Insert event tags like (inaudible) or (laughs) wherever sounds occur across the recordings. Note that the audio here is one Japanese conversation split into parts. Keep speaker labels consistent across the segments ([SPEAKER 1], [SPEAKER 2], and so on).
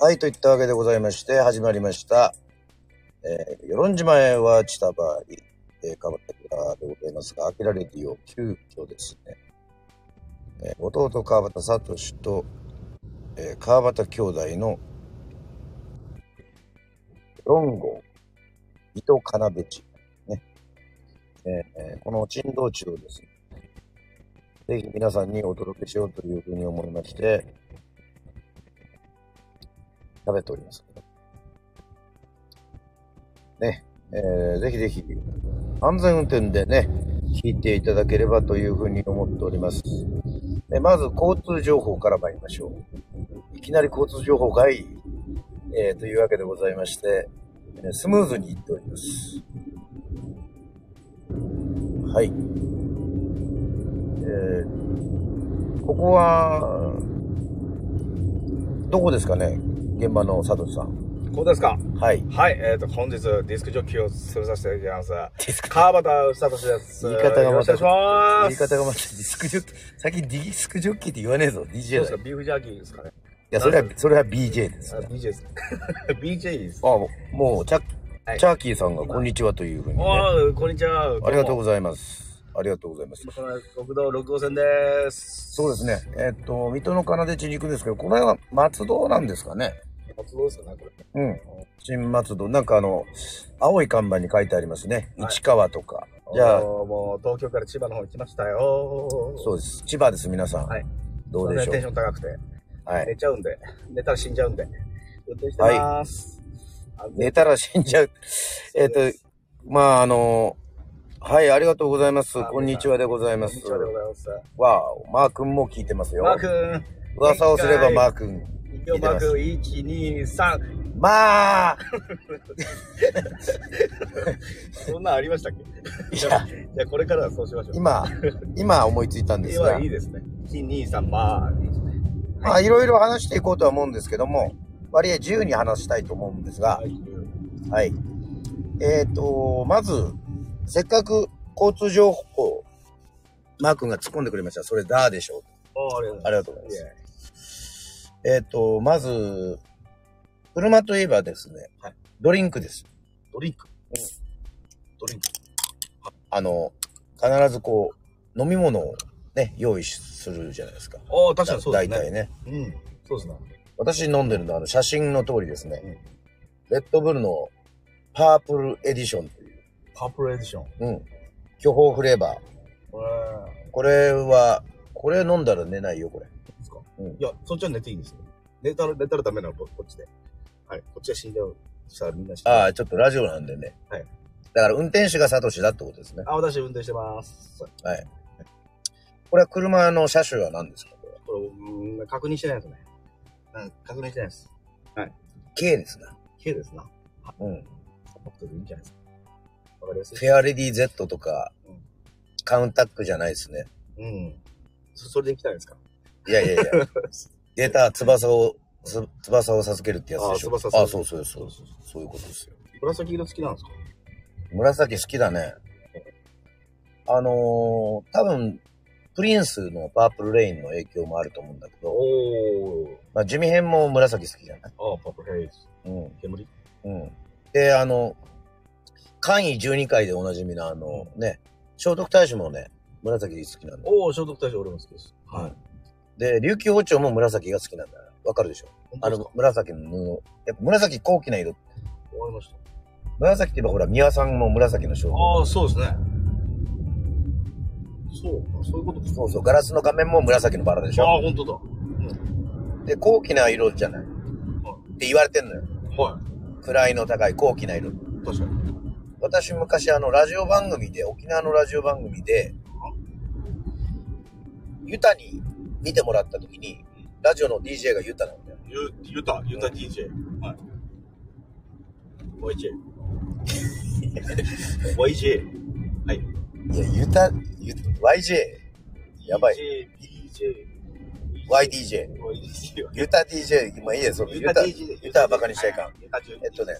[SPEAKER 1] はい、といったわけでございまして、始まりました。えー、与論島へはチタバーリ、えー、かぶってからでございますが、アキラレディを急遽ですね、えー、弟川端聡と、えー、川端兄弟の、論語、糸金べち、ね、えーえーこの珍道中をですね、ぜひ皆さんにお届けしようというふうに思いまして、食べております。ね、えーぜひぜひ、安全運転でね、聞いていただければというふうに思っております。えまず、交通情報から参りましょう。いきなり交通情報がいい、えーというわけでございまして、えースムーズにいっております。はい。えーここは、どこですかね現場の佐藤さん。
[SPEAKER 2] こうですか
[SPEAKER 1] はい。
[SPEAKER 2] はい、えっ、と、本日ディスクジョッキーを務めさせていただきます。川端久志です。
[SPEAKER 1] 言い方が
[SPEAKER 2] よろ
[SPEAKER 1] ま
[SPEAKER 2] しく
[SPEAKER 1] た、
[SPEAKER 2] お願い
[SPEAKER 1] 言い
[SPEAKER 2] します。
[SPEAKER 1] 方がまた、ディスクジョッキー、最近ディスクジョッキーって言わねえぞ、
[SPEAKER 2] ど
[SPEAKER 1] DJ
[SPEAKER 2] う
[SPEAKER 1] だ
[SPEAKER 2] ですかビーフジャーキーですかね
[SPEAKER 1] いや、それは、それは BJ です
[SPEAKER 2] あ
[SPEAKER 1] ね。
[SPEAKER 2] ?BJ です。BJ
[SPEAKER 1] (laughs)
[SPEAKER 2] です。
[SPEAKER 1] あ、もう、チャッ、
[SPEAKER 2] はい
[SPEAKER 1] チャーキーさんがこんにちはというふうにね。
[SPEAKER 2] お
[SPEAKER 1] あ
[SPEAKER 2] ー、こんにちは。
[SPEAKER 1] りがとうご
[SPEAKER 2] ござい
[SPEAKER 1] ざいます。ありがとうございます。
[SPEAKER 2] ます。この国道6号線です。
[SPEAKER 1] そうです。ね。えっと、水戸の奏で地に行くんですけど、この辺は松戸なんですかね。
[SPEAKER 2] 松戸ですかね、これ。
[SPEAKER 1] うん。新松戸。なんかあの、青い看板に書いてありますね。
[SPEAKER 2] はい
[SPEAKER 1] 市川とか。じゃあ
[SPEAKER 2] お、ーもう東京から千葉の方に来ましたよ。
[SPEAKER 1] そうです。千葉です、皆さん。
[SPEAKER 2] はい
[SPEAKER 1] どうでしょ
[SPEAKER 2] テンシ
[SPEAKER 1] う。
[SPEAKER 2] ョン高くて。
[SPEAKER 1] はい。
[SPEAKER 2] 寝ちゃうんで。寝たら死んじゃうんで。運転してます。
[SPEAKER 1] 寝たら死んじゃう。えっと、まあ、あの、はい、ありがとうございます。
[SPEAKER 2] あ
[SPEAKER 1] こんにちはでござい
[SPEAKER 2] こん
[SPEAKER 1] ま
[SPEAKER 2] に
[SPEAKER 1] す。
[SPEAKER 2] ちはでございます。
[SPEAKER 1] わあ、マー君も聞いてますよ。
[SPEAKER 2] マー君。
[SPEAKER 1] 噂をすればマー君。
[SPEAKER 2] 今日マーク1、2、3。
[SPEAKER 1] まあ、
[SPEAKER 2] そんなんありましたっけ
[SPEAKER 1] い
[SPEAKER 2] じゃ
[SPEAKER 1] や
[SPEAKER 2] あ、じゃあこれからはそうしましょう。
[SPEAKER 1] 今、今思いついたんです
[SPEAKER 2] 今
[SPEAKER 1] が
[SPEAKER 2] いい、ですね。1、2、3、まあ、いいですね。
[SPEAKER 1] まあ、いろいろ話していこうとは思うんですけども、割合自由に話したいと思うんですが
[SPEAKER 2] は、い
[SPEAKER 1] はい。えっ、と、まず、せっかく交通情報、マー君が突っ込んでくれました。それだーでしょう。
[SPEAKER 2] ああり
[SPEAKER 1] ありがとうございます。えっ、と、まず、車といえばですね、
[SPEAKER 2] はい
[SPEAKER 1] ドリンクです。
[SPEAKER 2] ドリンク。ドリンク。
[SPEAKER 1] あの、必ずこう、飲み物をね、用意するじゃないですか。
[SPEAKER 2] ああ、確かにそうです
[SPEAKER 1] だ大
[SPEAKER 2] ね。
[SPEAKER 1] 体ね。
[SPEAKER 2] うん。そうですね。
[SPEAKER 1] 私飲んでるのはあの写真の通りですね。レッドブルのパープルエディションという、
[SPEAKER 2] パープルエディション。
[SPEAKER 1] うん、巨峰フレーバー。
[SPEAKER 2] これ、い
[SPEAKER 1] これは、これ飲んだら寝ないよ、これ。
[SPEAKER 2] いですか
[SPEAKER 1] うん
[SPEAKER 2] いや、そっちは寝ていいんですよ。寝たら、寝たらダメなの、ここっちで。はい。こっちは死んじゃう。さあ、みんな死んじゃう
[SPEAKER 1] ああ、ちょっとラジオなんでね。
[SPEAKER 2] はい。
[SPEAKER 1] だから運転手がサトシだってことですね。
[SPEAKER 2] あ、私運転してます。
[SPEAKER 1] はい。これは車の車種は何ですかこれは
[SPEAKER 2] これ、うん、確認してないですね。うん、確認してないです。
[SPEAKER 1] ?K ですな。
[SPEAKER 2] K ですな。
[SPEAKER 1] うん。
[SPEAKER 2] 僕とでいいんじゃないですか。わかりやすい
[SPEAKER 1] フ。ェアレディ Z とか
[SPEAKER 2] うん、
[SPEAKER 1] カウンタックじゃないですね。
[SPEAKER 2] うん。そそれで行きたいですか
[SPEAKER 1] いやいやい (laughs) や。出た翼を、つ翼を授けるってやつでしょ。
[SPEAKER 2] あ翼授ける
[SPEAKER 1] そうそうそうそう。そういうことですよ。
[SPEAKER 2] 紫色好きなんですか
[SPEAKER 1] 紫好きだね。あのー、多分、プリンスのパープルレインの影響もあると思うんだけど、
[SPEAKER 2] おー。
[SPEAKER 1] まあ、地味編も紫好きじゃない
[SPEAKER 2] ああ、パープルヘイズ。
[SPEAKER 1] う
[SPEAKER 2] 煙
[SPEAKER 1] ん。うん。で、あの、簡易12回でおなじみのあの、ね、聖徳太子もね、紫好きなんだよ。
[SPEAKER 2] おー、聖徳太子俺も好きです。
[SPEAKER 1] うん。で、琉球包丁も紫が好きなんだよ。わかるでしょあ
[SPEAKER 2] あの、わ
[SPEAKER 1] の
[SPEAKER 2] か、
[SPEAKER 1] 紫の布。やっぱ紫高貴な色。
[SPEAKER 2] りました。
[SPEAKER 1] 紫って言えばほら、宮さんも紫の章。
[SPEAKER 2] ああ、そうですね。そうか、そういうことか。
[SPEAKER 1] そうそう、ガラスの画面も紫のバラでし
[SPEAKER 2] あ
[SPEAKER 1] ょ。
[SPEAKER 2] あ、本当だ。
[SPEAKER 1] で、高貴な色じゃないって言われてんのよ。
[SPEAKER 2] は
[SPEAKER 1] 位の高い高貴な色。
[SPEAKER 2] い。確かに。
[SPEAKER 1] 私昔あの、ラジオ番組で、沖縄のラジオ番組で、ユタに見てもらった時に、ラジオの DJ がユタなんだよ。
[SPEAKER 2] ゆ、ゆた、ゆた DJ。はい。YJ。YJ。はい。
[SPEAKER 1] いや、ユタ、ユ YJ。やばい。
[SPEAKER 2] DJ、DJ。
[SPEAKER 1] YDJ。
[SPEAKER 2] YDJ は。
[SPEAKER 1] ユタ DJ。まあいいや、そのユタ、ユタはバカにしちゃいかん。えっとね、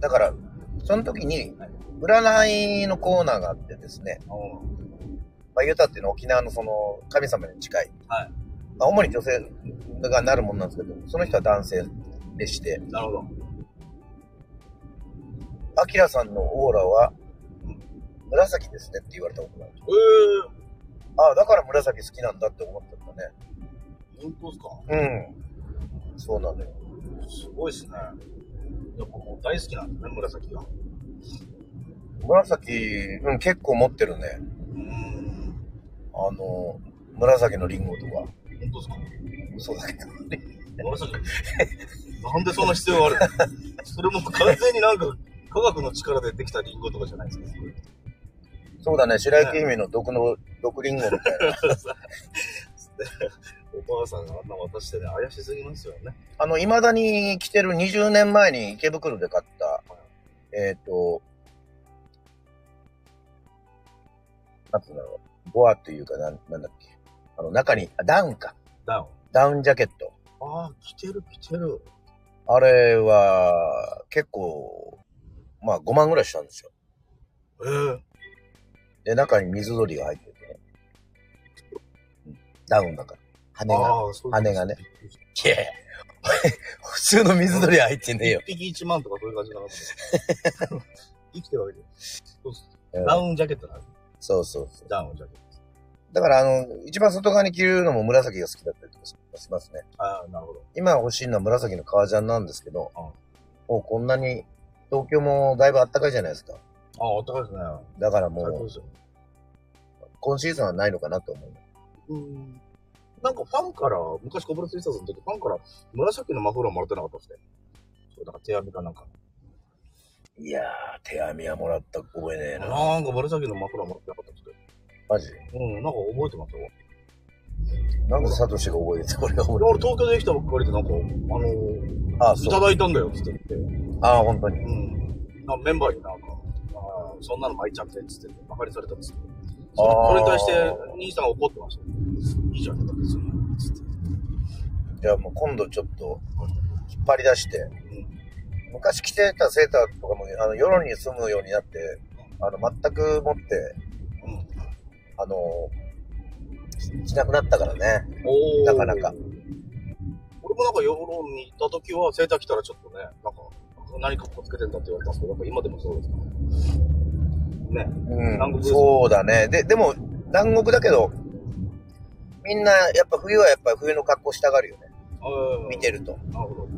[SPEAKER 1] だから、その時に、占いのコーナーがあってですね、まあ、ユタっていうのは沖縄のその神様に近い。
[SPEAKER 2] はい
[SPEAKER 1] まあ、主に女性がなるもんなんですけど、その人は男性でして、
[SPEAKER 2] なるほど。
[SPEAKER 1] アキラさんのオーラは、紫ですねって言われたことがある。
[SPEAKER 2] え
[SPEAKER 1] ああ、だから紫好きなんだって思ったんだね。
[SPEAKER 2] えー、本当
[SPEAKER 1] うん。そうなのよ。
[SPEAKER 2] ですかすごいですね。やっぱもう大好きなんですね、紫が。
[SPEAKER 1] 紫、うん、結構持ってるね。
[SPEAKER 2] うん。
[SPEAKER 1] あの、紫のリンゴとか。
[SPEAKER 2] 本当ですか
[SPEAKER 1] 嘘だけど。
[SPEAKER 2] 紫。なんでそんな必要があるのそれも完全になんか科学の力でできたリンゴとかじゃないですか。
[SPEAKER 1] そうだね、白雪姫の毒の、毒リンゴみたいな。 (laughs)
[SPEAKER 2] お母さんがあんな渡してね、怪しすぎますよね。
[SPEAKER 1] あの、未だに着てる20年前に池袋で買った、えっ、と、なんつうのボアっていうかなん、なんだっけ。あの、中に、あダウンか。
[SPEAKER 2] ダウン。
[SPEAKER 1] ダウンジャケット。
[SPEAKER 2] ああ、来てる来てる。
[SPEAKER 1] あれは、結構、まあ5万ぐらいしたんですよ。
[SPEAKER 2] ええ
[SPEAKER 1] で、中に水鳥が入っててね。うんダウンだから。羽が。
[SPEAKER 2] ああ、そう
[SPEAKER 1] 羽がね。いやいや (laughs) 普通の水鳥は入ってねえよ。
[SPEAKER 2] 一匹一万とかそういう感じなか (laughs) った。生きてるわけです。そうっす
[SPEAKER 1] うん
[SPEAKER 2] ダウンジャケットなんです。
[SPEAKER 1] そうそうそう。
[SPEAKER 2] ダウンジャケット。
[SPEAKER 1] だから、あの、一番外側に着るのも紫が好きだったりとかしますね。
[SPEAKER 2] ああ、なるほど。
[SPEAKER 1] 今欲しいのは紫の革ジャンなんですけど、
[SPEAKER 2] うん
[SPEAKER 1] もうこんなに、東京もだいぶ暖かいじゃないですか。
[SPEAKER 2] ああ、お高いですね。
[SPEAKER 1] だから
[SPEAKER 2] 最高
[SPEAKER 1] もう
[SPEAKER 2] で、すよ。
[SPEAKER 1] 今シーズンはないのかなと思う。
[SPEAKER 2] うん。なんかファンから、昔コブラツイスターズの時、ファンから紫のマフラーもらってなかったんですね。そう、なんか手編みかなんか。
[SPEAKER 1] いやー、手編みはもらった覚えねえな。
[SPEAKER 2] なんか紫のマフラーもらってなかったんですけ
[SPEAKER 1] マジ
[SPEAKER 2] ど。うん、なんか覚えてますよ。
[SPEAKER 1] なんでサトシが覚えてた俺が覚
[SPEAKER 2] 俺、俺東京で来たばっかりで、なんか、あのー
[SPEAKER 1] えてた。あ、
[SPEAKER 2] いた
[SPEAKER 1] そう。
[SPEAKER 2] だいたんだよ、つって言って。
[SPEAKER 1] あ、本当に。
[SPEAKER 2] うん。なメンバーになんか、あーそんなの巻いちゃって、つって、馬鹿にされたんですよ。
[SPEAKER 1] あー
[SPEAKER 2] それに対して、兄さんが怒ってましたよ。いいじゃん、別に。つって。
[SPEAKER 1] じゃあもう今度ちょっと、引っ張り出して、
[SPEAKER 2] うん。
[SPEAKER 1] 昔着てたセーターとかも、あの、夜に住むようになって、あの、全く持って、
[SPEAKER 2] うん。
[SPEAKER 1] あの、着なくなったからね。
[SPEAKER 2] おー
[SPEAKER 1] なかなか。
[SPEAKER 2] 俺もなんか、ヨーロンに行った時は、セーター着たらちょっとね、なんか、何かっこつけてんだって言われたんですけど、やっぱ今でもそうですか。ね。南
[SPEAKER 1] う
[SPEAKER 2] 国
[SPEAKER 1] ん、
[SPEAKER 2] ですね
[SPEAKER 1] そうだね。で、でも、南国だけど、みんな、やっぱ冬はやっぱ冬の格好したがるよね。
[SPEAKER 2] うん
[SPEAKER 1] 見て。ると。
[SPEAKER 2] なるほど。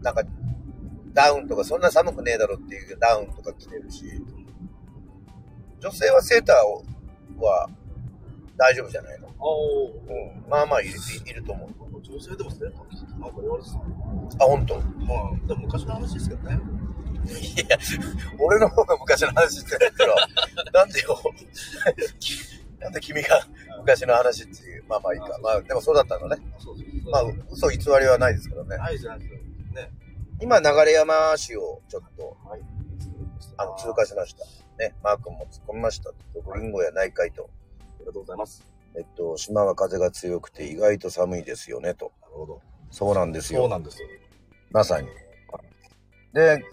[SPEAKER 1] なんか、ダウンとか、そんな寒くねえだろっていうダウンとか着てるし、女性はセーターをは大丈夫じゃないの
[SPEAKER 2] おー。
[SPEAKER 1] うん。まあまあいる、いいると思う。
[SPEAKER 2] 女性でもセーター着てて、なんか言われてたな。
[SPEAKER 1] あ、本当。
[SPEAKER 2] まあ、でも昔の話ですけどね。
[SPEAKER 1] 俺の方が昔の話してる (laughs) から、なんでよ、 (laughs) きなんで君が昔の話っていう、まあまあいいか。まあ、でもそうだったのね。
[SPEAKER 2] そうそうそう。
[SPEAKER 1] まあ、嘘偽りはないですからね。
[SPEAKER 2] ないじゃないですよ。ね。
[SPEAKER 1] 今、流山市をちょっと、
[SPEAKER 2] はい。
[SPEAKER 1] あの、通過しました。ね、マー君も突っ込みました。リンゴやないかいと。
[SPEAKER 2] ありがとうございます。
[SPEAKER 1] えっと、島は風が強くて意外と寒いですよね、と。
[SPEAKER 2] なるほど。
[SPEAKER 1] そうなんです
[SPEAKER 2] そう
[SPEAKER 1] よ。
[SPEAKER 2] なんですよ。
[SPEAKER 1] まさに。で、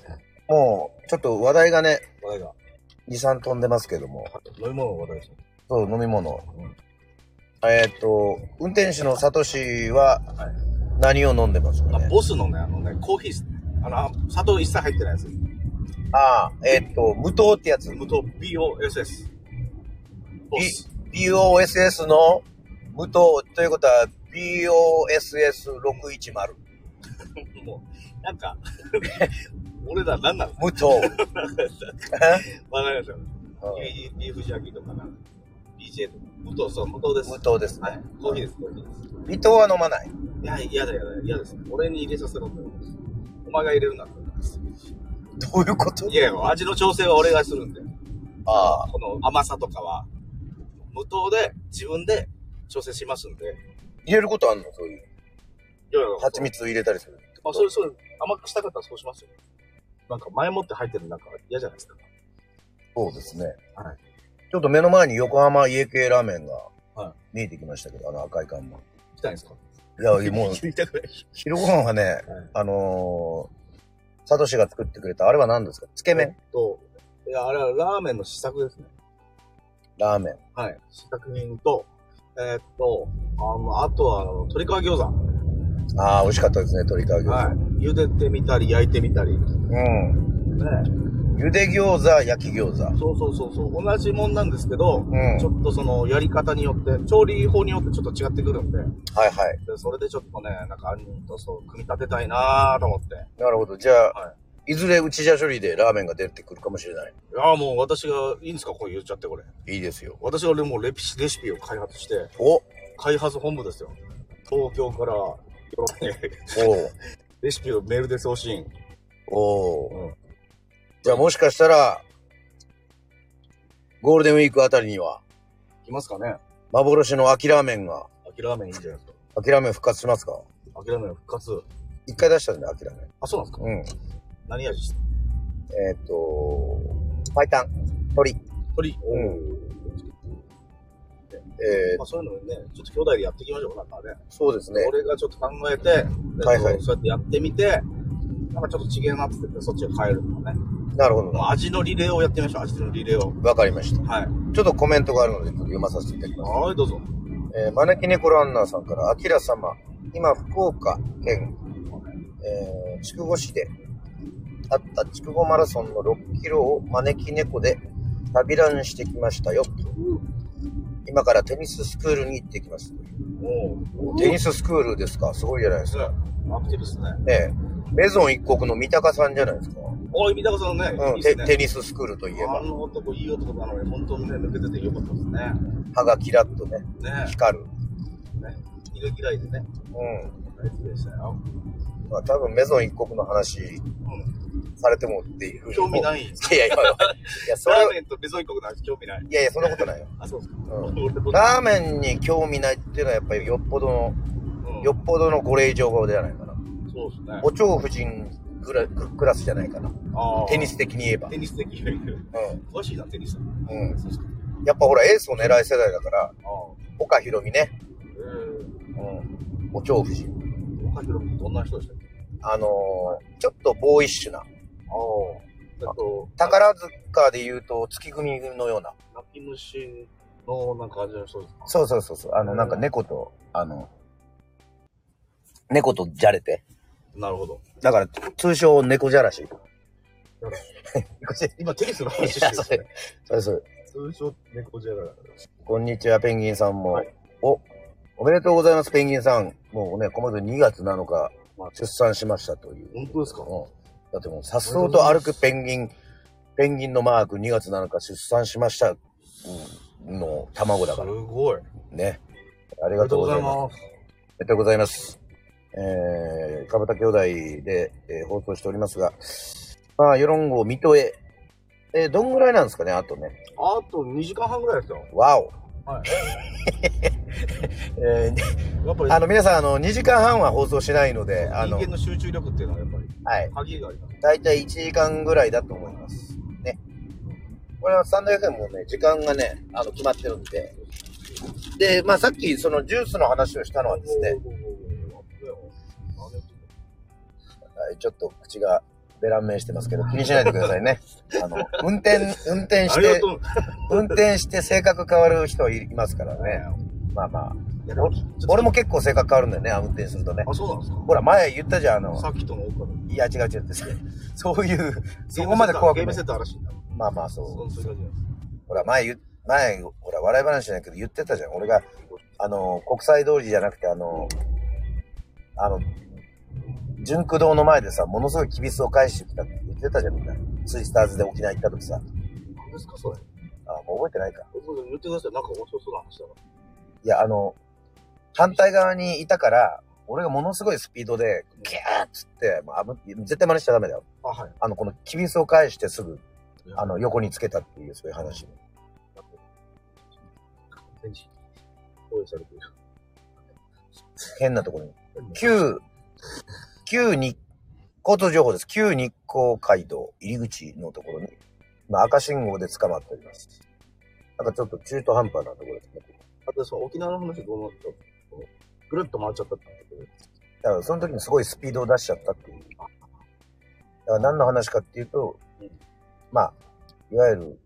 [SPEAKER 1] もう、ちょっと話題がね、
[SPEAKER 2] 話題が。
[SPEAKER 1] 2、3飛んでますけども、
[SPEAKER 2] 飲み物の話題ですね。
[SPEAKER 1] そう、飲み物。
[SPEAKER 2] うん
[SPEAKER 1] えーっと、運転手のサトシは何を飲んでますか
[SPEAKER 2] あ
[SPEAKER 1] ね
[SPEAKER 2] ボスのね、あのね、コーヒーっすね。あの、あ砂糖一切入ってないやつ。
[SPEAKER 1] ああ、えーっと、無糖ってやつ。
[SPEAKER 2] 無糖 BOSS。ボス。
[SPEAKER 1] BOSS の無糖ということは BOSS610
[SPEAKER 2] もう、なんか、 (laughs) 俺ら何なの
[SPEAKER 1] 無
[SPEAKER 2] (laughs)
[SPEAKER 1] 糖。
[SPEAKER 2] わかりましたよ。
[SPEAKER 1] うん
[SPEAKER 2] ビービーフジャーキーとかな。BJ とか。無糖、そう、無糖です
[SPEAKER 1] 無。糖です
[SPEAKER 2] は
[SPEAKER 1] ね
[SPEAKER 2] い。。コーヒーです、コーヒーです。
[SPEAKER 1] 微糖は飲まない。
[SPEAKER 2] いや、嫌だ嫌だ、嫌です。俺に入れさせろって思うんです。お前が入れるなって思うんです。
[SPEAKER 1] どういうこと
[SPEAKER 2] いやいや、味の調整は俺がするんで。
[SPEAKER 1] ああ、
[SPEAKER 2] この甘さとかは、無糖で自分で調整しますんで。いや
[SPEAKER 1] 入れることあるのそういう。
[SPEAKER 2] いや
[SPEAKER 1] 蜂。蜜を入れたりする。
[SPEAKER 2] あ、そうそう、甘くしたかったらそうしますよ。なんか前もって入ってるなんか嫌じゃないですか。
[SPEAKER 1] そうですね。
[SPEAKER 2] はい。
[SPEAKER 1] ちょっと目の前に横浜家系ラーメンが
[SPEAKER 2] は
[SPEAKER 1] 見えてきましたけど、あの赤い看板。
[SPEAKER 2] 行きたいんですか
[SPEAKER 1] いや、もう
[SPEAKER 2] 聞いたくない。
[SPEAKER 1] 昼ご飯はね、
[SPEAKER 2] はい
[SPEAKER 1] あのー、サトシが作ってくれた、あれは何ですかつけ
[SPEAKER 2] え
[SPEAKER 1] 麺
[SPEAKER 2] っと、いや、あれはラーメンの試作ですね。
[SPEAKER 1] ラーメン。
[SPEAKER 2] はい。試作品と、えーっと、あの、あとは、あの、鶏皮餃子。
[SPEAKER 1] ああ、美味しかったですね、鶏皮餃子。
[SPEAKER 2] はい。茹でてみたり、焼いてみたり。ね。
[SPEAKER 1] うん。ゆで餃子、焼き餃子。
[SPEAKER 2] そうそうそうそう。同じもんなんですけど、
[SPEAKER 1] うん
[SPEAKER 2] ちょっとその、やり方によって、調理法によってちょっと違ってくるんで、
[SPEAKER 1] はいはい。
[SPEAKER 2] でそれでちょっとね、なんか杏仁とそう、組み立てたいなぁと思って。
[SPEAKER 1] なるほど。じゃあ、
[SPEAKER 2] はい
[SPEAKER 1] ずれうちじゃ処理でラーメンが出てくるかもしれない。
[SPEAKER 2] い。いやーもう私が、いいんですかこれ言っちゃってこれ。
[SPEAKER 1] いいですよ。
[SPEAKER 2] 私がもうレピシレシピを開発して、
[SPEAKER 1] おお
[SPEAKER 2] 開発本部ですよ。東京から、よろねレシピをメールで送信。
[SPEAKER 1] おお、
[SPEAKER 2] うん
[SPEAKER 1] じゃあもしかしたら、ゴールデンウィークあたりには、
[SPEAKER 2] いますかね
[SPEAKER 1] 幻の秋ラーメンが、
[SPEAKER 2] 秋ラーメンいいんじゃないです
[SPEAKER 1] 秋ラーメン復活しますか
[SPEAKER 2] か。秋ラーメン復活。
[SPEAKER 1] 一回出したんだね、秋ラーメン。
[SPEAKER 2] あ、そうなんですか
[SPEAKER 1] うん。
[SPEAKER 2] 何味です
[SPEAKER 1] えっ、と、白湯、鶏。
[SPEAKER 2] 鶏。お
[SPEAKER 1] う
[SPEAKER 2] ー
[SPEAKER 1] え
[SPEAKER 2] まあそういうのね、ちょっと兄弟でやっていきましょうか、なんかね。
[SPEAKER 1] ー、そうですね。
[SPEAKER 2] 俺がちょっと考えて、えっと
[SPEAKER 1] はいはい
[SPEAKER 2] そうやってやってみて、なんかちょっと違えなって言って、そっちが変えるとかね。
[SPEAKER 1] なるほどな。
[SPEAKER 2] まあ味のリレーをやってみましょう、味のリレーを。
[SPEAKER 1] わかりました。
[SPEAKER 2] はい。
[SPEAKER 1] ちょっとコメントがあるので、ちょっと読まさせていただきます。
[SPEAKER 2] はい、どうぞ。
[SPEAKER 1] えー、招き猫ランナーさんから、あきら様、今、福岡県、えー、筑後市であった筑後マラソンの6キロを招き猫で旅ランしてきましたよ。今からテニススクールに行ってきます。
[SPEAKER 2] お
[SPEAKER 1] テニススクールですかすごいじゃないですか。
[SPEAKER 2] アクティブですね。
[SPEAKER 1] ねえ、メゾン一国の三鷹さんじゃないですか。
[SPEAKER 2] おい、三鷹さんね、
[SPEAKER 1] う
[SPEAKER 2] い
[SPEAKER 1] ん、
[SPEAKER 2] いで
[SPEAKER 1] テ
[SPEAKER 2] すね。
[SPEAKER 1] テニススクールといえ
[SPEAKER 2] あ
[SPEAKER 1] ば、
[SPEAKER 2] の男、いい男なのに、本当にね、抜けててよかったですね。
[SPEAKER 1] 歯がキラッとね、
[SPEAKER 2] ね
[SPEAKER 1] 光る。
[SPEAKER 2] ね。色嫌いでね、
[SPEAKER 1] うん。
[SPEAKER 2] 大好きでしたよ。
[SPEAKER 1] まあ、多分メゾン一国の話
[SPEAKER 2] うん。
[SPEAKER 1] されてもっていう。
[SPEAKER 2] 興味
[SPEAKER 1] い。
[SPEAKER 2] ない。
[SPEAKER 1] いやいや、今のいや、それ
[SPEAKER 2] ラ
[SPEAKER 1] は
[SPEAKER 2] ーメンとベゾイ国の味興味ない。
[SPEAKER 1] いやいや、そんなことないよ。
[SPEAKER 2] あ、そうですか。
[SPEAKER 1] う
[SPEAKER 2] 俺僕
[SPEAKER 1] ラーメンに興味ないっていうのはやっぱりよっぽどの、
[SPEAKER 2] うん
[SPEAKER 1] よっぽどのご令嬢じゃないかな。
[SPEAKER 2] そうですね。
[SPEAKER 1] お蝶夫人クラクラスじゃないかな。
[SPEAKER 2] あー
[SPEAKER 1] テニ。ス的に言えば。
[SPEAKER 2] テニス的。詳しいな、テニス。
[SPEAKER 1] うん。うん。
[SPEAKER 2] そうですか。
[SPEAKER 1] やっぱほら、エースを狙い世代だから、
[SPEAKER 2] ああ。
[SPEAKER 1] 岡ひろみね。
[SPEAKER 2] え
[SPEAKER 1] うん。お蝶夫人。
[SPEAKER 2] ー、岡弘美どんな人でしたっけ
[SPEAKER 1] あのー、ちょっとボーイッシュな。
[SPEAKER 2] ああ。えっと、
[SPEAKER 1] 宝塚で言うと月組のような。
[SPEAKER 2] 泣き虫のなんか味の人ですか
[SPEAKER 1] そうそうそうそう。あの、なんか猫と、あの、猫とじゃれて。
[SPEAKER 2] なるほど。
[SPEAKER 1] だから、通称猫じゃらし。
[SPEAKER 2] ら
[SPEAKER 1] 猫
[SPEAKER 2] し
[SPEAKER 1] じゃらし
[SPEAKER 2] 今、テニスの
[SPEAKER 1] い
[SPEAKER 2] 話して
[SPEAKER 1] や
[SPEAKER 2] るん
[SPEAKER 1] そ
[SPEAKER 2] ですね
[SPEAKER 1] れ。、それそれ。
[SPEAKER 2] 通称猫じゃら。
[SPEAKER 1] こんにちは、ペンギンさんも。
[SPEAKER 2] はい
[SPEAKER 1] お、おめでとうございます、ペンギンさん。もうね、この人2月7日、
[SPEAKER 2] まあ
[SPEAKER 1] 出産しましたという。
[SPEAKER 2] 本当ですか
[SPEAKER 1] うん。だってもう、さっそうと歩くペンギン、ペンギンのマーク2月7日出産しました、うんの卵だから
[SPEAKER 2] すごい。あ
[SPEAKER 1] ね。あり
[SPEAKER 2] り
[SPEAKER 1] がとうございます。
[SPEAKER 2] ます。
[SPEAKER 1] おめでとうございます。えー、かぶた兄弟で、えー放送しておりますが、まあ、世論号、水戸へ。えーどんぐらいなんですかね、あとね。
[SPEAKER 2] あと2時間半ぐらいですよ。
[SPEAKER 1] わお。
[SPEAKER 2] はい。
[SPEAKER 1] えー
[SPEAKER 2] やっぱり、
[SPEAKER 1] あの、皆さん、あの、2時間半は放送しないので、あ
[SPEAKER 2] 人
[SPEAKER 1] の
[SPEAKER 2] 間、の集中力っていうのはやっぱり、
[SPEAKER 1] はい。
[SPEAKER 2] 鍵があります。
[SPEAKER 1] だいたい1時間ぐらいだと思います。ね。これはスタンド FM もね、時間がね、あの、決まってるんで。で、まあ、さっき、その、ジュースの話をしたのはですね、はいちょっと口がベランメンしてますけど、気にしないでください
[SPEAKER 2] (laughs)
[SPEAKER 1] ね。あの、運転、運転
[SPEAKER 2] あ
[SPEAKER 1] し
[SPEAKER 2] りが
[SPEAKER 1] て
[SPEAKER 2] と、う。
[SPEAKER 1] 運転して性格変わる人いますからね。まあまあ。
[SPEAKER 2] いやでもちょっと
[SPEAKER 1] 俺も結構性格変わるんだよね、あの運転するとね。
[SPEAKER 2] あ、そうなんですか
[SPEAKER 1] ほら、前言ったじゃん、あの、
[SPEAKER 2] さっきとの奥
[SPEAKER 1] いや、違う違う違う。そういう、そこまで怖
[SPEAKER 2] ゲ
[SPEAKER 1] く
[SPEAKER 2] ー
[SPEAKER 1] な
[SPEAKER 2] ム
[SPEAKER 1] い
[SPEAKER 2] セッ。ト嵐になる。
[SPEAKER 1] まあまあ、そ。
[SPEAKER 2] そううそういう感じなんです。
[SPEAKER 1] ほら、前言う、前、ほら、笑い話じゃないけど言ってたじゃん。俺が、あの、国際通りじゃなくて、あの、あの、純駆堂の前でさ、ものすごい厳しを返してきたって言ってたじゃん、みんな。ツイスターズで沖縄行った時さ。
[SPEAKER 2] 何ですか、それ。
[SPEAKER 1] あ、もう覚えてないか。
[SPEAKER 2] 言ってください。なんか面白そうな話だから。
[SPEAKER 1] いや、あの、反対側にいたから、俺がものすごいスピードで、ギャーっつって、もうあぶ絶対真似しちゃダメだよ。
[SPEAKER 2] あ、はい。
[SPEAKER 1] あの、この厳しを返してすぐ、あの、横につけたっていう、そういう話。
[SPEAKER 2] 天使。用意されてる。
[SPEAKER 1] 変なところに。旧、旧日、交通情報です。旧日光街道入り口のところに、まあ、赤信号で捕まっております。なんかちょっと中途半端なところですね。
[SPEAKER 2] あと、その沖縄の話どうなったぐるっと回っちゃったってことで
[SPEAKER 1] だからその時にすごいスピードを出しちゃったっていう。だから何の話かっていうと
[SPEAKER 2] うん、
[SPEAKER 1] まあ、いわゆる、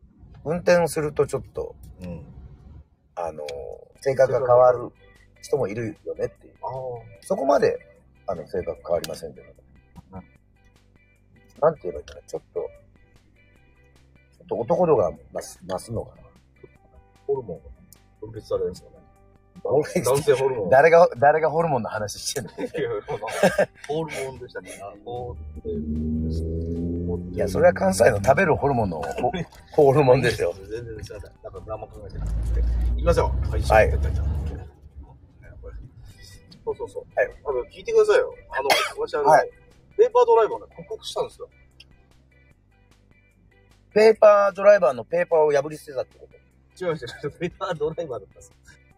[SPEAKER 1] 運転をするとちょっと、
[SPEAKER 2] うん。
[SPEAKER 1] あの、性格が変わる人もいるよねっていう。
[SPEAKER 2] ああ。
[SPEAKER 1] そこまで、あの、性格変わりませんけど。なんて言えばいいかな、ちょっと、ちょっと男度が増す増すのかな。
[SPEAKER 2] ホルモンが分泌されるんですよね。
[SPEAKER 1] ホルモン
[SPEAKER 2] 男性ホルモン。
[SPEAKER 1] 誰が、誰がホルモンの話してんの
[SPEAKER 2] いやなんかホルモンでしたね。あホルモン
[SPEAKER 1] いや、それは関西の食べるホルモンのホホルモンですよ。
[SPEAKER 2] 全然すいません。なんか何も考えてなくて。いきますよ。はい。
[SPEAKER 1] はい
[SPEAKER 2] 行った行った行ったこれそうそうそう。
[SPEAKER 1] はい
[SPEAKER 2] あの、聞いてくださいよ。あの、私あの、
[SPEAKER 1] はい
[SPEAKER 2] ペーパードライバーね、克服したんですよ。
[SPEAKER 1] ペーパードライバーのペーパーを破り捨てたってこと
[SPEAKER 2] 違う違う違う。ペーパードライバーだったんです。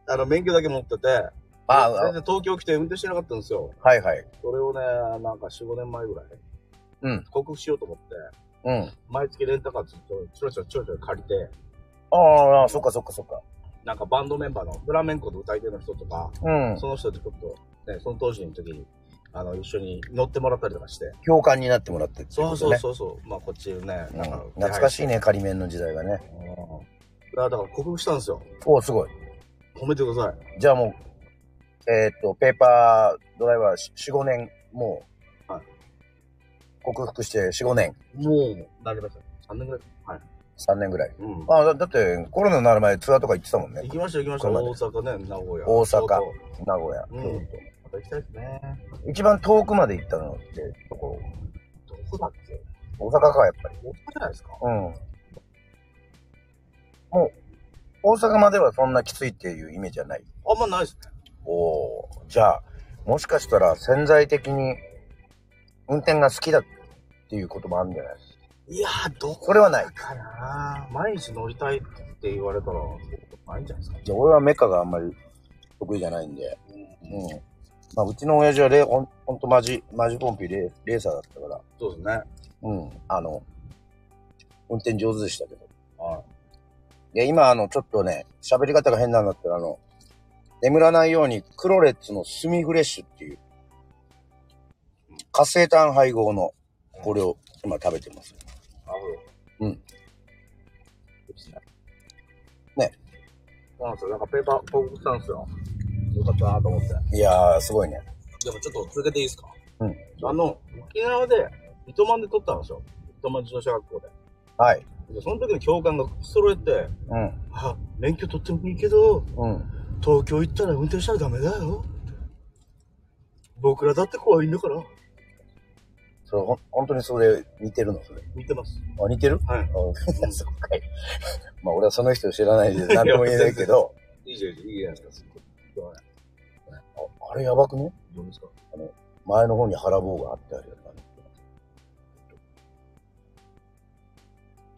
[SPEAKER 2] あの、免許だけ持ってて、
[SPEAKER 1] ああ、
[SPEAKER 2] 全然東京来て運転してなかったんですよ。
[SPEAKER 1] はいはい。
[SPEAKER 2] それをね、なんか4、5年前ぐらい、
[SPEAKER 1] うん、
[SPEAKER 2] 克服しようと思って、
[SPEAKER 1] うん。
[SPEAKER 2] 毎月レンタカーずっとちょろちょろちょろちょろ借りて、
[SPEAKER 1] ああ、そっかそっかそっか。
[SPEAKER 2] なんかバンドメンバーのフラメンコの歌い手の人とか、
[SPEAKER 1] うん。
[SPEAKER 2] その人とちょっと、ね、その当時の時に、あの、一緒に乗ってもらったりとかして。
[SPEAKER 1] 共感になってもらってってい
[SPEAKER 2] そう
[SPEAKER 1] こ
[SPEAKER 2] そ
[SPEAKER 1] と
[SPEAKER 2] う
[SPEAKER 1] ね。
[SPEAKER 2] そうそう。まあ、こっちね、なん
[SPEAKER 1] うん
[SPEAKER 2] か、
[SPEAKER 1] 懐かしい
[SPEAKER 2] ね。
[SPEAKER 1] ね、仮面の時代がね。
[SPEAKER 2] だから、だから克服したんですよ。
[SPEAKER 1] おお、すごい。
[SPEAKER 2] 褒めてください。
[SPEAKER 1] じゃあもう、えーっと、ペーパードライバー4、5年、もう、
[SPEAKER 2] はい
[SPEAKER 1] 克服して4、5年、
[SPEAKER 2] もう、なりました。3年ぐらい。はい。
[SPEAKER 1] 3年ぐらい。
[SPEAKER 2] うん。
[SPEAKER 1] あだだって、コロナになる前ツアーとか行ってたもんね
[SPEAKER 2] 行。きました、行きまし
[SPEAKER 1] こ
[SPEAKER 2] た。
[SPEAKER 1] れまで
[SPEAKER 2] 大阪ね、名古屋。
[SPEAKER 1] 大阪
[SPEAKER 2] 京都
[SPEAKER 1] 名古屋、
[SPEAKER 2] うん
[SPEAKER 1] 京
[SPEAKER 2] また行きたいですね。
[SPEAKER 1] 都。一番遠くまで行ったのって、とこ
[SPEAKER 2] どこだっけ
[SPEAKER 1] 大阪か、やっぱり。
[SPEAKER 2] 大阪じゃないですか
[SPEAKER 1] うん。もう、大阪まではそんなきついっていうイメージはない。
[SPEAKER 2] あんまないですね。
[SPEAKER 1] おおーじゃあ、もしかしたら潜在的に運転が好きだっていうこともあるんじゃない
[SPEAKER 2] いやー、どこ
[SPEAKER 1] それはない。
[SPEAKER 2] かな毎日乗りたいって言われたら、ないんじゃないですか。
[SPEAKER 1] じゃあ俺はメカがあんまり得意じゃないんで。うん。まあ、うちの親父はレーほんほんとマジ、マジコンピレーレーサーだったから、
[SPEAKER 2] そうですね。はい。
[SPEAKER 1] うん。あの、運転上手でしたけど。で、今、あの、ちょっとね、喋り方が変なんだったら、あの、眠らないように、クロレッツのスミフレッシュっていう、活性炭配合の、これを今食べてます。
[SPEAKER 2] なるほ
[SPEAKER 1] う
[SPEAKER 2] ど。
[SPEAKER 1] ん。ね
[SPEAKER 2] ね。そうなんですよ。なんかペーパー、報告したんですよ。よかったなと思って。
[SPEAKER 1] いやー、すごいね。
[SPEAKER 2] でもちょっと続けていいですか
[SPEAKER 1] うん。
[SPEAKER 2] あの、沖縄で、糸満で撮ったんですよ。糸満自動車学校
[SPEAKER 1] はい。
[SPEAKER 2] で。で、その時の教官が口揃えて、
[SPEAKER 1] うん。
[SPEAKER 2] あ、免許取ってもいいけど、
[SPEAKER 1] うん。
[SPEAKER 2] 東京行ったら運転したらダメだよ。僕らだって怖いんだから。
[SPEAKER 1] そう、ほん、本当にそれ、似てるの、それ。
[SPEAKER 2] 見てます。
[SPEAKER 1] あ、 (laughs) 似てる
[SPEAKER 2] はい。
[SPEAKER 1] あそっかい。まあ、俺はその人を知らないで、何とも言えないけど、
[SPEAKER 2] いいじゃん、いいじゃないですか。すごい
[SPEAKER 1] ああれやばくね
[SPEAKER 2] どうですか
[SPEAKER 1] 前の方に腹棒があってあるよな。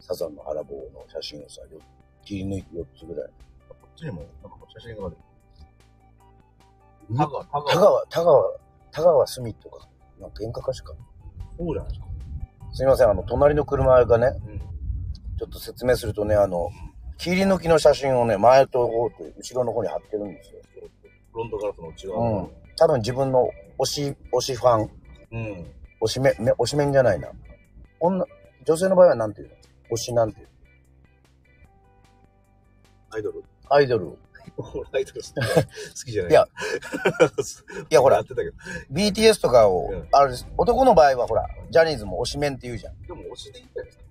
[SPEAKER 1] サザンの腹棒の写真をさ、よ切り抜いて4つぐらい。
[SPEAKER 2] こっちにも、なんか写真がある。タガ、タ
[SPEAKER 1] 田
[SPEAKER 2] ガ、
[SPEAKER 1] 川、田川、田川隅とか、なんか演歌歌手か。
[SPEAKER 2] そうじゃないですか。
[SPEAKER 1] すいません、あの、隣の車がね、
[SPEAKER 2] うん。
[SPEAKER 1] ちょっと説明するとね、あの、切り抜きの写真をね、前と方と後ろの方に貼ってるんですよ。
[SPEAKER 2] フロントガラスの内
[SPEAKER 1] う
[SPEAKER 2] 側
[SPEAKER 1] ん。多分自分の推し、推しファン、
[SPEAKER 2] うん。うん。
[SPEAKER 1] 推しめ、め推しメンじゃないな。女、女性の場合はなんていうの推しなんていうの
[SPEAKER 2] アイドル。
[SPEAKER 1] アイドル。
[SPEAKER 2] 俺アイドル好き好きじゃない。
[SPEAKER 1] いや、いやほら
[SPEAKER 2] やってたけど。
[SPEAKER 1] BTS とかを
[SPEAKER 2] うん、
[SPEAKER 1] あれです、男の場合はほら、ジャニーズも推しメンって言うじゃん。
[SPEAKER 2] でも推しでいいんじゃないですか。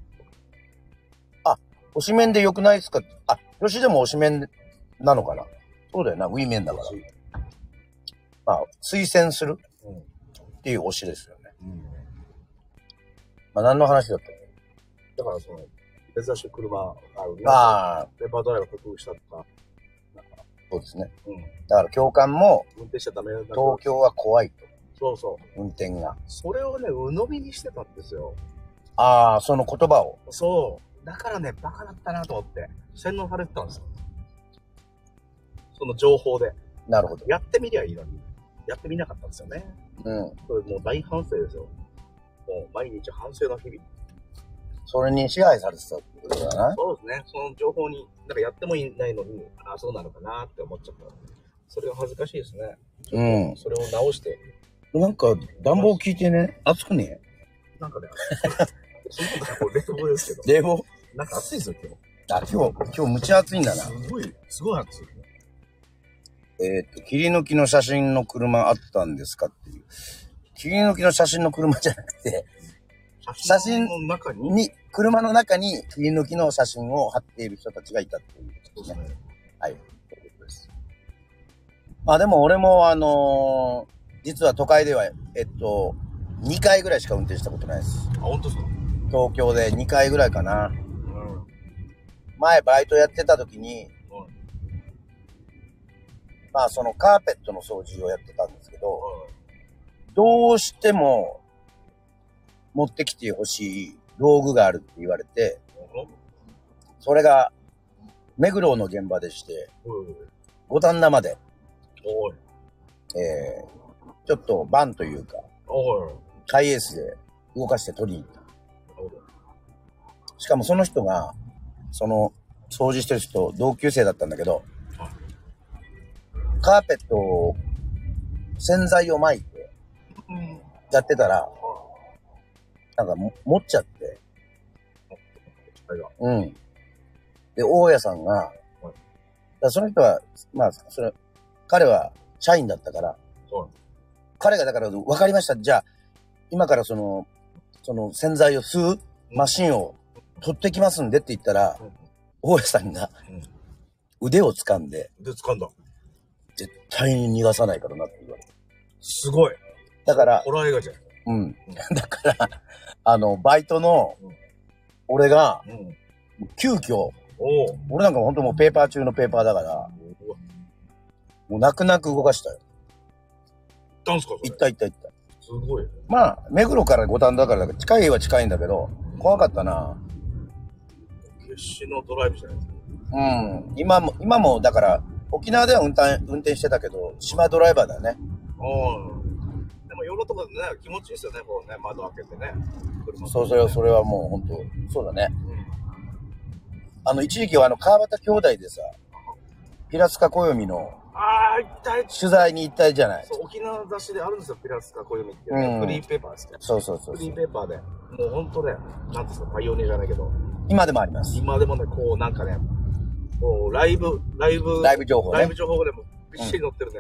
[SPEAKER 1] 推しメンで良くないですかあ、女子でも推しメンなのかなそうだよな、ウィメンだから。
[SPEAKER 2] 推し
[SPEAKER 1] まあ、推薦する
[SPEAKER 2] うん。
[SPEAKER 1] っていう推しですよね。
[SPEAKER 2] うん。
[SPEAKER 1] まあ、何の話だったっけ
[SPEAKER 2] だからその、珍しい車、あるね。
[SPEAKER 1] ああ、
[SPEAKER 2] ペーパードライバー克服したとか、なんか、
[SPEAKER 1] そうですね。
[SPEAKER 2] うん。
[SPEAKER 1] だから教官も、
[SPEAKER 2] 運転しちゃダメだから
[SPEAKER 1] 東京は怖いと、
[SPEAKER 2] そうそう。
[SPEAKER 1] 運転が。
[SPEAKER 2] それをね、鵜呑みにしてたんですよ。
[SPEAKER 1] ああ、その言葉を。
[SPEAKER 2] そう。だからね、バカだったなと思って、洗脳されてたんですよ。その情報で。
[SPEAKER 1] なるほど。
[SPEAKER 2] やってみりゃいいのに、やってみなかったんですよね。
[SPEAKER 1] うん。
[SPEAKER 2] それもう大反省ですよ。もう毎日反省の日々。
[SPEAKER 1] それに支配されてたってことだな。
[SPEAKER 2] そうですね。その情報に、なんかやってもいないのに、ああ、そうなのかなって思っちゃった。それが恥ずかしいですね。
[SPEAKER 1] うん。
[SPEAKER 2] それを直して。
[SPEAKER 1] なんか、暖房効いてね、暑くね
[SPEAKER 2] なんかね、その時はこう冷房ですけど、
[SPEAKER 1] 冷房
[SPEAKER 2] なんか暑いですよ、今
[SPEAKER 1] あ、今日、今日むちゃ暑いんだ
[SPEAKER 2] 日。
[SPEAKER 1] な。
[SPEAKER 2] すごい、すごい暑い。
[SPEAKER 1] えっ、と、切り抜きの写真の車あったんですかっていう。切り抜きの写真の車じゃなくて、写真
[SPEAKER 2] の中に、
[SPEAKER 1] に、車の中に切り抜きの写真を貼っている人たちがいたっていうこと
[SPEAKER 2] そう
[SPEAKER 1] で
[SPEAKER 2] ですす
[SPEAKER 1] ね。
[SPEAKER 2] ね。
[SPEAKER 1] はい。
[SPEAKER 2] そういうことです
[SPEAKER 1] まあでも俺もあのー実は都会では、えっと、2回ぐらいしか運転したことないです。
[SPEAKER 2] あ、本当ですか
[SPEAKER 1] 東京で2回ぐらいかな。
[SPEAKER 2] うん。うん。
[SPEAKER 1] 前バイトやってた時に、まあそのカーペットの掃除をやってたんですけど、どうしても持ってきてほしい道具があるって言われて、それが目黒の現場でして、
[SPEAKER 2] うん。
[SPEAKER 1] 五反田まで、
[SPEAKER 2] おい。
[SPEAKER 1] えー、ちょっとバンというか、
[SPEAKER 2] おい。
[SPEAKER 1] ハイエースで動かして取りに行った。
[SPEAKER 2] おい。
[SPEAKER 1] しかもその人が、その、掃除してる人、同級生だったんだけど
[SPEAKER 2] は、
[SPEAKER 1] カーペットを、洗剤を撒いて、
[SPEAKER 2] うん。
[SPEAKER 1] やってたら、なんかも持っちゃって、
[SPEAKER 2] あれが。
[SPEAKER 1] うん。で、大家さんが、だからその人は、まあ、それ、彼は社員だったから、
[SPEAKER 2] そう
[SPEAKER 1] 彼がだから、分かりました。じゃあ、今からその、その洗剤を吸うマシンを取ってきますんでって言ったら、
[SPEAKER 2] うん
[SPEAKER 1] 大家さんが
[SPEAKER 2] うん
[SPEAKER 1] 腕を掴んで、
[SPEAKER 2] で、掴んだ。
[SPEAKER 1] 絶対に逃がさないからなって言われて。
[SPEAKER 2] すごい。
[SPEAKER 1] だから、
[SPEAKER 2] ホラー映画じゃん。
[SPEAKER 1] うん。だから、あの、バイトの
[SPEAKER 2] うん、
[SPEAKER 1] 俺が、
[SPEAKER 2] うん。
[SPEAKER 1] 急遽、
[SPEAKER 2] おお。
[SPEAKER 1] 俺なんか本当もうペーパー中のペーパーだから、
[SPEAKER 2] うわ。
[SPEAKER 1] もう泣く泣く動かしたよ。
[SPEAKER 2] ダンスか、そ
[SPEAKER 1] 行っ
[SPEAKER 2] れ。
[SPEAKER 1] た行った行った。
[SPEAKER 2] すごい。
[SPEAKER 1] まあ、目黒から五反田からだから近いは近いんだけど、怖かったな。
[SPEAKER 2] 決死のドライブじゃないですか。
[SPEAKER 1] うん。今も、今も、だから、沖縄では運転、運転してたけど、島ドライバーだよね。
[SPEAKER 2] うん。でも、ヨーロッパとかね、気持ちいいですよね、こうね、窓開けてね。車
[SPEAKER 1] そう、それは、それはもう本当そうだね。
[SPEAKER 2] うん。
[SPEAKER 1] あの、一時期はあの、川端兄弟でさ、平塚暦の
[SPEAKER 2] ああ、一体、
[SPEAKER 1] 取材に行ったじゃない。
[SPEAKER 2] そう、沖縄雑誌であるんですよ、ピラスか、こういうのって、
[SPEAKER 1] うん
[SPEAKER 2] フリーペーパーですね。
[SPEAKER 1] そうそうそう
[SPEAKER 2] フ
[SPEAKER 1] そ
[SPEAKER 2] リ
[SPEAKER 1] う
[SPEAKER 2] ー。ペーパーで、もう本当ね、なんていうんですか、パイオニアじゃないけど、
[SPEAKER 1] 今でもあります。
[SPEAKER 2] 今でもね、こうなんかね、こう、ライブ、ライブ、
[SPEAKER 1] ライブ情報
[SPEAKER 2] ライ
[SPEAKER 1] ね
[SPEAKER 2] ブ。情報でもびっしり載ってるね。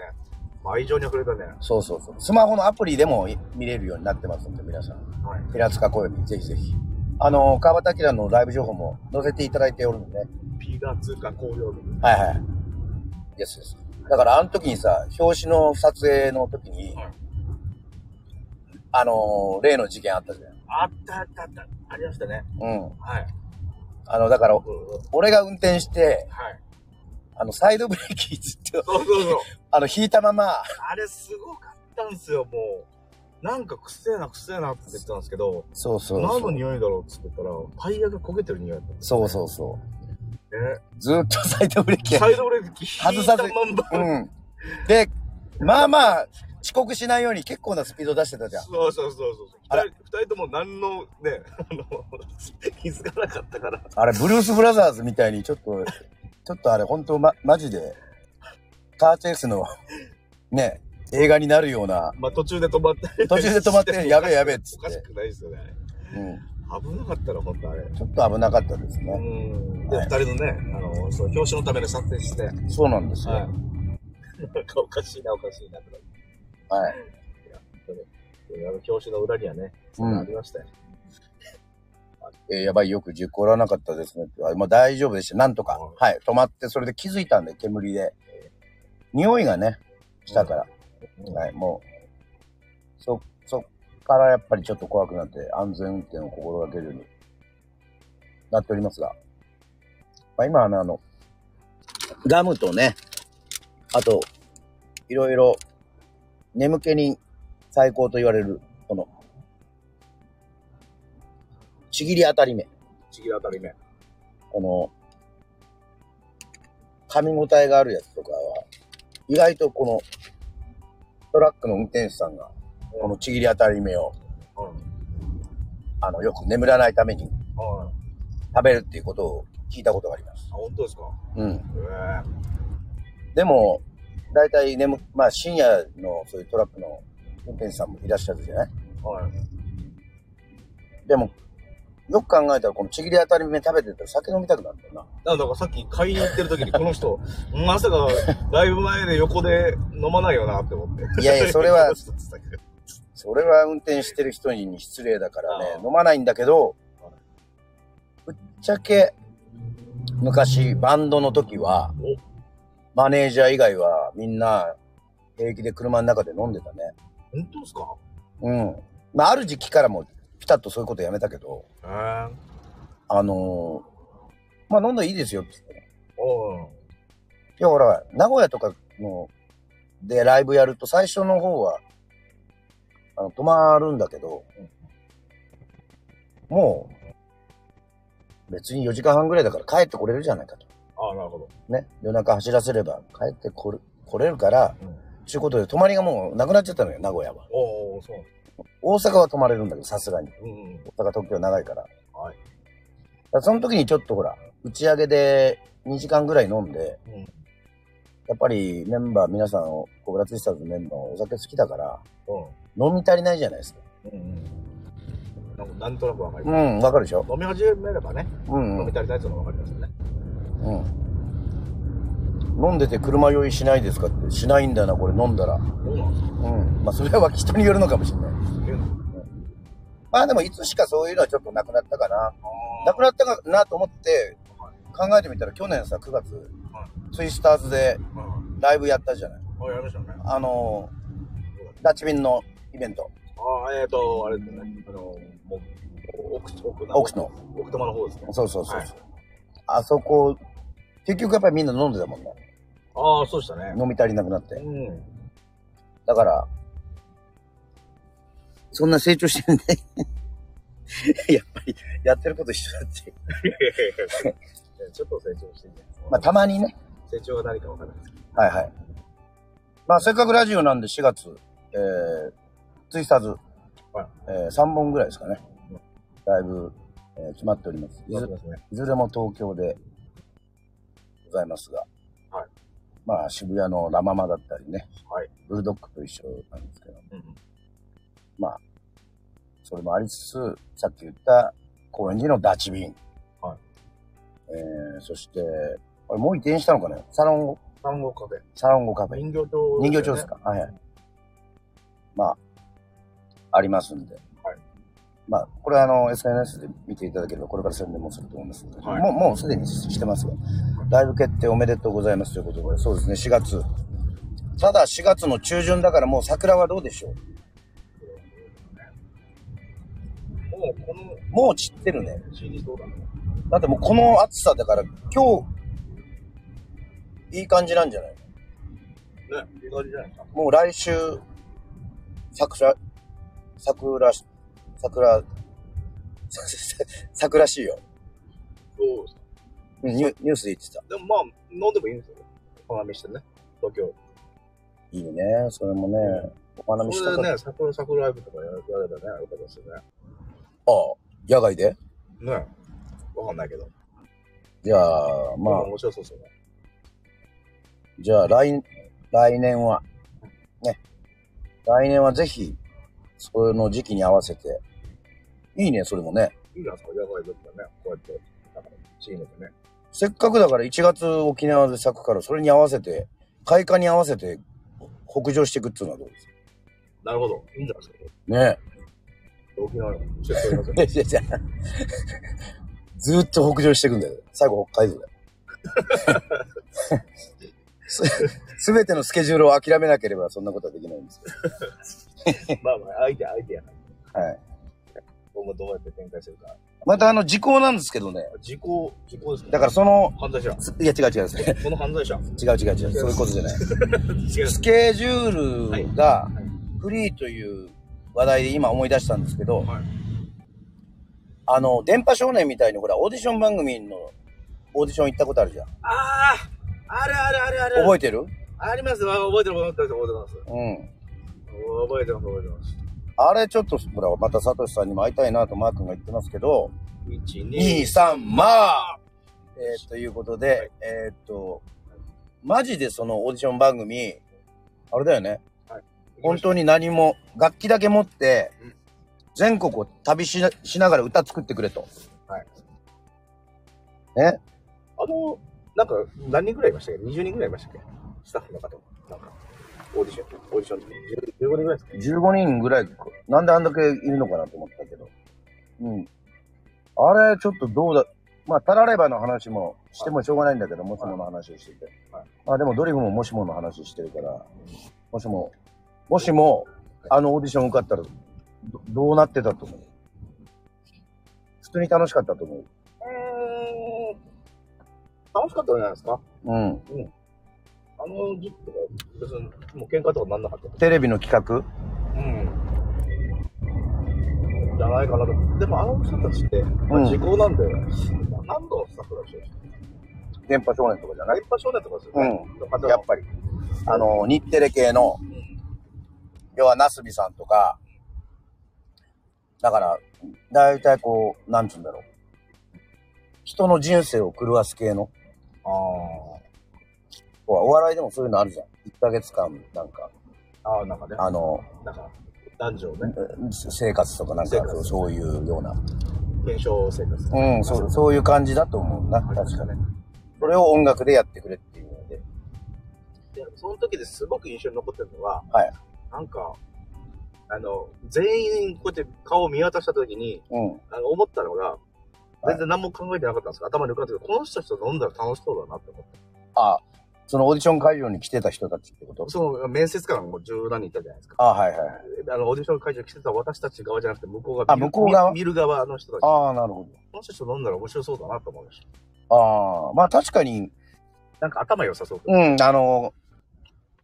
[SPEAKER 2] まあ、愛情に溢れたね。
[SPEAKER 1] そうそうそう。スマホのアプリでも見れるようになってますんで、皆さん。
[SPEAKER 2] はい。
[SPEAKER 1] 平塚暦、ぜひぜひ。あの、川端明のライブ情報も載せていただいておるんでね。
[SPEAKER 2] P が通過紅葉日。
[SPEAKER 1] はいはい。ですです。だからあの時にさ、表紙の撮影の時に、
[SPEAKER 2] はい
[SPEAKER 1] あのー例の事件あったじゃん。
[SPEAKER 2] あったあったあった。ありましたね。
[SPEAKER 1] うん。
[SPEAKER 2] はい。
[SPEAKER 1] あの、だから、
[SPEAKER 2] うん
[SPEAKER 1] 俺が運転して、
[SPEAKER 2] はい。
[SPEAKER 1] あの、サイドブレーキずっと、
[SPEAKER 2] そうそうそう。
[SPEAKER 1] あの、引いたまま、
[SPEAKER 2] (laughs) あれすごかったんですよ、もう。なんかくせえなくせえなって言ってたんですけど、
[SPEAKER 1] そうそうそ
[SPEAKER 2] 何の
[SPEAKER 1] う。
[SPEAKER 2] 匂いだろうって言ったら、タイヤが焦げてる匂いだったんです
[SPEAKER 1] そうそうそ
[SPEAKER 2] ね。
[SPEAKER 1] う。ずっとサイドブレーキや
[SPEAKER 2] サイドブレーキ引いたまんま。
[SPEAKER 1] うん。で、まあまあ、遅刻しないように結構なスピード出してたじゃん。
[SPEAKER 2] そうそうそうそう。
[SPEAKER 1] あ
[SPEAKER 2] 二人二人とも何のね、あの、 (laughs) 気づかなかったから。
[SPEAKER 1] あれ、ブルース・ブラザーズみたいに、ちょっ
[SPEAKER 2] (laughs)
[SPEAKER 1] と、ちょっとあれ、本当ま、マジで、カーチェイスの、ね、映画になるよう
[SPEAKER 2] (laughs)
[SPEAKER 1] な、
[SPEAKER 2] まあ途中で止まって。
[SPEAKER 1] 途中で止ま
[SPEAKER 2] (laughs)
[SPEAKER 1] って、やべえやべえっつ
[SPEAKER 2] おかし
[SPEAKER 1] って、
[SPEAKER 2] くないですよね。あれ
[SPEAKER 1] うん、
[SPEAKER 2] 危なかったら、ほんとあれ。
[SPEAKER 1] ちょっと危なかったです
[SPEAKER 2] う
[SPEAKER 1] ね。
[SPEAKER 2] ん。で、
[SPEAKER 1] は
[SPEAKER 2] 二
[SPEAKER 1] い
[SPEAKER 2] 人のね、あの、そう、表紙のために撮影して。はい。
[SPEAKER 1] そうなんですよ。は
[SPEAKER 2] なん (laughs) かおかしいな、おかしいな、とか。
[SPEAKER 1] い。
[SPEAKER 2] いや、本当に。あの、表紙の裏にはね、そんなのありましたよ。
[SPEAKER 1] えーやばい、よく事故らなかったですね。あまあ大丈夫でした。なんとか。
[SPEAKER 2] うん
[SPEAKER 1] はい。止まって、それで気づいたんで、煙で。匂いがね、したから。
[SPEAKER 2] うん
[SPEAKER 1] はい、もう、そ、そっからやっぱりちょっと怖くなって、安全運転を心がけるようになっておりますが。まあ今はね、あの、ガムとね、あと、いろいろ、眠気に最高と言われる、この、ちぎり当たり目。
[SPEAKER 2] ちぎり当たり目。
[SPEAKER 1] この、噛み応えがあるやつとかは、意外とこの、トラックの運転手さんが、このちぎり当たり目を、
[SPEAKER 2] うん。
[SPEAKER 1] あの、よく眠らないために
[SPEAKER 2] はい。
[SPEAKER 1] 食べるっていうことを聞いたことがあります
[SPEAKER 2] あ、。本当ですか
[SPEAKER 1] うん。
[SPEAKER 2] ええ
[SPEAKER 1] でも、だいたい眠、まあ深夜のそういうトラックの運転手さんもいらっしゃるじゃない
[SPEAKER 2] はい。
[SPEAKER 1] でも、よく考えたらこのちぎり当たり目食べてたら酒飲みたくなるんだよな。
[SPEAKER 2] なんだかさっき買いに行ってる時にこの人、 (laughs) まさかライブ前で横で飲まないよなって思って。 (laughs)
[SPEAKER 1] いやいやそれは
[SPEAKER 2] ちょっとしたけど
[SPEAKER 1] それは運転してる人に失礼だから
[SPEAKER 2] あ
[SPEAKER 1] ね、
[SPEAKER 2] ー
[SPEAKER 1] 飲まないんだけど、ぶっちゃけ、昔、バンドの時は
[SPEAKER 2] お、
[SPEAKER 1] マネージャー以外はみんな平気で車の中で飲んでたね。
[SPEAKER 2] 本当ですか
[SPEAKER 1] うん。まあ、ある時期からもピタッとそういうことやめたけど、
[SPEAKER 2] ええ
[SPEAKER 1] あのーまあ飲んだらいいですよって言ってね。
[SPEAKER 2] おう
[SPEAKER 1] いや、ほら、名古屋とかの、でライブやると最初の方は、あの、泊まるんだけど、もう、別に4時間半ぐらいだから帰ってこれるじゃないかと。
[SPEAKER 2] ああ、なるほど。
[SPEAKER 1] ね。夜中走らせれば帰ってこれ来れるから、
[SPEAKER 2] うん
[SPEAKER 1] ちゅうことで泊まりがもうなくなっちゃったのよ、名古屋は。
[SPEAKER 2] おうおうそうなんで
[SPEAKER 1] 大阪は泊まれるんだけど、さすがに。
[SPEAKER 2] す。うんうん。
[SPEAKER 1] 大阪、東京長いから。だか
[SPEAKER 2] はい。
[SPEAKER 1] らその時にちょっとほら、打ち上げで2時間ぐらい飲んで、
[SPEAKER 2] うん
[SPEAKER 1] やっぱりメンバー、皆さん、コブラツイスターズのメンバーはお酒好きだから、
[SPEAKER 2] う
[SPEAKER 1] 飲み足りないじゃないですか。
[SPEAKER 2] ん。うんうん。なんかなんとなくわかり
[SPEAKER 1] う
[SPEAKER 2] ま
[SPEAKER 1] ん、わかるでしょ
[SPEAKER 2] す。飲み始めればね、
[SPEAKER 1] うん、
[SPEAKER 2] 飲
[SPEAKER 1] う
[SPEAKER 2] み
[SPEAKER 1] ん。
[SPEAKER 2] 足りないっていうのがわかりますよね。
[SPEAKER 1] うん。飲んでて車酔いしないですかって、しないんだな、これ飲んだら。
[SPEAKER 2] そうなんですか
[SPEAKER 1] うん。まあ、それは人によるのかもしれない。
[SPEAKER 2] すげえな。
[SPEAKER 1] まあ、でもいつしかそういうのはちょっとなくなったかな。
[SPEAKER 2] あ
[SPEAKER 1] な
[SPEAKER 2] あ。
[SPEAKER 1] くなったかなと思って
[SPEAKER 2] は、
[SPEAKER 1] 考えてみたら去年さ、9月、
[SPEAKER 2] は
[SPEAKER 1] ツイスターズで
[SPEAKER 2] うん
[SPEAKER 1] ライブやったじゃない。
[SPEAKER 2] あ、やりましたね。
[SPEAKER 1] あのー、ダチビンのイベント。
[SPEAKER 2] ああ、えっ、ー、と、あれですね。あの、もう、奥、奥の。
[SPEAKER 1] 奥の。
[SPEAKER 2] 奥多摩の方ですね。
[SPEAKER 1] そうそうそうそう、
[SPEAKER 2] はい
[SPEAKER 1] あそこ、結局やっぱりみんな飲んでたもんね。
[SPEAKER 2] ああ、そうでしたね。
[SPEAKER 1] 飲み足りなくなって。
[SPEAKER 2] (laughs) うん。
[SPEAKER 1] だから、そんな成長してね。 (laughs) やっぱり、やってること一緒だって。
[SPEAKER 2] ちょっと成長してね。
[SPEAKER 1] まあ、たまにね。
[SPEAKER 2] 成長が何かわからないですけ
[SPEAKER 1] はいはい。まあ、せっかくラジオなんで4月、えー、ツイスターズ、
[SPEAKER 2] はい
[SPEAKER 1] えー、3本ぐらいですかね
[SPEAKER 2] うん。
[SPEAKER 1] だいぶ、えー決まっております。い
[SPEAKER 2] ど。
[SPEAKER 1] ず
[SPEAKER 2] そうですね。
[SPEAKER 1] いずれも東京でございますが、
[SPEAKER 2] はい
[SPEAKER 1] まあ渋谷のラママだったりね、
[SPEAKER 2] はい
[SPEAKER 1] ブルドッグと一緒なんですけど、
[SPEAKER 2] うん。
[SPEAKER 1] それもありつつ、さっき言った高円寺のダチビン、
[SPEAKER 2] はい
[SPEAKER 1] えー、そして、あれもう移転したのかねサロン、
[SPEAKER 2] 産後カフェ。
[SPEAKER 1] サロン後カフェ、
[SPEAKER 2] 人形町、
[SPEAKER 1] 人形町です。か、はいはい。まあ、ありますんで。
[SPEAKER 2] はい
[SPEAKER 1] まあ、これはあの、SNS で見ていただければ、これから宣伝もすると思いますので、
[SPEAKER 2] はい
[SPEAKER 1] もう、もうすでにしてますが、ライブ決定おめでとうございますということで、そうですね、4月。ただ4月の中旬だからもう桜はどうでしょう
[SPEAKER 2] もう、この
[SPEAKER 1] もう散ってるね。
[SPEAKER 2] CD そうだね。
[SPEAKER 1] だってもうこの暑さだから、今日、いい感じなんじゃない
[SPEAKER 2] ね、いい感じじゃないですか。
[SPEAKER 1] もう来週、桜、桜、 (laughs) 桜、桜しいよ。
[SPEAKER 2] そうですか。
[SPEAKER 1] うんニュニュースで言ってた。
[SPEAKER 2] でもまあ、飲んでもいいんですよね。お花見してね。東京。
[SPEAKER 1] いいね。それもね、お花見したか
[SPEAKER 2] そ
[SPEAKER 1] った。
[SPEAKER 2] れ
[SPEAKER 1] あ
[SPEAKER 2] でね、桜桜ライブとかややればね、よかったですよね。
[SPEAKER 1] あ、野外で
[SPEAKER 2] ねわかんないけど。
[SPEAKER 1] じゃあ、まあ、
[SPEAKER 2] 面白そうですよね。
[SPEAKER 1] じゃあ来、来年は、ね。来年はぜひ、その時期に合わせて。いいね、それもね。
[SPEAKER 2] いいじゃないですか、野外だったらね。こうやって、なんか、チームでね。
[SPEAKER 1] せっかくだから1月沖縄で咲くから、それに合わせて、開花に合わせて、北上していくっていうのはどうですか
[SPEAKER 2] なるほど。いいんじゃないですか。
[SPEAKER 1] ね
[SPEAKER 2] 沖縄の出張になっ
[SPEAKER 1] え。じゃじゃ (laughs) ずーっと北上していくんだよ。最後北海道だよ。 (laughs) すすべてのスケジュールを諦めなければそんなことはできないんですけ
[SPEAKER 2] て。 (laughs) まあまあ、アイデア、アイデアなんで。
[SPEAKER 1] ど。はい。
[SPEAKER 2] 今後どうやって展開するか。
[SPEAKER 1] またあの、時効なんですけどね。
[SPEAKER 2] 時効、時効ですね。
[SPEAKER 1] だからその、
[SPEAKER 2] 犯罪者。
[SPEAKER 1] すいや違う違う違う。
[SPEAKER 2] この犯罪者。違
[SPEAKER 1] 違う違う違う。そういうことじゃない。
[SPEAKER 2] う。
[SPEAKER 1] スケジュールが
[SPEAKER 2] はい
[SPEAKER 1] フリーという話題で今思い出したんですけど、
[SPEAKER 2] はい。
[SPEAKER 1] あの、電波少年みたいにほら、オーディション番組のオーディション行ったことあるじゃん。
[SPEAKER 2] あああるあるあるある。
[SPEAKER 1] 覚
[SPEAKER 2] え
[SPEAKER 1] えてる
[SPEAKER 2] ありますわ。覚えてる、覚えてる、覚えてます。
[SPEAKER 1] うん。
[SPEAKER 2] 覚えてます、覚えてます。
[SPEAKER 1] あれちょっと、ほら、またサトシさんにも会いたいなとマー君が言ってますけど、2、
[SPEAKER 2] 1、2、
[SPEAKER 1] 3、まあえーということで、
[SPEAKER 2] はい
[SPEAKER 1] えーっと、マジでそのオーディション番組、あれだよね、本当に何も、楽器だけ持って
[SPEAKER 2] うん、
[SPEAKER 1] 全国を旅しなしながら歌作ってくれと。
[SPEAKER 2] はい。
[SPEAKER 1] ね
[SPEAKER 2] あの、なんか、何人ぐらいいましたっけ ?20 人ぐらいいましたっけスタッフの方も。なんか。オーディション、オーディションって15人ぐらいですか
[SPEAKER 1] 15人ぐらい、なんであんだけいるのかなと思ったけど。うん。あれ、ちょっとどうだ、まあ、タラレバの話もしてもしょうがないんだけど、もしもの話をしてて。
[SPEAKER 2] はい
[SPEAKER 1] まあ、でもドリフももしもの話してるから、もしも、もしも、あのオーディション受かったら、どどうなってたと思う普通に楽しかったと思う。
[SPEAKER 2] うーん。楽しかったんじゃないですか
[SPEAKER 1] うん。
[SPEAKER 2] あの時期とか、別に、もう喧嘩とかなんなかったです。
[SPEAKER 1] テレビの企画
[SPEAKER 2] うん。じゃないかなと。でも、あの人たちって、ま
[SPEAKER 1] う
[SPEAKER 2] あ、
[SPEAKER 1] ん
[SPEAKER 2] 時効なんで、何度スタッフらしいです
[SPEAKER 1] 電波少年とかじゃ
[SPEAKER 2] ラ
[SPEAKER 1] な
[SPEAKER 2] イ
[SPEAKER 1] い
[SPEAKER 2] パ少年とかですよね。
[SPEAKER 1] うん。やっぱり。あの、日テレ系の、要はなすびさんとか、だから、だいたいこう、なんつうんだろう。人の人生を狂わす系の、
[SPEAKER 2] あ
[SPEAKER 1] ほらお笑いでもそういうのあるじゃん。1ヶ月間、なんか、
[SPEAKER 2] あ。ああ、なんかね。
[SPEAKER 1] あの、
[SPEAKER 2] なんか、男女をね、
[SPEAKER 1] うん生活とかなん
[SPEAKER 2] 生
[SPEAKER 1] か、
[SPEAKER 2] 活
[SPEAKER 1] そういうような。
[SPEAKER 2] 検証生活。
[SPEAKER 1] うん、そう、そういう感じだと思うな、
[SPEAKER 2] ありまし
[SPEAKER 1] 確
[SPEAKER 2] た
[SPEAKER 1] か
[SPEAKER 2] ね
[SPEAKER 1] ね。。それを音楽でやってくれっていうので。
[SPEAKER 2] で、その時ですごく印象に残ってるのは、
[SPEAKER 1] はい。
[SPEAKER 2] なんか、あの、全員こうやって顔を見渡した時に、
[SPEAKER 1] うん。
[SPEAKER 2] あの思ったのが、
[SPEAKER 1] はい
[SPEAKER 2] 全然何も考えてなかったんですけど、頭に浮かんでたけど、この人たちと飲んだら楽しそうだなって思って。
[SPEAKER 1] あ、そのオーディション会場に来てた人たちってこと
[SPEAKER 2] その面接官も十何人いたじゃないですか。
[SPEAKER 1] あ、はいはいはい。
[SPEAKER 2] あの、オーディション会場に来てた私たち側じゃなくて、向こうが
[SPEAKER 1] あ向こう側
[SPEAKER 2] 見見る側の人たち。こ
[SPEAKER 1] ああ、なるほ
[SPEAKER 2] の人と飲んだら面白そうだなと思いました。
[SPEAKER 1] ど。ああ、まあ確かに、
[SPEAKER 2] なんか頭良さそうで。
[SPEAKER 1] うん、あの、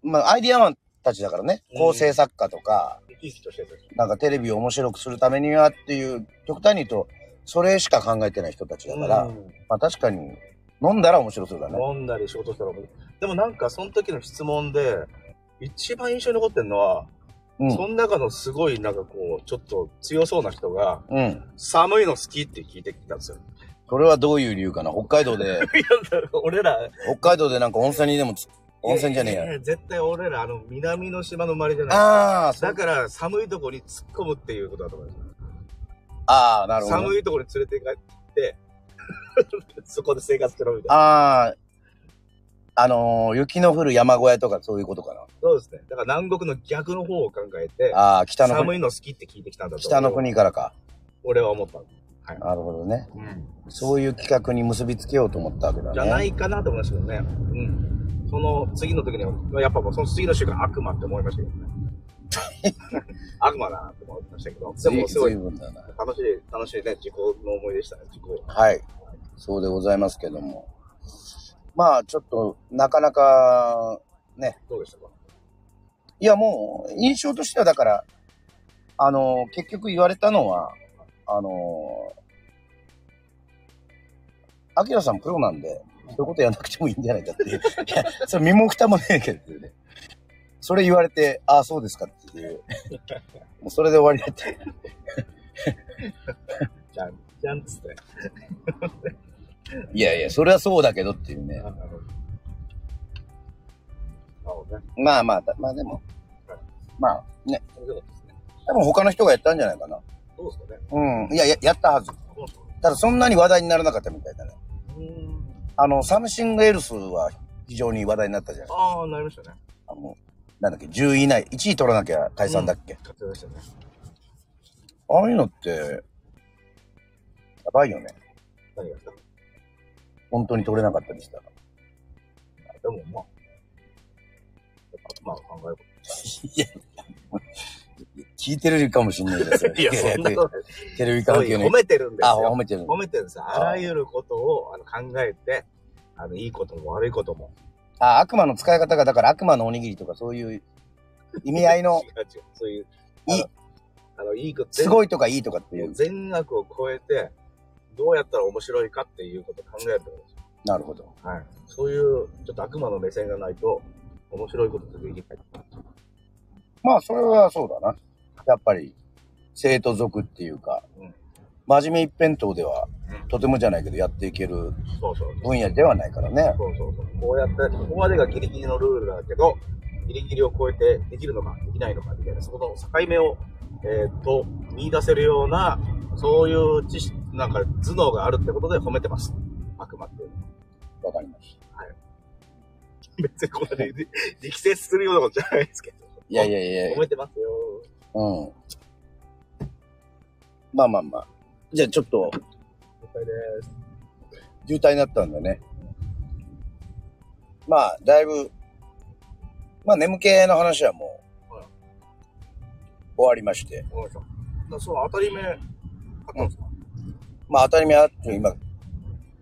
[SPEAKER 1] まあ、アイディアマンたちだからね、
[SPEAKER 2] うん
[SPEAKER 1] 構成作家とか、
[SPEAKER 2] 生き生きとしてる人
[SPEAKER 1] なんかテレビを面白くするためにはっていう、極端に言うと、それしか考えてない人たちだから、
[SPEAKER 2] うん
[SPEAKER 1] まあ確かに、飲んだら面白そうだね。
[SPEAKER 2] 飲んだり仕事したらもうでもなんかその時の質問で、一番印象に残ってるのは、
[SPEAKER 1] うん。
[SPEAKER 2] その中のすごいなんかこう、ちょっと強そうな人が、
[SPEAKER 1] うん。
[SPEAKER 2] 寒いの好きって聞いてきたんですよ。 (laughs)
[SPEAKER 1] それはどういう理由かな北海道で、 (laughs)
[SPEAKER 2] いや、俺ら、
[SPEAKER 1] 北海道でなんか温泉にでもつ、温泉じゃねえ
[SPEAKER 2] い
[SPEAKER 1] や。
[SPEAKER 2] や。絶対俺ら、あの、南の島の生まれじゃない。
[SPEAKER 1] ああ、そ
[SPEAKER 2] だ
[SPEAKER 1] う
[SPEAKER 2] から、寒いとこに突っ込むっていうことだと思います。
[SPEAKER 1] ああ、なるほど。
[SPEAKER 2] 寒いところに連れて帰って、 (laughs) そこで生活しろみたいな。
[SPEAKER 1] ああ、あのー雪の降る山小屋とかそういうことかな。
[SPEAKER 2] そうですね。だから南国の逆の方を考えて、
[SPEAKER 1] ああ、北の
[SPEAKER 2] 寒
[SPEAKER 1] 国、
[SPEAKER 2] いの好きって聞いてきたんだと。
[SPEAKER 1] 北の。国からか。
[SPEAKER 2] 俺は思ったの。
[SPEAKER 1] なるほどね。
[SPEAKER 2] うん。
[SPEAKER 1] そういう企画に結びつけようと思ったわけだね。
[SPEAKER 2] じゃないかなと思いましたけどね。うん。その次の時には、やっぱもうその次の週間悪魔って思いましたけ
[SPEAKER 1] (laughs)
[SPEAKER 2] どね。悪魔だなって思いましたけど、でもすご
[SPEAKER 1] 随
[SPEAKER 2] い
[SPEAKER 1] 分だな。
[SPEAKER 2] 楽しい、楽しいね、時効の思い出したね、時効。
[SPEAKER 1] はい。そうでございますけども。まあ、ちょっと、なかなか、ね。
[SPEAKER 2] どうでしたか
[SPEAKER 1] いや、もう、印象としては、だから、あの、結局言われたのは、あの、アキラさんプロなんで、そういうことやらなくてもいいんじゃないかって
[SPEAKER 2] (laughs)
[SPEAKER 1] いう。いや、それ身も蓋もねえけどっていうね。それ言われて、ああ、そうですかっていう。もうそれで終わりだった。
[SPEAKER 2] じゃん、じゃんっつって。
[SPEAKER 1] いやいや、それはそうだけどっていうね。
[SPEAKER 2] あなるほどなるほどね。
[SPEAKER 1] まあまあ、だまあでも、まあね、
[SPEAKER 2] 面白かったですね。
[SPEAKER 1] 多分他の人がやったんじゃないかな。
[SPEAKER 2] どうですかね。
[SPEAKER 1] うん。いや、ややったはず。
[SPEAKER 2] どうですか
[SPEAKER 1] ただそんなに話題にならなかったみたいだね。
[SPEAKER 2] うーん。
[SPEAKER 1] あの、サムシングエルスは非常に話題になったじゃん。
[SPEAKER 2] ああ、なりましたね。
[SPEAKER 1] あの、なんだっけ、10位以内、1位取らなきゃ解散だっけ。
[SPEAKER 2] 勝手でしたね。
[SPEAKER 1] ああいうのって、やばいよね。
[SPEAKER 2] 何がですか
[SPEAKER 1] 本当に取れなかったりしたら。
[SPEAKER 2] でもまあ、やっぱまあ考え
[SPEAKER 1] 聞いてるかもしんないですよ
[SPEAKER 2] (laughs) いや、そんなことない。
[SPEAKER 1] テレビ
[SPEAKER 2] そう
[SPEAKER 1] 関
[SPEAKER 2] い
[SPEAKER 1] 係
[SPEAKER 2] う
[SPEAKER 1] の
[SPEAKER 2] 褒。めてるんです
[SPEAKER 1] あ、
[SPEAKER 2] よ
[SPEAKER 1] 褒。めてる。
[SPEAKER 2] 褒めてるんですよ。あらゆることをあの考えて、あの、いいことも悪いことも。
[SPEAKER 1] あ、悪魔の使い方が、だから悪魔のおにぎりとかそういう意味合いの
[SPEAKER 2] 違、う違うそういう、
[SPEAKER 1] いい
[SPEAKER 2] あの、いいこと、
[SPEAKER 1] すごいとかいいとかってい
[SPEAKER 2] 全
[SPEAKER 1] う。
[SPEAKER 2] 善悪を超えて、どうやったら面白いかっていうことを考えるってことですよ。
[SPEAKER 1] なるほど。
[SPEAKER 2] はい。そういう、ちょっと悪魔の目線がないと、面白いことってできない。
[SPEAKER 1] まあ、それはそうだな。やっぱり、生徒族っていうか
[SPEAKER 2] うん、
[SPEAKER 1] 真面目一辺倒では
[SPEAKER 2] うん、
[SPEAKER 1] とてもじゃないけどやっていける
[SPEAKER 2] そうそう。
[SPEAKER 1] 分野ではないからね。
[SPEAKER 2] そうそうそう。こうやって、ここまでがギリギリのルールだけど、ギリギリを超えてできるのか、できないのか、みたいな、そこの境目を、えーっと、見出せるような、そういう知識、なんか頭脳があるってことで褒めてます。悪魔っていうの
[SPEAKER 1] わかりまし
[SPEAKER 2] はい別にこんなで、で力説するようなことじゃないですけど。
[SPEAKER 1] いやいやいやいや
[SPEAKER 2] 褒。めてますよ。
[SPEAKER 1] うん。まあまあまあ。じゃあちょっと、
[SPEAKER 2] 了解です。
[SPEAKER 1] 渋滞になったんだね。まあ、だいぶ、まあ、眠気の話はもう
[SPEAKER 2] はい、
[SPEAKER 1] 終わりまして。
[SPEAKER 2] わかりました。そう、当たり目、あったんですか、
[SPEAKER 1] まあ、当たり前あって、今、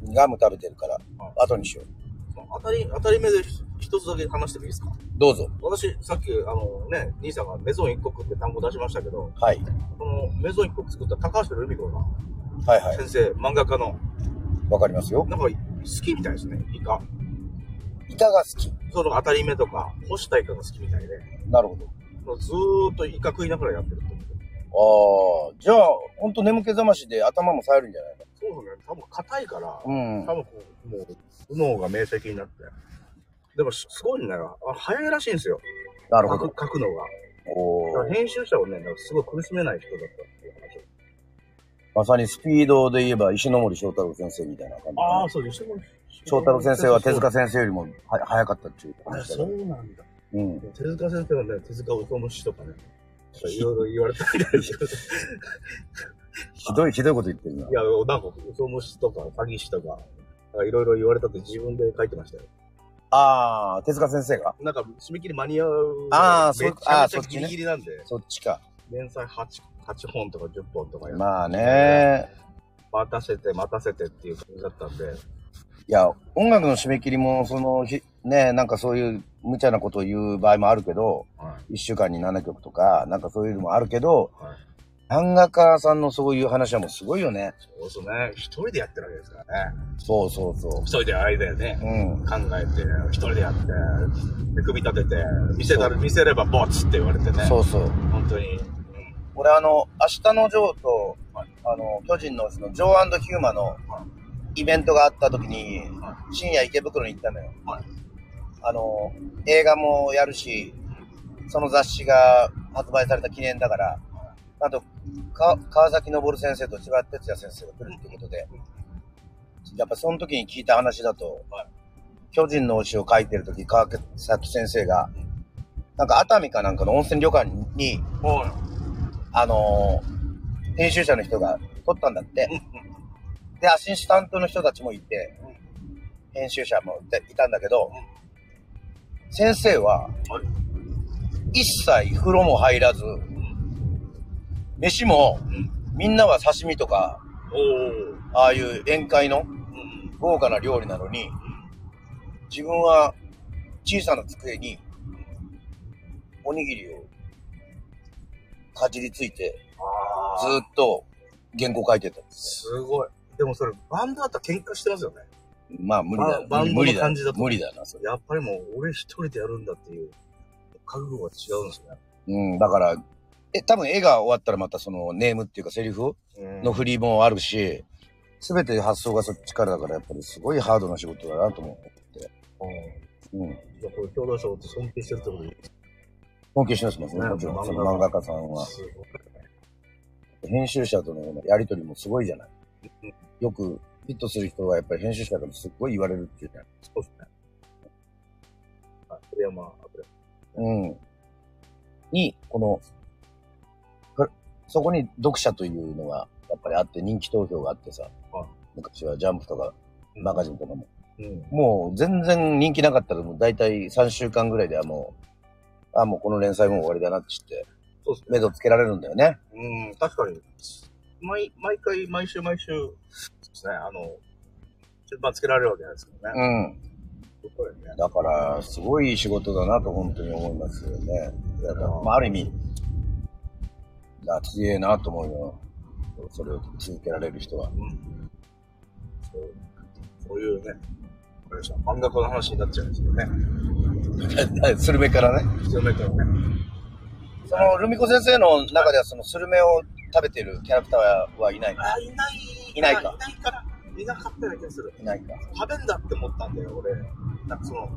[SPEAKER 1] ガム食べてるから、後にしよう。
[SPEAKER 2] その当たり、当たり目で一つだけ話してもいいですか
[SPEAKER 1] どうぞ。
[SPEAKER 2] 私、さっき、あのね、兄さんがメゾン一国って単語出しましたけど、
[SPEAKER 1] はい。
[SPEAKER 2] このメゾン一国作った高橋留美子さん、
[SPEAKER 1] はいはい。
[SPEAKER 2] 先生、漫画家の、
[SPEAKER 1] わかりますよ。
[SPEAKER 2] なんか好きみたいですね、イカ。
[SPEAKER 1] 板が好き。
[SPEAKER 2] その当たり目とか、干したイカが好きみたいで、
[SPEAKER 1] なるほど。
[SPEAKER 2] もうずーっとイカ食いながらやってるってこと
[SPEAKER 1] ああ、じゃあ、ほんと眠気覚ましで頭も冴えるんじゃない
[SPEAKER 2] そうですね、多分硬いから、
[SPEAKER 1] の
[SPEAKER 2] 多分こう、もう、脳が明晰になって。でも、すすごいんだよ。あ早いらしいんですよ。
[SPEAKER 1] うん。な
[SPEAKER 2] 書
[SPEAKER 1] るほど。
[SPEAKER 2] く書くのが。
[SPEAKER 1] お
[SPEAKER 2] だから
[SPEAKER 1] ー
[SPEAKER 2] 編集者をね、なんかすごい苦しめない人だったっていう話。
[SPEAKER 1] まさにスピードで言えば石ノ森章太郎先生みたいな感じ。
[SPEAKER 2] ああ、そうです。
[SPEAKER 1] 翔太郎先生は手塚先生よりもは早かったっていう
[SPEAKER 2] あ、
[SPEAKER 1] 話だか
[SPEAKER 2] そ
[SPEAKER 1] ら
[SPEAKER 2] うなんだ。
[SPEAKER 1] うん。
[SPEAKER 2] 手塚先生はね、手塚音虫とかね、いろいろ言われたみたいですけど。
[SPEAKER 1] ひどい、ひどいこと言ってるな。
[SPEAKER 2] いや、なんか、嘘虫とか、詐欺師とか、なんかいろいろ言われたって自分で書いてましたよ。
[SPEAKER 1] ああ、手塚先生が
[SPEAKER 2] なんか、締め切り間に合う。
[SPEAKER 1] あーそう
[SPEAKER 2] めちゃ
[SPEAKER 1] あ
[SPEAKER 2] め
[SPEAKER 1] ー
[SPEAKER 2] ち
[SPEAKER 1] そ
[SPEAKER 2] ゃ
[SPEAKER 1] っち
[SPEAKER 2] ギ
[SPEAKER 1] ね
[SPEAKER 2] リギリなんで、
[SPEAKER 1] そっちか。
[SPEAKER 2] 連載 8, 8本とか10本とかやっ
[SPEAKER 1] まあね。
[SPEAKER 2] 待たせて待たせてっていう感じだったんで、
[SPEAKER 1] いや、音楽の締め切りも、その、ひね、なんかそういう無茶なことを言う場合もあるけど、
[SPEAKER 2] は
[SPEAKER 1] 一週間に7曲とか、なんかそういうのもあるけど、
[SPEAKER 2] い。はい。
[SPEAKER 1] 漫画家さんのそういう話はもうすごいよね。
[SPEAKER 2] そうですね。一人でやってるわけですからね。
[SPEAKER 1] そうそうそ
[SPEAKER 2] 一人でアイデアね
[SPEAKER 1] う。う、ん。
[SPEAKER 2] 考えて、一人でやって、で組み立てて、見せたら、見せればボツって言われてね。
[SPEAKER 1] そうそう。
[SPEAKER 2] 本当に。
[SPEAKER 1] 俺あの、明日のジョーと、
[SPEAKER 2] はい
[SPEAKER 1] あの、巨人のうちのジョーヒューマの
[SPEAKER 2] は
[SPEAKER 1] イベントがあった時に、
[SPEAKER 2] は
[SPEAKER 1] 深夜池袋に行ったのよ。
[SPEAKER 2] はい
[SPEAKER 1] あの、映画もやるし、その雑誌が発売された記念だから、あと、か川崎昇先生と千葉哲也先生が来るってことで、やっぱその時に聞いた話だと、
[SPEAKER 2] はい
[SPEAKER 1] 巨人の推しを書いてる時、川崎先生が、なんか熱海かなんかの温泉旅館に、
[SPEAKER 2] は
[SPEAKER 1] あのー編集者の人が撮ったんだって
[SPEAKER 2] うん。
[SPEAKER 1] で、アシスタントの人たちもいて、編集者もいたいたんだけど、先生は、
[SPEAKER 2] はい
[SPEAKER 1] 一切風呂も入らず、飯も、
[SPEAKER 2] い。うん。
[SPEAKER 1] みんなは刺身とか、
[SPEAKER 2] おー。
[SPEAKER 1] ああいう宴会の
[SPEAKER 2] うん。
[SPEAKER 1] 豪華な料理なのに、自分は小さな机に、おにぎりをかじりついて、
[SPEAKER 2] あ
[SPEAKER 1] ず
[SPEAKER 2] ー
[SPEAKER 1] ーっと原稿書いてた。
[SPEAKER 2] すごい。でもそれ、バンドだったら喧嘩してますよね。
[SPEAKER 1] まあ無理だ
[SPEAKER 2] バ。バンドの
[SPEAKER 1] 無理だ
[SPEAKER 2] 感じだと
[SPEAKER 1] 無理だな、それ。
[SPEAKER 2] やっぱりもう、俺一人でやるんだっていう、覚悟が違うんですね。
[SPEAKER 1] うん、だから、え、多分絵が終わったらまたそのネームっていうかセリフ
[SPEAKER 2] うん
[SPEAKER 1] の振りもあるし、すべて発想がそっちからだからやっぱりすごいハードな仕事だなと思
[SPEAKER 2] うん
[SPEAKER 1] う。うん。
[SPEAKER 2] じゃあこれ、共同賞って尊敬してるってことでいいです
[SPEAKER 1] 尊敬してますもんね、
[SPEAKER 2] ね
[SPEAKER 1] もちろん。その
[SPEAKER 2] 漫
[SPEAKER 1] 漫画
[SPEAKER 2] 画
[SPEAKER 1] 家さんは。
[SPEAKER 2] すごい
[SPEAKER 1] 編集者とのやりとりもすごいじゃない。よくヒットする人はやっぱり編集者からすっごい言われるっていうじゃない。
[SPEAKER 2] そうですね。あ、鳥山、あ、これ。
[SPEAKER 1] うん。に、この、かそこに読者というのがやっぱりあって人気投票があってさ
[SPEAKER 2] はい、
[SPEAKER 1] 昔はジャンプとかマガジンとかも。
[SPEAKER 2] うん。
[SPEAKER 1] もう全然人気なかったらもう大体3週間ぐらいではもう、あ、もうこの連載もう終わりだなって知って、
[SPEAKER 2] そうですね。
[SPEAKER 1] 目処つけられるんだよね。
[SPEAKER 2] うん、確かに。毎、毎回、毎週、毎週、そうですね、あの、順番つけられるわけじゃないですからね。
[SPEAKER 1] うん。
[SPEAKER 2] すごいね。
[SPEAKER 1] だから、すごい仕事だなと本当に思いますよね。だから、まあ、ある意味、あ、強えなと思うよ。それを続けられる人は。 (laughs)
[SPEAKER 2] うん。そうそういうね、わかりました漫画家の話になっちゃうんですけどね。
[SPEAKER 1] スルメからね。
[SPEAKER 2] 強めからね。
[SPEAKER 1] その、ルミ子先生の中では、そのスルメを食べてるキャラクターはいない
[SPEAKER 2] あ、いない。
[SPEAKER 1] いないか
[SPEAKER 2] いないから。いなかったような気がする。
[SPEAKER 1] いないか。
[SPEAKER 2] 食べんだって思ったんだよ、俺。なんかその、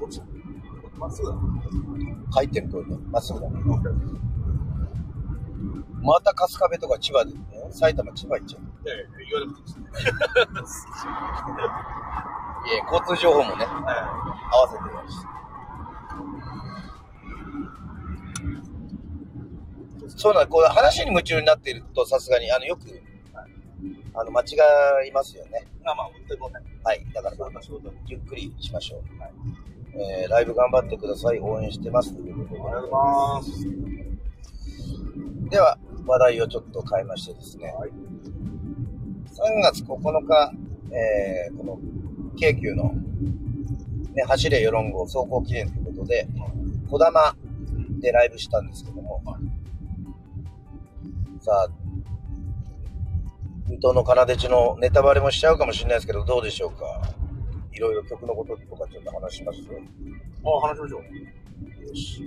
[SPEAKER 2] どっちだまっすぐだ。
[SPEAKER 1] 書いてる通りね。まっすぐだね。
[SPEAKER 2] オッケー
[SPEAKER 1] また春日部とか千葉で、ね、埼玉、千葉行っちゃう。
[SPEAKER 2] (laughs) いやいや言わなくていいですね。
[SPEAKER 1] えー交通情報もね、
[SPEAKER 2] は
[SPEAKER 1] 合わせてみました。そうなんだこう話に夢中になっていると、さすがに、あの、よく、あの、間違いますよね。
[SPEAKER 2] い。まあまあ、本当にもうね、
[SPEAKER 1] はい。だから、
[SPEAKER 2] 仕事あり
[SPEAKER 1] ゆっくりしましょう。えーライブ頑張ってください。応援してます。ということで
[SPEAKER 2] がとうございます。
[SPEAKER 1] では、話題をちょっと変えましてですね、
[SPEAKER 2] はい
[SPEAKER 1] 3月9日、えーこの京急の、ね、走れ与論号走行記念ということで、こだまでライブしたんですけども、さあ、水戸の奏でちのネタバレもしちゃうかもしれないですけど、どうでしょうか。いろいろ曲のこととかちょっと話しますよ。
[SPEAKER 2] ああ、話しましょう。
[SPEAKER 1] よし。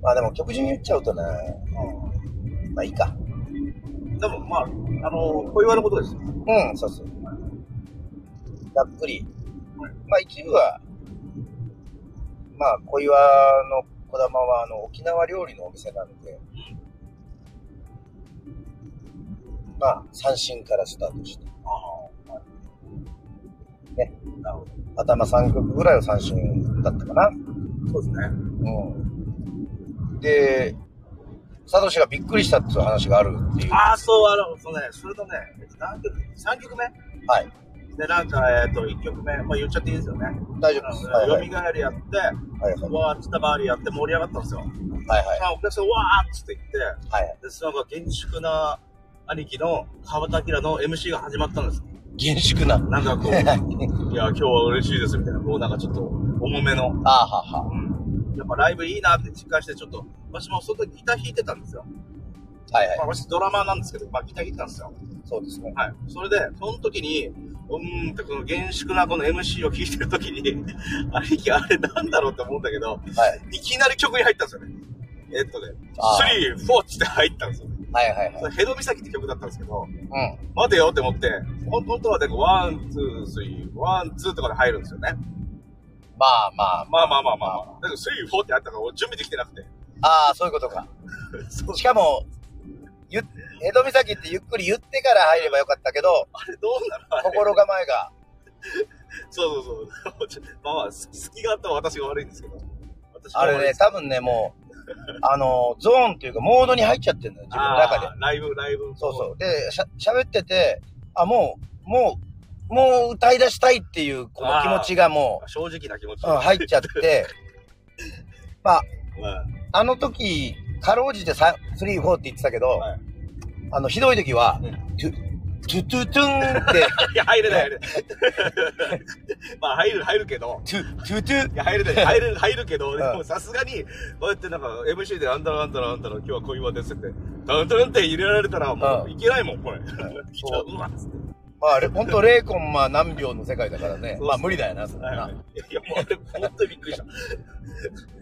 [SPEAKER 1] まあでも曲順言っちゃうとね、まあいいか。
[SPEAKER 2] でも、まあ、あの、小岩のことですよ。
[SPEAKER 1] うん、そうそう。ざっくり。まあ一部は、まあ小岩の小玉はあの沖縄料理のお店なので、まあ三振からスタートして、
[SPEAKER 2] ああ、は
[SPEAKER 1] ね。
[SPEAKER 2] い。なるほど。
[SPEAKER 1] 頭3曲ぐらいは三振だったかな。
[SPEAKER 2] そうですね。
[SPEAKER 1] うん。で、サトシがびっくりしたっていう話があるっていう。
[SPEAKER 2] ああ、そう、あの、そうね、それとね、えっと何曲、3曲目
[SPEAKER 1] はい。
[SPEAKER 2] で、なんか、えっと、1曲目、まあ言っちゃっていいですよね。
[SPEAKER 1] 大丈夫です。はい
[SPEAKER 2] よ
[SPEAKER 1] は
[SPEAKER 2] み
[SPEAKER 1] い。
[SPEAKER 2] がえりやって、
[SPEAKER 1] はいはい。
[SPEAKER 2] わーっつったばーりやって盛り上がったんですよ。
[SPEAKER 1] はいはい。
[SPEAKER 2] あお客さん、わーっつって言って、
[SPEAKER 1] はい。
[SPEAKER 2] で、そのなんか厳粛な兄貴の川端明の MC が始まったんです。
[SPEAKER 1] 厳粛 (laughs) な。
[SPEAKER 2] なんかこ (laughs) う、いや、今日は嬉しいですみたいな、こうなんかちょっと重めの。
[SPEAKER 1] あーはーはー。
[SPEAKER 2] うんやっぱライブいいなって実感して、ちょっと、私もその時ギター弾いてたんですよ。
[SPEAKER 1] はいはい
[SPEAKER 2] まあ、。私ドラマーなんですけど、まあギター弾いてたんですよ。
[SPEAKER 1] そうですね。
[SPEAKER 2] はい。それで、その時に、うーんってこの厳粛なこの MC を聴いてる時に、 (laughs) 兄貴あれなんだろうって思うんだけど、
[SPEAKER 1] はい。
[SPEAKER 2] いきなり曲に入ったんですよね。えっとね、
[SPEAKER 1] あー
[SPEAKER 2] スリー、フォーって入ったんですよ。
[SPEAKER 1] はいはいはい
[SPEAKER 2] そ。れヘド岬って曲だったんですけど、
[SPEAKER 1] う
[SPEAKER 2] 待てよって思って、ほん本当はなんかワン、ツー、スリー、ワン、ツーとかで入るんですよね。
[SPEAKER 1] ん。まあまあ。
[SPEAKER 2] まあまあまあまあまあ。だけどスリー、フォーってあったから俺準備できてなくて。 (laughs)
[SPEAKER 1] ああ、そういうことか。
[SPEAKER 2] そう
[SPEAKER 1] しかも、ゆ、江戸岬ってゆっくり言ってから入ればよかったけど、
[SPEAKER 2] あれどうなのあれ
[SPEAKER 1] 心構えが。
[SPEAKER 2] そうそうそう (laughs) ちょ。まあまあ、す隙があったら私が悪いんですけど。私が
[SPEAKER 1] あ
[SPEAKER 2] 悪い
[SPEAKER 1] れね、多分ね、もう、あの、ゾーンというか、モードに入っちゃってるのよ、自分の中で
[SPEAKER 2] あ。ーライブ、ライブ。
[SPEAKER 1] そうそう。で、しゃ、喋ってて、あ、もう、もう、もう歌い出したいっていう、この気持ちがも
[SPEAKER 2] 正直な気持ち。
[SPEAKER 1] う、うん、入っちゃって、まあ、
[SPEAKER 2] うん
[SPEAKER 1] あの時、かろうじて3、3、4って言ってたけど、
[SPEAKER 2] はい
[SPEAKER 1] あの、ひどい時は、
[SPEAKER 2] うん
[SPEAKER 1] トゥ、トゥトゥトゥン
[SPEAKER 2] (laughs)
[SPEAKER 1] って、
[SPEAKER 2] いや、入れない、入れない。まあ、入る、入るけど。
[SPEAKER 1] トゥ、トゥトゥ
[SPEAKER 2] い、や、入れない、入
[SPEAKER 1] (laughs)
[SPEAKER 2] る、入るけど、
[SPEAKER 1] ん
[SPEAKER 2] でもさすがに、こうやってなんか、MC であんたらあんたらあんたら、今日は小岩ですって、ダンタランって入れられたら、
[SPEAKER 1] う
[SPEAKER 2] もうんいけないもん、これ。来ちゃ
[SPEAKER 1] そう
[SPEAKER 2] うわ、つって。
[SPEAKER 1] まあ、れほんと0コンマ何秒の世界だからね。
[SPEAKER 2] そう
[SPEAKER 1] まあ、無理だよな、そん
[SPEAKER 2] はい
[SPEAKER 1] な。
[SPEAKER 2] はい
[SPEAKER 1] い
[SPEAKER 2] いや、いやもうあれ、ほんとびっくりした。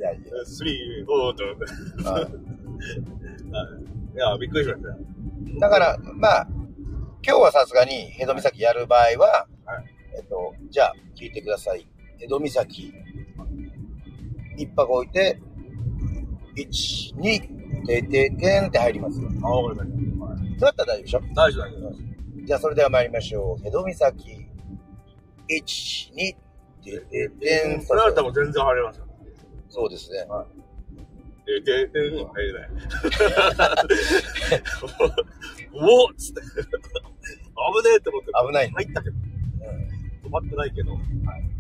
[SPEAKER 1] やいや
[SPEAKER 2] スリー、フォーと。
[SPEAKER 1] うん
[SPEAKER 2] はいいや、びっくりしましたね。
[SPEAKER 1] だから、まあ、今日はさすがに、江戸岬やる場合は、
[SPEAKER 2] はい
[SPEAKER 1] えっと、じゃあ、聞いてください。江戸岬、一泊置いて、1、2、てんてんてんって入りますよ。
[SPEAKER 2] あ、わかりましたはい。
[SPEAKER 1] どうやったら大丈夫でしょ
[SPEAKER 2] 大丈夫、大丈夫。
[SPEAKER 1] じゃあ、それでは参りましょう。江戸岬、1、2、てててん。
[SPEAKER 2] それだったらもう全然入れますよ。
[SPEAKER 1] そうですね。
[SPEAKER 2] で、で、で、うん、入れない。おおっつって。危ねえって思って。
[SPEAKER 1] 危ないね
[SPEAKER 2] 入ったけど、止まってないけど。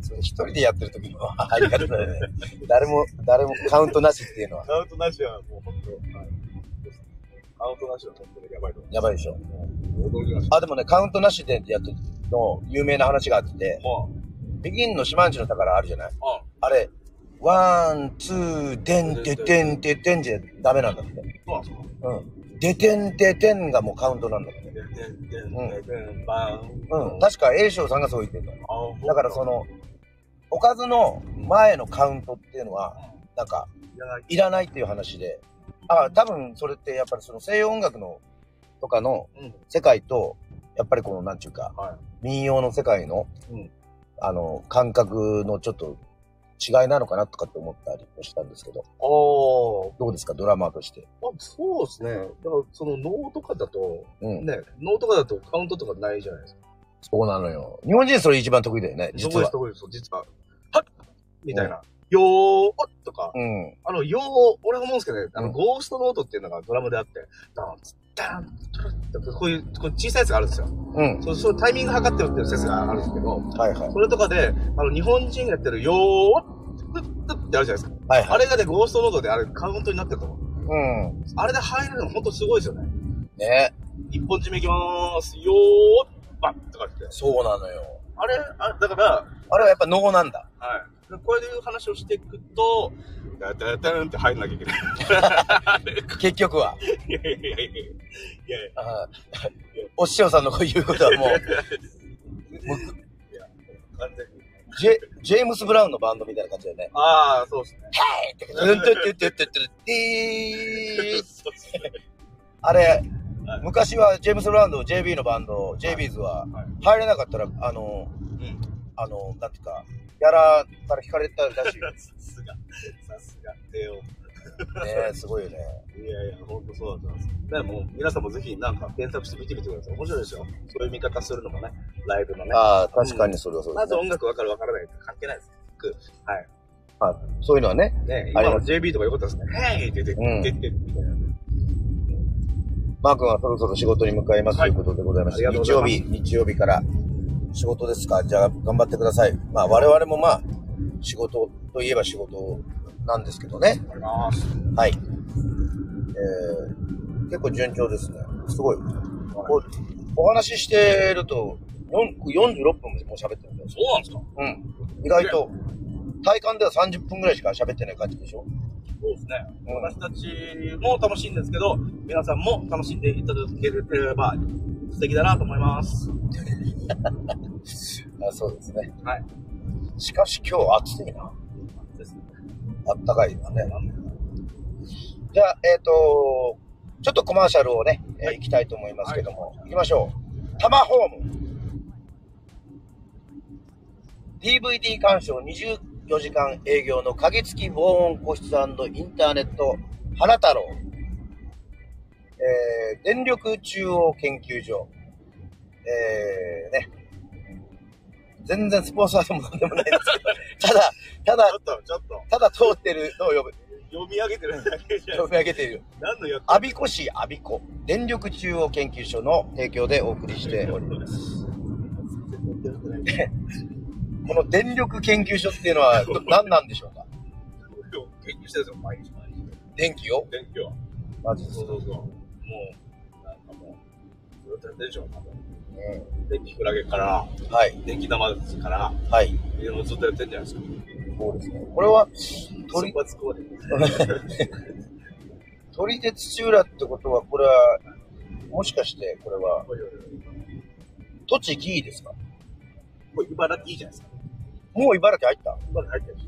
[SPEAKER 1] それ一人でやってる時の入り方だよね。誰も、誰もカウントなしっていうのは、
[SPEAKER 2] カウントなしはもう本当、はい。カウントなしは本当にやばいと思
[SPEAKER 1] やばいでしょ。
[SPEAKER 2] う。驚きました。
[SPEAKER 1] あ、でもね、カウントなしでやってるの有名な話があって、
[SPEAKER 2] もう、
[SPEAKER 1] ビギンの島んちの宝あるじゃない
[SPEAKER 2] あ、
[SPEAKER 1] あれ、ワン、ツー、でんててんててんじゃダメなんだって。
[SPEAKER 2] そうなんですか。
[SPEAKER 1] うん。でてんててんがもうカウントなんだって。
[SPEAKER 2] で、で、で、で、で、バン。
[SPEAKER 1] うん。確か A 賞さんがそう言ってんだよ。
[SPEAKER 2] あ
[SPEAKER 1] だからそ、の、おかずの前のカウントっていうのは、なんか、
[SPEAKER 2] いらない。
[SPEAKER 1] いらないっていう話で、あ多分それってやっぱりその西洋音楽のとかの
[SPEAKER 2] うん。
[SPEAKER 1] 世界と、やっぱりこのなんちゅうか、
[SPEAKER 2] は
[SPEAKER 1] 民謡の世界の、
[SPEAKER 2] うん
[SPEAKER 1] あの、感覚のちょっと違いなのかなとかって思ったりもしたんですけど、
[SPEAKER 2] い。おー。
[SPEAKER 1] どうですか、ドラマーとして。
[SPEAKER 2] まあ、そうですね。だから、その、能とかだと、
[SPEAKER 1] うん。
[SPEAKER 2] ね、能とかだとカウントとかないじゃないですか。
[SPEAKER 1] そうなのよ。日本人それ一番得意だよね、
[SPEAKER 2] そ
[SPEAKER 1] 実
[SPEAKER 2] こです、
[SPEAKER 1] は。
[SPEAKER 2] そこです、実は。はっみたいな。よーとか、
[SPEAKER 1] うん。
[SPEAKER 2] あの、よー、俺が思うんですけどね、あ
[SPEAKER 1] う
[SPEAKER 2] の、
[SPEAKER 1] ん
[SPEAKER 2] ゴーストノートっていうのがドラムであって、ダン、ダン、ドラッとこういう、こういう小さいやつがあるんですよ。
[SPEAKER 1] うん。
[SPEAKER 2] そう、そういうタイミング測ってるっていう説があるんですけど、
[SPEAKER 1] はいはい。
[SPEAKER 2] それとかで、あの、日本人がやってるよー、トゥットゥッってあるじゃないですか。
[SPEAKER 1] はいは
[SPEAKER 2] あ
[SPEAKER 1] い。
[SPEAKER 2] れがね、ゴーストノートであれ、カウントになってると思う。
[SPEAKER 1] うん。
[SPEAKER 2] あれで入れるのほんとすごいですよね。
[SPEAKER 1] ね。
[SPEAKER 2] 一本締めいきまーす。よー、バッとかって。
[SPEAKER 1] そうなのよ。
[SPEAKER 2] あれ、あだから、
[SPEAKER 1] あれはやっぱ能なんだ。
[SPEAKER 2] はい。これでいう話をしていくと、ダダダンって入んなきゃいけない。
[SPEAKER 1] 結局は。
[SPEAKER 2] (laughs) いやいやいやいやいやいやい
[SPEAKER 1] あーお師匠さんの言うことはもう、もう
[SPEAKER 2] や、完全に。
[SPEAKER 1] ジェ、ジェームス・ブラウンのバンドみたいな感じだよね。
[SPEAKER 2] ああ、そう (laughs) ですね。
[SPEAKER 1] うんとってってってってって
[SPEAKER 2] そうっすね
[SPEAKER 1] あれ
[SPEAKER 2] はい、
[SPEAKER 1] 昔はジェームス・ブラウンの JB のバンド、JBs は
[SPEAKER 2] はい、
[SPEAKER 1] 入れなかったら、あの、
[SPEAKER 2] うん。
[SPEAKER 1] あの、なんていうか、やらから引かれたらしいよ
[SPEAKER 2] さすが、さすが、帝王。
[SPEAKER 1] ね。すごいよね。
[SPEAKER 2] いやいや、ほんとそうだと思います。ね、もう、皆さんもぜひ、なんか、検索して見てみてください。面白いですよ。そういう見方するのもね、ライブのね。
[SPEAKER 1] ああ、確かにそれはそうで
[SPEAKER 2] ますず
[SPEAKER 1] ね。
[SPEAKER 2] 音楽わかるわからないって関係ないです。くはい。
[SPEAKER 1] はいそういうのはね。
[SPEAKER 2] ね、
[SPEAKER 1] あ
[SPEAKER 2] 今
[SPEAKER 1] り
[SPEAKER 2] の
[SPEAKER 1] ま
[SPEAKER 2] JB とかよかったですね。ヘイって言
[SPEAKER 1] うん
[SPEAKER 2] って、出て、みたいな。
[SPEAKER 1] マー君はそろそろ仕事に向かいますと
[SPEAKER 2] はいいう
[SPEAKER 1] ことでございまして、
[SPEAKER 2] ありが
[SPEAKER 1] 日
[SPEAKER 2] とう
[SPEAKER 1] 曜
[SPEAKER 2] ござい
[SPEAKER 1] 日、日曜日から仕事ですかじゃあ頑張ってください。まあ我々もまあ、仕事といえば仕事なんですけどね。
[SPEAKER 2] あります。
[SPEAKER 1] はい。えー、結構順調ですね。すごい。こうお話ししてると、よん46分も喋ってるんだよ。
[SPEAKER 2] そうなんですか
[SPEAKER 1] うん。意外と、体感では30分ぐらいしか喋ってない感じでしょ
[SPEAKER 2] そうですね。
[SPEAKER 1] うん
[SPEAKER 2] 私たちも楽しいんですけど、皆さんも楽しんでいただければ素敵だなと思います。
[SPEAKER 1] あそうですね。
[SPEAKER 2] はい。
[SPEAKER 1] しかし今日暑いな。
[SPEAKER 2] ですね。
[SPEAKER 1] あったかいなね。
[SPEAKER 2] なんで
[SPEAKER 1] じゃあ、えっ、と、ちょっとコマーシャルをね、えー
[SPEAKER 2] はい
[SPEAKER 1] 行きたいと思いますけども、行きましょう。タマホーム。DVD 鑑賞24時間営業の鍵付き防音個室インターネット花太郎。えー、電力中央研究所。えー、ね。全然スポンサーでもなんでもないですけど、ただ、た
[SPEAKER 2] ちょ
[SPEAKER 1] だ、
[SPEAKER 2] っと、ちょっと、
[SPEAKER 1] ただ通ってるのを呼ぶ、
[SPEAKER 2] 読み上げてるだけじゃない
[SPEAKER 1] 呼び上げている。
[SPEAKER 2] 何の役
[SPEAKER 1] 阿鼻子市阿鼻子電力中央研究所の提供でお送りしております。この電力研究所っていうのはど何なんでしょうか
[SPEAKER 2] 研究してるんですよ、毎日毎日。
[SPEAKER 1] 電気を
[SPEAKER 2] 勉強。
[SPEAKER 1] まず、
[SPEAKER 2] そうそうそう。もう、なんかもう、ずっとやってるでしょ、多分。電気クラゲから、
[SPEAKER 1] うんはい、
[SPEAKER 2] 電気玉から、
[SPEAKER 1] はい。
[SPEAKER 2] いろいろずっとやってるんじゃないですか。
[SPEAKER 1] そうですね。これは、鳥
[SPEAKER 2] 突、発工で。
[SPEAKER 1] 鳥で土浦ってことは、これは、もしかして、これは、栃木ですか
[SPEAKER 2] これ茨城いいじゃないですか。
[SPEAKER 1] もう茨城入った
[SPEAKER 2] 茨城入ってるし。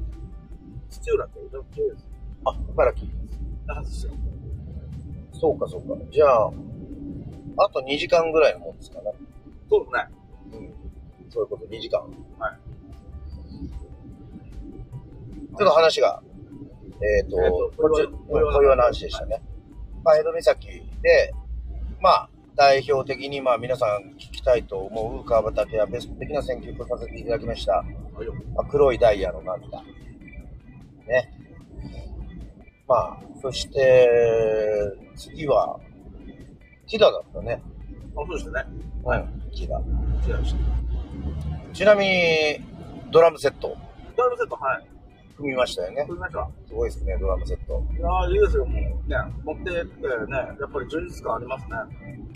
[SPEAKER 2] 土浦って茨城です。
[SPEAKER 1] あ、茨城。
[SPEAKER 2] だからですよ。
[SPEAKER 1] そうか、そうか。じゃあ、あと2時間ぐらいのもんですかね。
[SPEAKER 2] そうですね。
[SPEAKER 1] うん。そういうこと、2時間。
[SPEAKER 2] はい。
[SPEAKER 1] ちょっと話が、えっ、と、
[SPEAKER 2] えーと
[SPEAKER 1] こっち、
[SPEAKER 2] 小岩
[SPEAKER 1] 小岩の話でしたね。まあ、江戸岬で、まあ、代表的に、まあ、皆さん聞きたいと思う川畑はベスト的な選曲をさせていただきました。
[SPEAKER 2] あよ
[SPEAKER 1] まあ、黒いダイヤの涙。ね。まあ、そして、次は、ティダだったね。
[SPEAKER 2] あ、そうですね。
[SPEAKER 1] はい。ティダ。
[SPEAKER 2] 違いました。
[SPEAKER 1] ちなみに、ドラムセット、
[SPEAKER 2] ダブルセット、はい。
[SPEAKER 1] 組みましたよね
[SPEAKER 2] 取。りました。
[SPEAKER 1] すごいですね、ドラムセット。
[SPEAKER 2] いやーいいですよ、もう。ね、持ってってね、やっぱり充実感ありますね。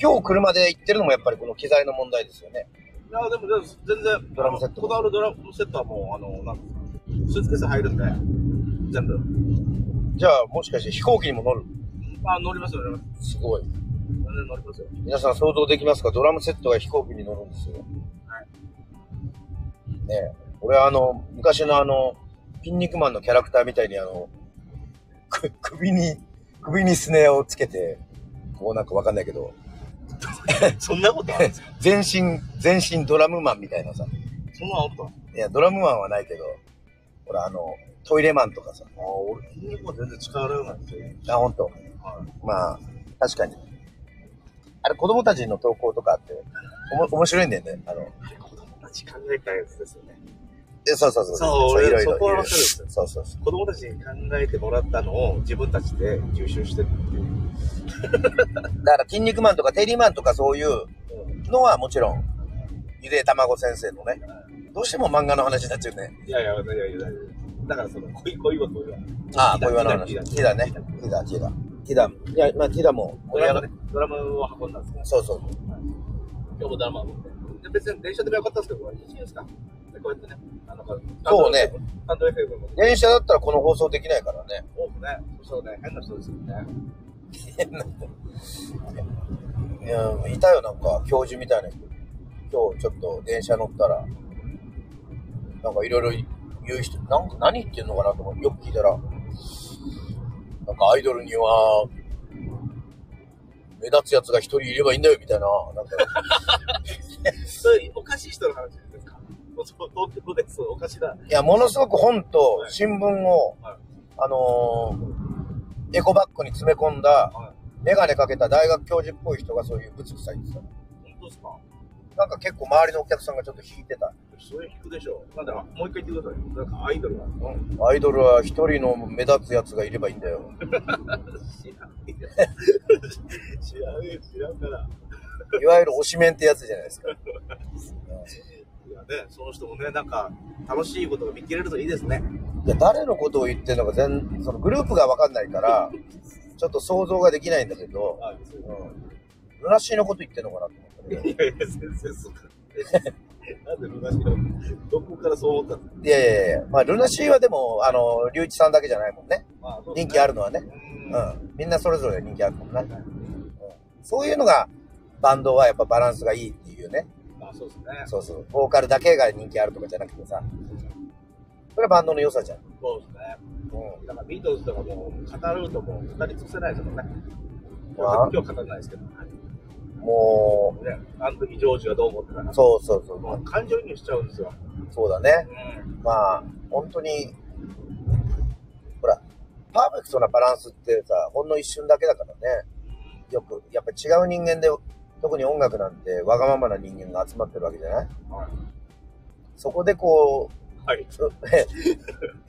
[SPEAKER 1] 今日車で行ってるのもやっぱりこの機材の問題ですよね。
[SPEAKER 2] いやーでもでも全然、
[SPEAKER 1] ドラムセット
[SPEAKER 2] こだわるドラムセットはもう、あの、なんか、スーツケース入るんで、全部。
[SPEAKER 1] じゃあ、もしかして飛行機にも乗る
[SPEAKER 2] あ、乗りますよ、乗ります。
[SPEAKER 1] すごい。
[SPEAKER 2] 全然乗りますよ。
[SPEAKER 1] 皆さん想像できますかドラムセットが飛行機に乗るんですよ。ねえ。俺あの、昔のあの、ピン肉マンのキャラクターみたいにあの、く (laughs) 首に、首にスネアをつけて、こうなんかわかんないけど、
[SPEAKER 2] そんなことあるんですか
[SPEAKER 1] 全身、全身ドラムマンみたいなさ。
[SPEAKER 2] そんなのあった
[SPEAKER 1] いや、ドラムマンはないけど、ほらあの、トイレマンとかさ。
[SPEAKER 2] ああ、俺、筋肉は全然力入らないんで。
[SPEAKER 1] あ、ほんと。
[SPEAKER 2] はい。
[SPEAKER 1] まあ、確かに。あれ子供たちの投稿とかあって、おも面白いんだよね。あの、
[SPEAKER 2] あれ子供たち考えたやつですよね。
[SPEAKER 1] えそうそうそう。
[SPEAKER 2] そう俺
[SPEAKER 1] いろいろ
[SPEAKER 2] そこは面白いですよ
[SPEAKER 1] そうそうそう。
[SPEAKER 2] 子供たちに考えてもらったのを自分たちで吸収してっていう。
[SPEAKER 1] だから、筋肉マンとかテリーマンとかそういうのはもちろん、ゆで卵先生のね、どうしても漫画の話になっちゃうね。
[SPEAKER 2] いやいや、いやいや、大丈夫だからその、恋、恋ごとが。
[SPEAKER 1] ああ、小岩の話。
[SPEAKER 2] テ
[SPEAKER 1] テ
[SPEAKER 2] ィ
[SPEAKER 1] ィダね。ティダ、ティダ。ティダ、いや、まあティダも、
[SPEAKER 2] ド
[SPEAKER 1] 小
[SPEAKER 2] ラ
[SPEAKER 1] 岩
[SPEAKER 2] ム
[SPEAKER 1] の、
[SPEAKER 2] ドラムを運んだんですね。
[SPEAKER 1] そうそう。
[SPEAKER 2] 今日もドラムを運んで。で別に電車でもよかったんですけど、これいいですかでこうやってね、あの、
[SPEAKER 1] そうね。
[SPEAKER 2] スタンド FM も
[SPEAKER 1] 電車だったらこの放送できないからね。
[SPEAKER 2] 多くね、そうね、変な人ですよね。
[SPEAKER 1] いや、いたよ、なんか、教授みたいな人。今日ちょっと電車乗ったら、なんかいろいろ言う人、なんか何言ってんのかなと思って、よく聞いたら、なんかアイドルには、目立つやつが一人いればいいんだよ、みたいな。なんか、
[SPEAKER 2] そういうおかしい人の話ですかもうそう東京です。おかしな。
[SPEAKER 1] いや、ものすごく本と新聞を、
[SPEAKER 2] はい
[SPEAKER 1] あのーエコバッグに詰め込んだ、
[SPEAKER 2] は
[SPEAKER 1] メガネかけた大学教授っぽい人がそういうブツブツ言ってた。
[SPEAKER 2] 本当ですか
[SPEAKER 1] なんか結構周りのお客さんがちょっと引いてた。
[SPEAKER 2] それ引くでしょう。なんだか、もう一回言ってください。なんかアイドルは。
[SPEAKER 1] うん、アイドルは一人の目立つやつがいればいいんだよ。
[SPEAKER 2] 知らんよ。知らんよ、知らんから。
[SPEAKER 1] いわゆる推しメンってやつじゃないですか。
[SPEAKER 2] いやね、その人もね、なんか、楽しいことが見切れるといいですね。
[SPEAKER 1] いや誰のことを言ってるのか全、そのグループがわかんないから、ちょっと想像ができないんだけど、
[SPEAKER 2] あそう
[SPEAKER 1] うん。ルナシーのこと言ってるのかなと思ったけど。
[SPEAKER 2] いやいや、先生、そうか。なんで昔の、どこからそう思ったんですか
[SPEAKER 1] いやいやいや、まあ、ルナシーはでも、あの、龍一さんだけじゃないもんね。
[SPEAKER 2] まあ、そうです
[SPEAKER 1] 人
[SPEAKER 2] ね
[SPEAKER 1] 気あるのはね。
[SPEAKER 2] うん。
[SPEAKER 1] う
[SPEAKER 2] は
[SPEAKER 1] ん。みんなそれぞれ人気あるもんね
[SPEAKER 2] い。
[SPEAKER 1] そういうのが、バンドはやっぱバランスがいいっていうね。
[SPEAKER 2] まあ、そうですね。
[SPEAKER 1] そうそう。ボーカルだけが人気あるとかじゃなくてさ。それはバンドの良さじゃん。うん。
[SPEAKER 2] そうですね。なんかビートルズとかもう語るともう語り尽くせないですもんね。
[SPEAKER 1] あ
[SPEAKER 2] 今日語らないですけど、はい
[SPEAKER 1] も
[SPEAKER 2] ね、あの時ジョージがどう思ってたか
[SPEAKER 1] う、そうそうそ
[SPEAKER 2] も
[SPEAKER 1] う。
[SPEAKER 2] う感情移入しちゃうんですよ。
[SPEAKER 1] そうだね。
[SPEAKER 2] うん、
[SPEAKER 1] まあ、本当に、ほら、パーフェクトなバランスってさ、ほんの一瞬だけだからね。よく、やっぱ違う人間で、特に音楽なんてわがままな人間が集まってるわけじゃない
[SPEAKER 2] はい。
[SPEAKER 1] そこでこう、
[SPEAKER 2] はい。
[SPEAKER 1] う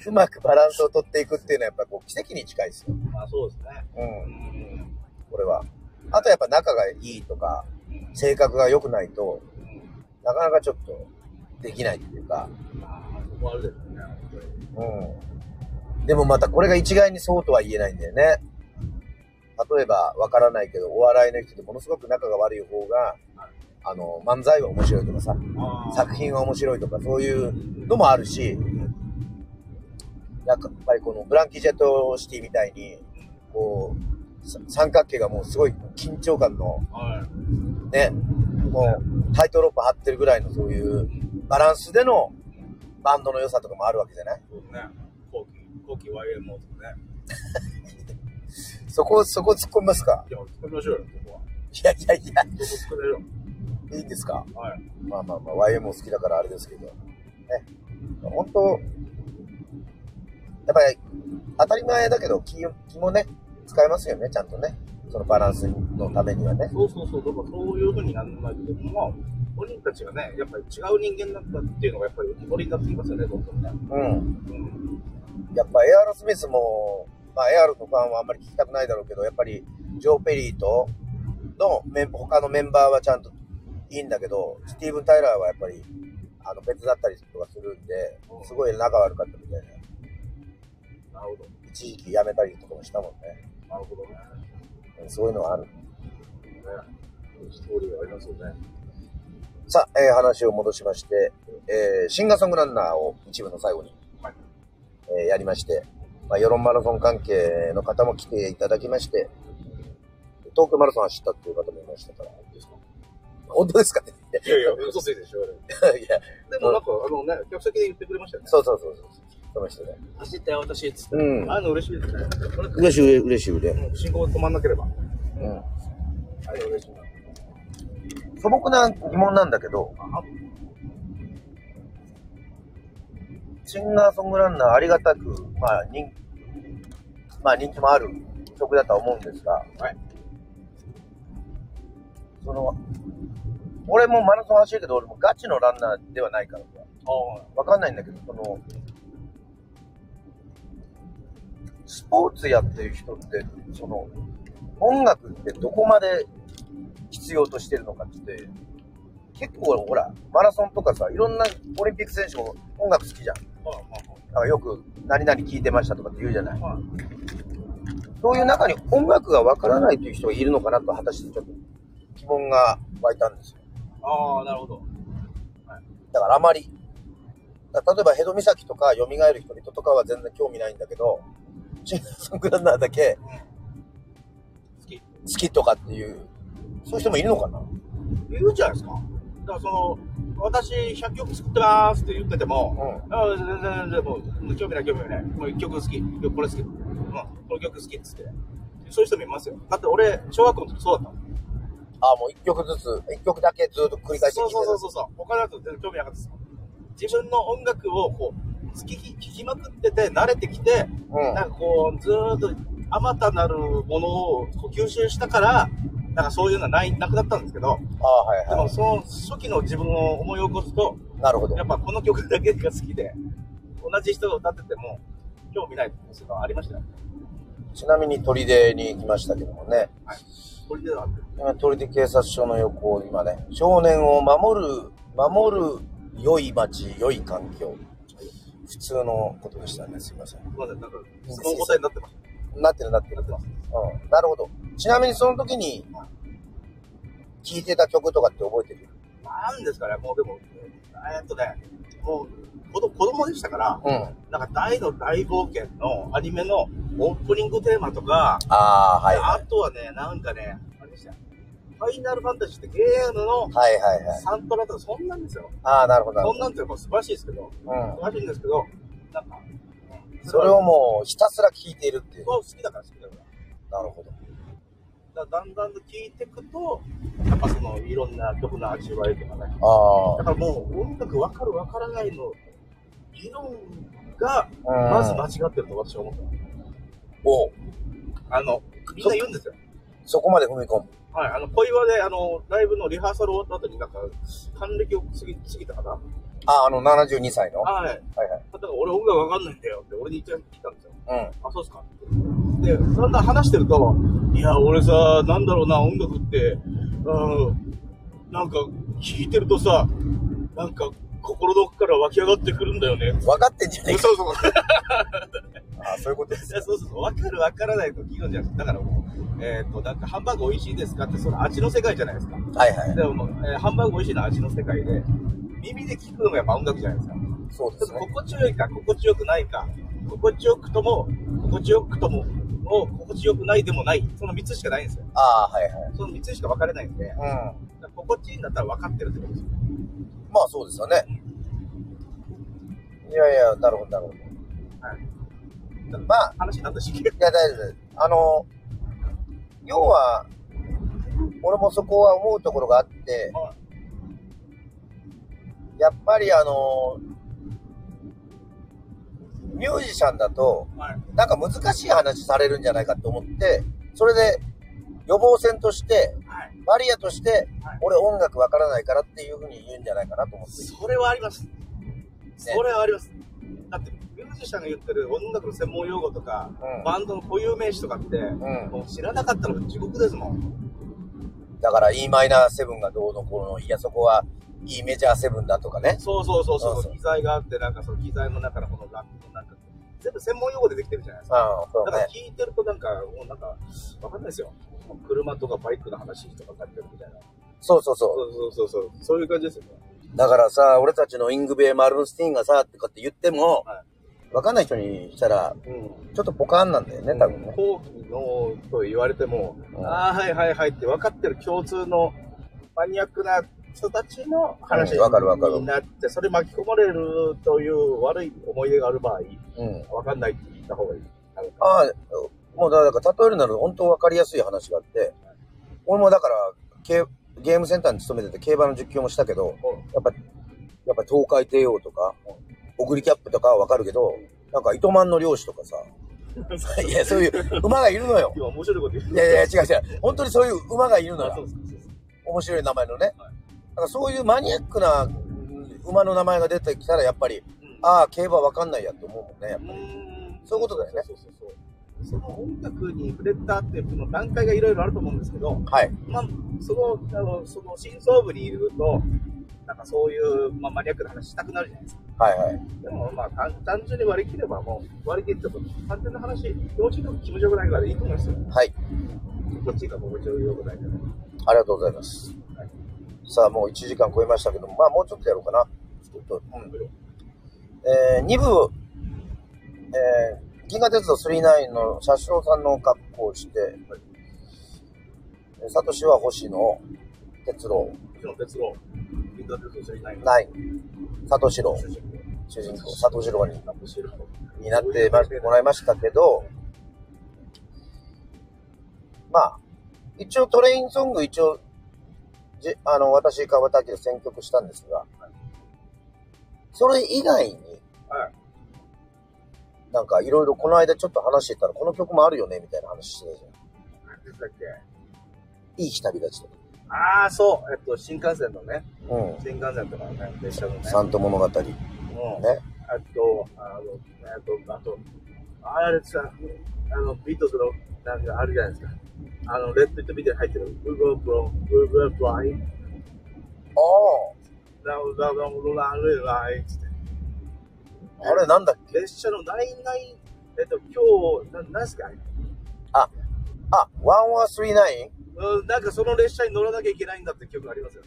[SPEAKER 1] うまくバランスを取っていくっていうのはやっぱこう奇跡に近いですよ。
[SPEAKER 2] まあそうですね。
[SPEAKER 1] う、
[SPEAKER 2] うんん。
[SPEAKER 1] これは。あとやっぱ仲がいいとか、性格が良くないと、なかなかちょっとできないっていうか、
[SPEAKER 2] まあ、そこはあるですね。本当に
[SPEAKER 1] うん。でもまたこれが一概にそうとは言えないんだよね。例えば、わからないけど、お笑いの人でものすごく仲が悪い方が、あの、漫才は面白いとかさ、
[SPEAKER 2] あー
[SPEAKER 1] 作品は面白いとか、そういうのもあるし、なんかやっぱりこのブランキー・ジェット・シティみたいに、こう、さ三角形がもうすごい緊張感の、
[SPEAKER 2] はい。
[SPEAKER 1] ね、もうタイトロープ張ってるぐらいのそういうバランスでのバンドの良さとかもあるわけじゃない
[SPEAKER 2] そうですね。後期、後期 YMO とかね。
[SPEAKER 1] そこ、そこ突っ込みますか (laughs)
[SPEAKER 2] いや、作りましょうよ、ここは。
[SPEAKER 1] いやいやい
[SPEAKER 2] ここ作れる
[SPEAKER 1] や、いいんですか
[SPEAKER 2] よ。はい。
[SPEAKER 1] まあまあまあ、YM も好きだからあれですけど。ね。本当やっぱり、当たり前だけど気を、気もね、使えますよね、ちゃんとね。そのバランスのためにはね。
[SPEAKER 2] そうそうそう、だからそういうふうにならないけども、本人たちがね、やっぱり違う人間だったっていうのが、やっぱり浮き彫りになってきますよね、どんどんね。
[SPEAKER 1] うん。
[SPEAKER 2] うん。
[SPEAKER 1] やっぱエアロスミスも、まあエアロのファンはあんまり聞きたくないだろうけど、やっぱりジョー・ペリーとのメン、他のメンバーはちゃんといいんだけど、スティーブン・タイラーはやっぱり、あの別だったりとかするんで、すごい仲悪かったみたいな。
[SPEAKER 2] なるほど。
[SPEAKER 1] 一時期辞めたりとかもしたもんね。
[SPEAKER 2] なるほどね。
[SPEAKER 1] そういうのはある。
[SPEAKER 2] ねストーリーがありますよね。
[SPEAKER 1] さあ、えー話を戻しまして、えーシンガーソングランナーを一部の最後に、
[SPEAKER 2] はい
[SPEAKER 1] えーやりまして、まあ、世論マラソン関係の方も来ていただきまして、東京マラソン走ったっていう方もいましたから、
[SPEAKER 2] ですか
[SPEAKER 1] 本当ですかね (laughs)
[SPEAKER 2] いやいや、嘘ついてるでしょ、あれ
[SPEAKER 1] いや、
[SPEAKER 2] でもなんか、あのね、客席で言ってくれましたよね。
[SPEAKER 1] そうそうそうそう、その人ね。
[SPEAKER 2] 走ったよ、私、つって。
[SPEAKER 1] うん
[SPEAKER 2] ああいうの嬉しいですね。これ、
[SPEAKER 1] 嬉しい、嬉しい、嬉しい。
[SPEAKER 2] もう信号止まんなければ。あ
[SPEAKER 1] うん。
[SPEAKER 2] れ嬉しいな。
[SPEAKER 1] 素朴な疑問なんだけど、
[SPEAKER 2] あ、
[SPEAKER 1] シンガーソングランナーありがたく、まあ人、まあ人気もある曲だとは思うんですが、
[SPEAKER 2] はい
[SPEAKER 1] その、俺もマラソン走るけど、俺もガチのランナーではないからさ、
[SPEAKER 2] ああ、
[SPEAKER 1] わかんないんだけど、その、スポーツやってる人って、その、音楽ってどこまで必要としてるのかって、結構ほら、マラソンとかさ、いろんなオリンピック選手も音楽好きじゃん。
[SPEAKER 2] まあ
[SPEAKER 1] なんかよく、何々聞いてましたとかって言うじゃない。
[SPEAKER 2] まあまあ。
[SPEAKER 1] そういう中に音楽がわからないという人がいるのかなと、果たしてちょっと疑問が湧いたんですよ。
[SPEAKER 2] ああ、なるほど。
[SPEAKER 1] だからあまり、だから例えばヘド岬とか、蘇る人々とかは全然興味ないんだけど、シンガーソングランナーだけ
[SPEAKER 2] 好き。
[SPEAKER 1] 好きとかっていう、そういう人もいるのかな
[SPEAKER 2] 言うんじゃないですか。だからその、私、100曲作ってますって言ってても、ああ全然全然、もう、もう興味ない興味ない。もう1曲好き。よこれ好き。うん、この曲好きっつって。そういう人もいますよ。だって俺、小学校の時そうだったもん。
[SPEAKER 1] ああ、もう一曲ずつ、一曲だけずっと繰り返して聴
[SPEAKER 2] そ
[SPEAKER 1] い
[SPEAKER 2] う
[SPEAKER 1] て
[SPEAKER 2] そう
[SPEAKER 1] る。
[SPEAKER 2] そうそうそう。他のやつ全然興味なかったです。自分の音楽をこう、好き、聴きまくってて、慣れてきて、
[SPEAKER 1] うん
[SPEAKER 2] なんかこう、ずーっと、あまたなるものをこう吸収したから、なんかそういうのはない、なくなったんですけど、
[SPEAKER 1] ああ、はい
[SPEAKER 2] で
[SPEAKER 1] は
[SPEAKER 2] もその初期の自分を思い起こすと、
[SPEAKER 1] い。なるほど
[SPEAKER 2] や。っぱこの曲だけが好きで、同じ人が歌ってても、興味ないっていうのがありましたよ。
[SPEAKER 1] ちなみに鳥出に行きましたけどもね。
[SPEAKER 2] これでは、
[SPEAKER 1] 今、鳥出警察署の横を今ね、少年を守る、守る良い街、良い環境。普通のことでしたね、すいません。
[SPEAKER 2] すいません、なんか、質問答えになってます。
[SPEAKER 1] なってるなってる。
[SPEAKER 2] なってます。
[SPEAKER 1] うん、なるほど。ちなみにその時に聴いてた曲とかって覚えてる
[SPEAKER 2] なんですかね、もうでも、えーっとね、もう、子供子供でしたから、
[SPEAKER 1] うん。あ
[SPEAKER 2] なんか大の大冒険のアニメのオープニングテーマとか、
[SPEAKER 1] あー、はい。は
[SPEAKER 2] あとはね、なんかね、あれでしたよファイナルファンタジーってゲームの
[SPEAKER 1] いはいはい。
[SPEAKER 2] サントラとかそんなんですよ。
[SPEAKER 1] ああ、なるほどなる
[SPEAKER 2] そ
[SPEAKER 1] ほ
[SPEAKER 2] んなんっていうのは素晴らしいですけど、素
[SPEAKER 1] ど。
[SPEAKER 2] 晴らしいんですけど、なんか、
[SPEAKER 1] うん。それをもうひたすら聴いているっていう。
[SPEAKER 2] 僕は好きだから好きだから。
[SPEAKER 1] なるほど。
[SPEAKER 2] だだんだんと聞いていくと、やっぱそのいろんな曲の味わいとかね。だ
[SPEAKER 1] あ
[SPEAKER 2] からもう音楽わかるわからないの、議論が
[SPEAKER 1] うん
[SPEAKER 2] まず間違ってると私は思った。
[SPEAKER 1] あ、おう
[SPEAKER 2] あの、みんな言うんですよ。
[SPEAKER 1] そこまで踏み込む。
[SPEAKER 2] はい、あの、小岩で、あの、ライブのリハーサル終わった後に、なんか、還暦を過ぎ過ぎたかな。
[SPEAKER 1] ああ、あの72歳の。は
[SPEAKER 2] はい。
[SPEAKER 1] い
[SPEAKER 2] だから俺音楽わかんないんだよって、俺に言っちゃ聞いたんですよ。
[SPEAKER 1] はい。
[SPEAKER 2] あ、そうっすか。で、だんだん話してると、いや、俺さ、なんだろうな、音楽って、うん、なんか、聴いてるとさ、なんか、心の奥から湧き上がってくるんだよね
[SPEAKER 1] う。ん。分かってんじゃねえか。
[SPEAKER 2] そうそう。 (laughs)
[SPEAKER 1] ああ、そういうことです。
[SPEAKER 2] そうそうそう。わかるわからないと聞くんじゃなくて、だからもう、えっ、と、なんか、ハンバーグ美味しいですかって、その味の世界じゃないですか。
[SPEAKER 1] はいはい。
[SPEAKER 2] でももう、えーハンバーグ美味しいのは味の世界で、耳で聞くのがやっぱ音楽じゃないですか。
[SPEAKER 1] そう
[SPEAKER 2] ち
[SPEAKER 1] で
[SPEAKER 2] ょ
[SPEAKER 1] す
[SPEAKER 2] っと
[SPEAKER 1] ね。
[SPEAKER 2] 心地よいか心地よくないか、心地よくとも、心地よくとも、を心地よくないでもない、その3つしかないんですよ。
[SPEAKER 1] ああ、はいはい。
[SPEAKER 2] その3つしか分かれないんで、だか
[SPEAKER 1] うん。
[SPEAKER 2] ら心地いいんだったら分かってるってことですよ。
[SPEAKER 1] まあそうですよね。いやいや、なるほどなるほど。まあ、
[SPEAKER 2] 話になったし、はい
[SPEAKER 1] や、大丈夫です。あの、要は、俺もそこは思うところがあって、
[SPEAKER 2] い
[SPEAKER 1] やっぱりあの、ミュージシャンだと、
[SPEAKER 2] はい、
[SPEAKER 1] なんか難しい話されるんじゃないかと思って、それで予防線として、
[SPEAKER 2] はい、
[SPEAKER 1] バリアとして
[SPEAKER 2] はい、
[SPEAKER 1] 俺音楽わからないからっていうふうに言うんじゃないかなと思って。
[SPEAKER 2] それはあります。それはあります。だって、ミュージシャンが言ってる音楽の専門用語とか、
[SPEAKER 1] うん
[SPEAKER 2] バンドの固有名詞とかって、
[SPEAKER 1] ん
[SPEAKER 2] もう知らなかったら地獄ですもん。
[SPEAKER 1] だから Em7 がどうのこうの、いや、そこは E メジャー7だとかね。
[SPEAKER 2] そうそうそうそう、
[SPEAKER 1] そうそう
[SPEAKER 2] 機材があって、なんかその機材の中のこのラップのなんか、全部専門用語でできてるじゃないですか
[SPEAKER 1] うん、。そう
[SPEAKER 2] だから
[SPEAKER 1] ね。
[SPEAKER 2] 聞いてるとなんか、もうなんか、わかんないですよ。車とかバイクの話とかになってるみたいな。
[SPEAKER 1] そうそうそう。
[SPEAKER 2] そうそうそうそう。そういう感じですよね。
[SPEAKER 1] だからさ、俺たちのイングベイ・マルンスティーンがさ、とかって言っても、
[SPEAKER 2] は
[SPEAKER 1] わかんない人にしたら、
[SPEAKER 2] うん。
[SPEAKER 1] ちょっとポカーンなんだよね、多分ね。
[SPEAKER 2] 後期のと言われても、
[SPEAKER 1] うん
[SPEAKER 2] ああ、はいはいはいって分かってる共通のマニアックな人たちの話
[SPEAKER 1] うんわかるわかる
[SPEAKER 2] になって、それ巻き込まれるという悪い思い出がある場合、
[SPEAKER 1] うん。
[SPEAKER 2] わかんないって言った方がいい。なんか
[SPEAKER 1] ああ、もうだから例えるなら本当わかりやすい話があって、俺もだから、けゲームセンターに勤めてて競馬の実況もしたけど、やっぱ、やっぱ東海帝王とか、オグリキャップとかはわかるけど、なんか糸満の漁師とかさ、いや、そういう馬がいるのよ。
[SPEAKER 2] 今面白いこと言って
[SPEAKER 1] いやいや、違う違う。本当にそういう馬がいるの
[SPEAKER 2] あそ
[SPEAKER 1] よ。
[SPEAKER 2] うですかそうですか
[SPEAKER 1] 面白い名前のね。なんかそういうマニアックなうん馬の名前が出てきたら、やっぱり、
[SPEAKER 2] うん
[SPEAKER 1] ああ、競馬わかんないやって思うもんね、やっぱり。そういうことだよね
[SPEAKER 2] そうそうそうそう。その音楽に触れたっていうその段階がいろいろあると思うんですけど、
[SPEAKER 1] はい。
[SPEAKER 2] まあ、その、あの、その心臓部にいると、なんかそういう、まあ、マニアックな話したくなるじゃないですか。
[SPEAKER 1] はいはい。
[SPEAKER 2] でも、まあ、単単純に割り切れば、もう、割り切っても、単純な話、幼稚園気持ちよくないからいいと思いますよ。
[SPEAKER 1] はい。
[SPEAKER 2] こっちが心地よくないから。
[SPEAKER 1] ありがとうございます。
[SPEAKER 2] はい
[SPEAKER 1] さあ、もう1時間超えましたけども、まあもうちょっとやろうかな。ちょっと、うん。えー、2部、えー、銀河鉄道39の車掌さんの格好をして、えーサトシは星野哲郎、
[SPEAKER 2] うちの鉄郎、インターネット知りないの。
[SPEAKER 1] ナイン、サトシ郎、
[SPEAKER 2] 主人公
[SPEAKER 1] 主人公、サトシ郎に
[SPEAKER 2] なんか知らんの
[SPEAKER 1] になってまもらいましたけど、まあ、一応トレインソング一応、じあの、私、川田明選曲したんですが、それ以外に、
[SPEAKER 2] はい。
[SPEAKER 1] なんかいろいろこの間ちょっと話してたら、この曲もあるよね、みたいな話してたじゃ
[SPEAKER 2] 何でしたっけ
[SPEAKER 1] ん。いい日旅立ちとか。
[SPEAKER 2] ああ、そう。えっと、新幹線のね、
[SPEAKER 1] うん。
[SPEAKER 2] 新幹線とかね、列車のね。
[SPEAKER 1] 三都物語。ね。
[SPEAKER 2] もう、あと、あの、えっと、あと、あれさ、あの、ビートルズの、なんかあるじゃないですか。あの、レッド・イット・ビデオ入ってる。ブーブーブー、ブーブーブー、ライ、
[SPEAKER 1] あ
[SPEAKER 2] ラウラウラウラウライ、つって。
[SPEAKER 1] あ、あれなんだっけ
[SPEAKER 2] 列車のナインナイン、えっと、今日、ななんすか
[SPEAKER 1] あ、1139?
[SPEAKER 2] うん、なんかその列車に乗らなきゃいけないんだって記憶がありますよ。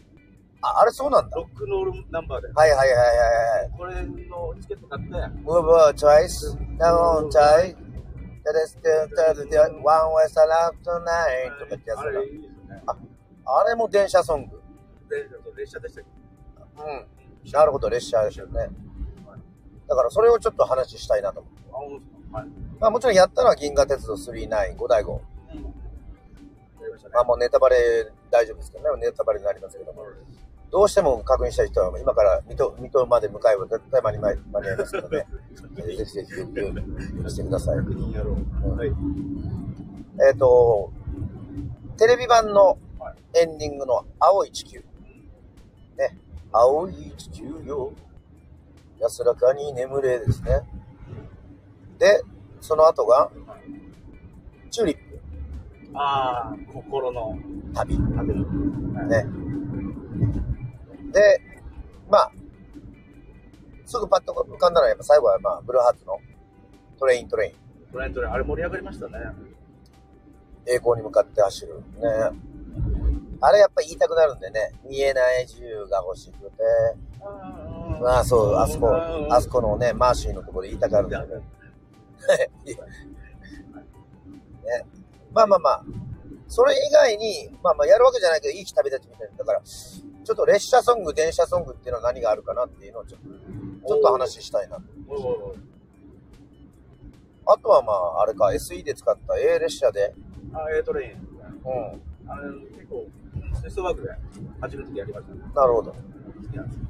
[SPEAKER 1] あ、あれそうなんだ。
[SPEAKER 2] ロックノールナンバーで。
[SPEAKER 1] はいはいはいはいはい。
[SPEAKER 2] これのチケット買って、
[SPEAKER 1] Move a choice, no choice. That is the, the, the one way set up
[SPEAKER 2] あれ
[SPEAKER 1] tonight. とかってやつ
[SPEAKER 2] あ
[SPEAKER 1] だな
[SPEAKER 2] れいいですよね。
[SPEAKER 1] あれも電車ソング。
[SPEAKER 2] で列車でしたっ
[SPEAKER 1] うん。なるほど、列車ですよね。だからそれをちょっと話したいなと思
[SPEAKER 2] けあ、ほんとですかはい。
[SPEAKER 1] う。まあもちろんやったのは銀河鉄道39、5第5。
[SPEAKER 2] うん。やりましたね
[SPEAKER 1] まあ。もうネタバレ大丈夫ですけどね。ネタバレになりますけども。どうしても確認したい人は今から水戸水戸まで向かえば絶対間に合い間に合いますので、ぜひぜひご利用してください。
[SPEAKER 2] 確認やろう。はい。
[SPEAKER 1] えっ、と、テレビ版の
[SPEAKER 2] はい
[SPEAKER 1] エンディングの青い地球。ね。青い地球よ。安らかに眠れですね。で、その後が、チューリップ、
[SPEAKER 2] ああ、心の
[SPEAKER 1] 旅。
[SPEAKER 2] 旅の。はい。
[SPEAKER 1] ね。で、まあ、すぐパッと浮かんだのは、やっぱ最後は、まあ、ブルーハーツのトレイントレイン。
[SPEAKER 2] トレントレン、あれ盛り上がりましたね。
[SPEAKER 1] 栄光に向かって走る。ね。あれやっぱ言いたくなるんでね。見えない自由が欲しくて。
[SPEAKER 2] あ
[SPEAKER 1] まあそう、あそこ、
[SPEAKER 2] うん
[SPEAKER 1] あそこのね、マーシーのところで言いたくなるん (laughs) だけど。ね。まあまあまあ。それ以外に、まあまあやるわけじゃないけど、いい日旅立ちみたいな。だから、ちょっと列車ソング、電車ソングっていうのは何があるかなっていうのをちょっと、ちょっと話したいな。
[SPEAKER 2] おいおいおい
[SPEAKER 1] あとはまあ、あれか、SE で使った A 列車で、
[SPEAKER 2] あー、エトレイン。
[SPEAKER 1] う
[SPEAKER 2] あれ、結構、テストワークで初めてやりました
[SPEAKER 1] ん、
[SPEAKER 2] ね。
[SPEAKER 1] なるほど。
[SPEAKER 2] 好きなんですよ。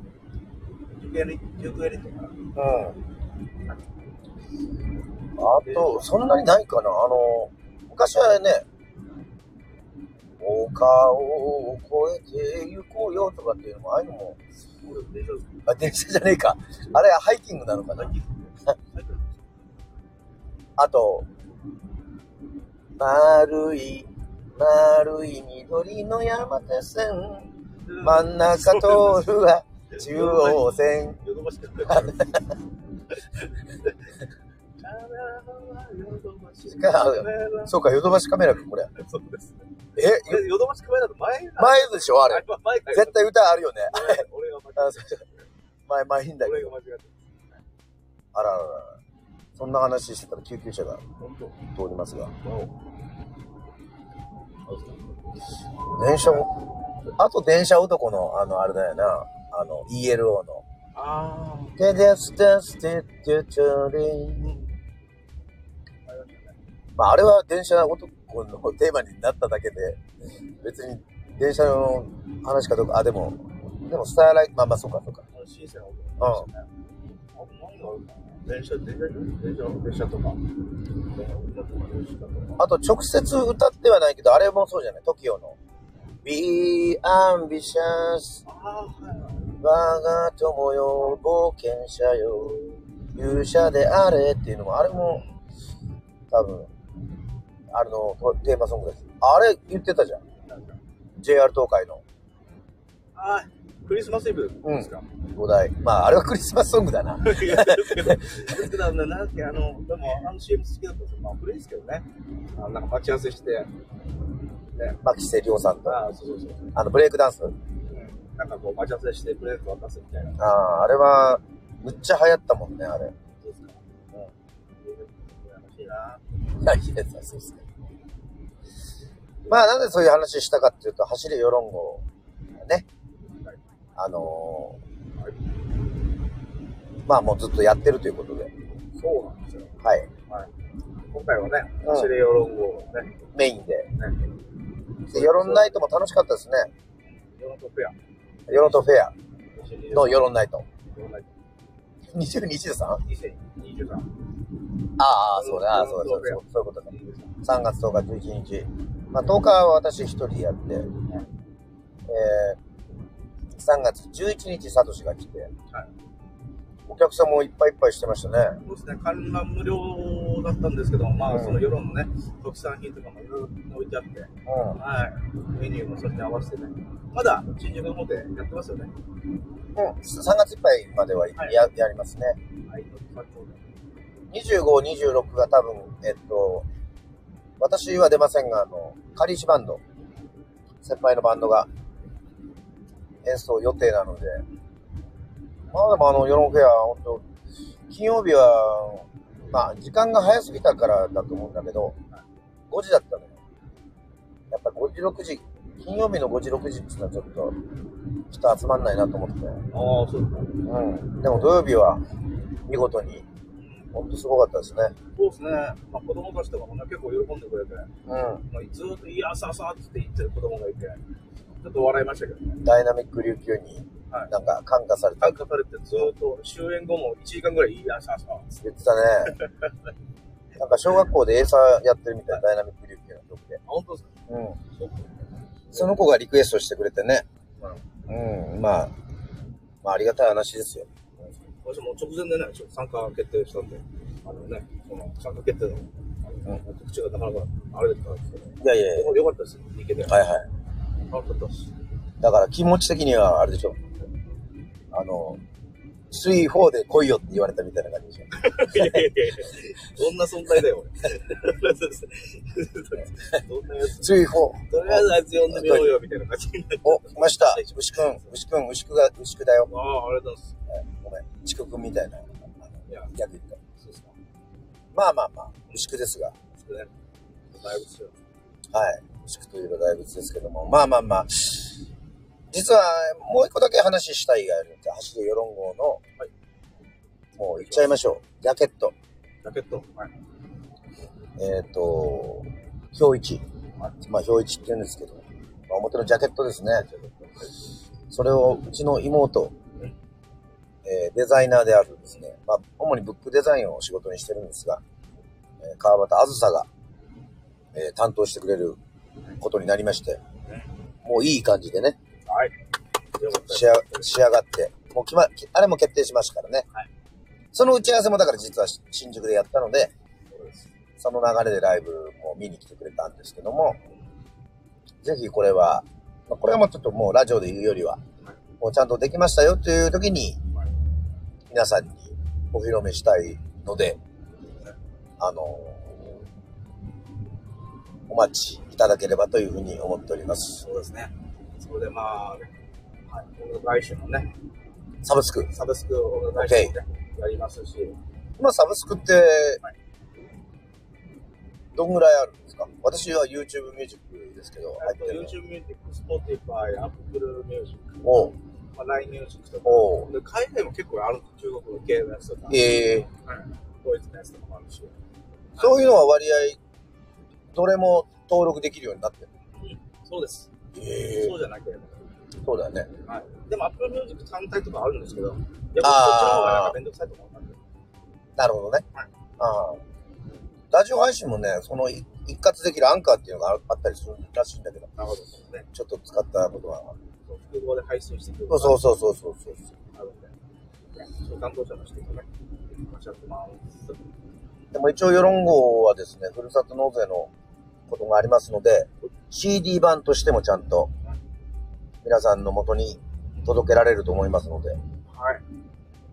[SPEAKER 2] ジュクエリ、ジュクエリとか。
[SPEAKER 1] うん。あと、そんなにないかな。あの、昔はね、丘を越えて行こうよとかっていうのも、ああいうのも、
[SPEAKER 2] 俺電車
[SPEAKER 1] あ、電車じゃねえか。あれはハイキングなのか
[SPEAKER 2] (laughs)
[SPEAKER 1] な。あと、丸い、丸い緑の山手線、
[SPEAKER 2] (laughs)
[SPEAKER 1] 真ん中通るは中央線。
[SPEAKER 2] ヨドバシだ (laughs) ったよヨドバシカメラ
[SPEAKER 1] そうか、ヨドバシカメラか、これ。
[SPEAKER 2] (laughs) そうですね。
[SPEAKER 1] え、
[SPEAKER 2] これヨドバシカメラの前が
[SPEAKER 1] 前でしょ、あれ。
[SPEAKER 2] あ前か
[SPEAKER 1] 絶対歌あるよね。
[SPEAKER 2] 俺が間違
[SPEAKER 1] あそう前、前ヒン
[SPEAKER 2] え
[SPEAKER 1] だ
[SPEAKER 2] た。
[SPEAKER 1] け
[SPEAKER 2] 俺が
[SPEAKER 1] ど。
[SPEAKER 2] 間違えた。
[SPEAKER 1] あらららら。そんな話してたら救急車が
[SPEAKER 2] 本当
[SPEAKER 1] 通りますが。
[SPEAKER 2] わ
[SPEAKER 1] 電車も、あと電車男の、あの、あれだよな。あの、ELO の。
[SPEAKER 2] おああ。
[SPEAKER 1] ででスでスででちょり
[SPEAKER 2] うん。ありましたね。
[SPEAKER 1] まあ、あれは電車男のテーマになっただけで、別に電車の話かどうか、あ、でも、でもスターライト、まあまあ、そうか、そうか。
[SPEAKER 2] あの新鮮な音がしましたね。あ何があるかな電車、電車、電車、電車とか。電車とか電車とか
[SPEAKER 1] あと、直接歌ってはないけど、あれもそうじゃない ?TOKIO の Be ambitious 我が友よ、冒険者よ、勇者であれっていうのも、あれも、多分、あの、テーマソングです。あれ言ってたじゃん。JR 東海の
[SPEAKER 2] あークリスマスイブですか、
[SPEAKER 1] お題。まあ、あれはクリスマスソングだな。
[SPEAKER 2] いやですけど、ですけど、ななんだっけ、あの、でも、あの CM 好きだったんですよ。まあ、古いですけどね。あのなんか待ち合わせして、ね、
[SPEAKER 1] 牧瀬亮さんと。
[SPEAKER 2] ああ、そうそうそう。
[SPEAKER 1] あの、ブレイクダンス。
[SPEAKER 2] うん、なんかこう、待ち合わせしてプレゼント渡すみたいな。
[SPEAKER 1] ああ、あれは、むっちゃ流行ったもんね、あれ。
[SPEAKER 2] そうですか。うん。楽しいな。
[SPEAKER 1] いや、いや、そうですね。 (laughs) まあ、なんでそういう話したかっていうと、走れ世論号がね、あの
[SPEAKER 2] はい
[SPEAKER 1] ーまあもうずっとやってるということで、
[SPEAKER 2] そうなんですよ。
[SPEAKER 1] はい、
[SPEAKER 2] はい。今回はね
[SPEAKER 1] う、ん
[SPEAKER 2] 走れよろんごをね、
[SPEAKER 1] メインで。
[SPEAKER 2] ね、
[SPEAKER 1] で、世論ナイトも楽しかったですね。
[SPEAKER 2] 世論トフェア。
[SPEAKER 1] 世論とフェアの世
[SPEAKER 2] 論。
[SPEAKER 1] 論ナイト。
[SPEAKER 2] 世論ナイ
[SPEAKER 1] 22日さん
[SPEAKER 2] ト2023。
[SPEAKER 1] ああ、そうだ、ああそうだ、そうだ、そうそういうことね。3月10日、11日。まあ、10日は私一人でやって、えー、3月11日、サトシが来て、
[SPEAKER 2] はい
[SPEAKER 1] お客さんもいっぱいいっぱいしてましたね。
[SPEAKER 2] そうですね、観覧無料だったんですけど、まあ、その世論のね、特産品とかもいろいろ置いてあって、
[SPEAKER 1] う
[SPEAKER 2] はい、メニューもそれに合わせてね、まだ新宿の方でやってますよね。
[SPEAKER 1] ん。うん。3月いっぱいまではや,、
[SPEAKER 2] はい
[SPEAKER 1] やりますね。
[SPEAKER 2] はい、三丁目
[SPEAKER 1] 25、26が多分、えっと、私は出ませんが、あの、カリシバンド、先輩のバンドが演奏予定なので、まあでもあの、世論フェア、本当金曜日は、まあ、時間が早すぎたからだと思うんだけど、5時だったのよ。やっぱ5時、6時、金曜日の5時、6時っていうのはちょっと、人集まんないなと思って。
[SPEAKER 2] ああ、そうですか。
[SPEAKER 1] うん。でも土曜日は、見事に、本当すごかったですね。
[SPEAKER 2] そうですね、まあ、子供たちとかもね、結構喜んでくれて、
[SPEAKER 1] う
[SPEAKER 2] まあ、ずーっと、いや、さあさあって言ってる子供がいて、ちょっと笑いましたけどね。
[SPEAKER 1] ん。ダイナミック琉球に
[SPEAKER 2] はい
[SPEAKER 1] なんか感化された。
[SPEAKER 2] 感化されて、ずーっと終演後も1時間ぐらい、いや、さあさあって
[SPEAKER 1] 言ってた (laughs) ね。なんか小学校でエーサーやってるみたいな、ダイナミック琉球の曲で
[SPEAKER 2] あ。本当ですか
[SPEAKER 1] うん。
[SPEAKER 2] そう
[SPEAKER 1] その子がリクエストしてくれてね。
[SPEAKER 2] まあ
[SPEAKER 1] うん。まあ、まあありがたい話ですよ。
[SPEAKER 2] 私も直前でね、ちょっと参加決定したんで、あのね、その参加決定のあの告知がなかなかあれだったんですけど、
[SPEAKER 1] いやいやい
[SPEAKER 2] でも良かったですよ、行けて。
[SPEAKER 1] や。はいはい。
[SPEAKER 2] 楽しかったし。
[SPEAKER 1] だから気持ち的にはあれでしょ。あの、3-4で来いよって言われたみたいな感じでしょ。
[SPEAKER 2] いやいやいやいや、どんな存在だよ、 (laughs) 俺。どんなやつ
[SPEAKER 1] 3-4。
[SPEAKER 2] とりあえずあいつ呼んでみようよ、みたいな感じになって。
[SPEAKER 1] お、来ました。牛くん、牛くん、牛くが、牛くだよ。
[SPEAKER 2] ああ、ありがとうございます。
[SPEAKER 1] ごめん、チクくんみたいな。あ
[SPEAKER 2] いや
[SPEAKER 1] の逆言った。
[SPEAKER 2] そうですか。
[SPEAKER 1] まあまあまあ、牛久ですが、
[SPEAKER 2] そうですね。だいぶ強い。
[SPEAKER 1] はい。牛久といえば大仏ですけども、まあまあまあ、実はもう一個だけ話したいがあるんで、走る世論号の、
[SPEAKER 2] はい
[SPEAKER 1] もう行っちゃいましょう。ジャケット。
[SPEAKER 2] ジャケット。はい。
[SPEAKER 1] えっ、と、表一。まあ表一って言うんですけど、まあ表のジャケットですね。それをうちの妹、えーデザイナーであるですね、まあ、主にブックデザインを仕事にしてるんですが、えー川端あずさが、えー担当してくれることになりまして、もういい感じでね、
[SPEAKER 2] はい。よかったです
[SPEAKER 1] 仕上仕上がって、もう決ま、きあれも決定しましたからね。
[SPEAKER 2] はい
[SPEAKER 1] その打ち合わせもだから実はし新宿でやったので、
[SPEAKER 2] そうです。
[SPEAKER 1] その流れでライブも見に来てくれたんですけども、ぜひこれは、まあこれはもうちょっともうラジオで言うよりは、もうちゃんとできましたよという時に、皆さんにお披露目したいので、あの、お待ちいただければというふうに思っております。
[SPEAKER 2] そうですね。それでまあ、はい。音楽来週のね、
[SPEAKER 1] サブスク。
[SPEAKER 2] サブスク音楽来週でやりますし、
[SPEAKER 1] 今サブスクって、どんぐらいあるんですか私は YouTube ミュージックですけど、
[SPEAKER 2] あ
[SPEAKER 1] 入
[SPEAKER 2] と
[SPEAKER 1] ってるの
[SPEAKER 2] YouTube Music、Spotify、Apple Music、
[SPEAKER 1] おう
[SPEAKER 2] まあ、LINE Music とか、
[SPEAKER 1] おう
[SPEAKER 2] で海外も結構あるんです中国の系のやつとか、
[SPEAKER 1] ええ
[SPEAKER 2] はい、ドイツのやつとかもあるし、
[SPEAKER 1] そういうのは割合、どれも登録できるようになってる。
[SPEAKER 2] そうです。
[SPEAKER 1] え
[SPEAKER 2] そうじゃなけれ
[SPEAKER 1] そうだよね。
[SPEAKER 2] ば。はい、でも Apple Music 単体とかあるんですけど、やっぱそっちの方がなんかめんどくさいと思うんで。
[SPEAKER 1] なるほどね。
[SPEAKER 2] はい
[SPEAKER 1] ああラジオ配信もね、その一一括できるアンカーっていうのがああったりするらしいんだけど、
[SPEAKER 2] なるほどですね。
[SPEAKER 1] ちょっと使ったことは。
[SPEAKER 2] そう複合で配信してくれる。
[SPEAKER 1] そうそうそうそうそうそう。
[SPEAKER 2] なるんで。そういう担当者の人とね、おっしゃってます。
[SPEAKER 1] でも一応世論号はですね、ふるさと納税のことがありますので、CD 版としてもちゃんと皆さんの元に届けられると思いますので、
[SPEAKER 2] はい。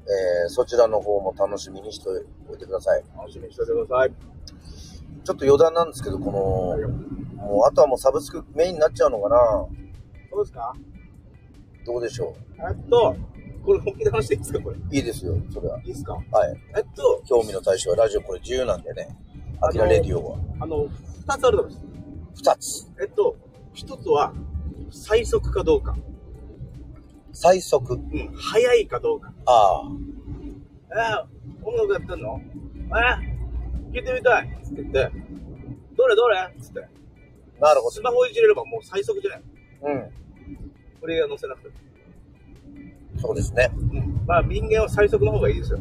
[SPEAKER 1] えーそちらの方も楽しみにしておいてください。
[SPEAKER 2] 楽しみにしておいてください。
[SPEAKER 1] ちょっと余談なんですけど、この、もうあとはもうサブスクメインになっちゃうのかな
[SPEAKER 2] どうですか
[SPEAKER 1] どうでしょ
[SPEAKER 2] えっと、これ本気で話していいですかこれ。いう
[SPEAKER 1] いいですよ、それは。
[SPEAKER 2] いですか
[SPEAKER 1] はい。
[SPEAKER 2] えっと、
[SPEAKER 1] 興味の対象はラジオこれ自由なんでね。アキラレディオは。
[SPEAKER 2] あの、二つあると思います。
[SPEAKER 1] 二つ。
[SPEAKER 2] えっと、一つは、最速かどうか。
[SPEAKER 1] 最速。
[SPEAKER 2] うん、早いかどうか。
[SPEAKER 1] ああ。
[SPEAKER 2] ああ、音楽やってんのああ、聞いてみたいつって言って、どれどれつって。
[SPEAKER 1] なるほ
[SPEAKER 2] スマホいじれればもう最速じゃない。
[SPEAKER 1] ど。う
[SPEAKER 2] プレイヤー載せなくても。
[SPEAKER 1] ん。そうですね。
[SPEAKER 2] うん。まあ人間は最速の方がいいですよ。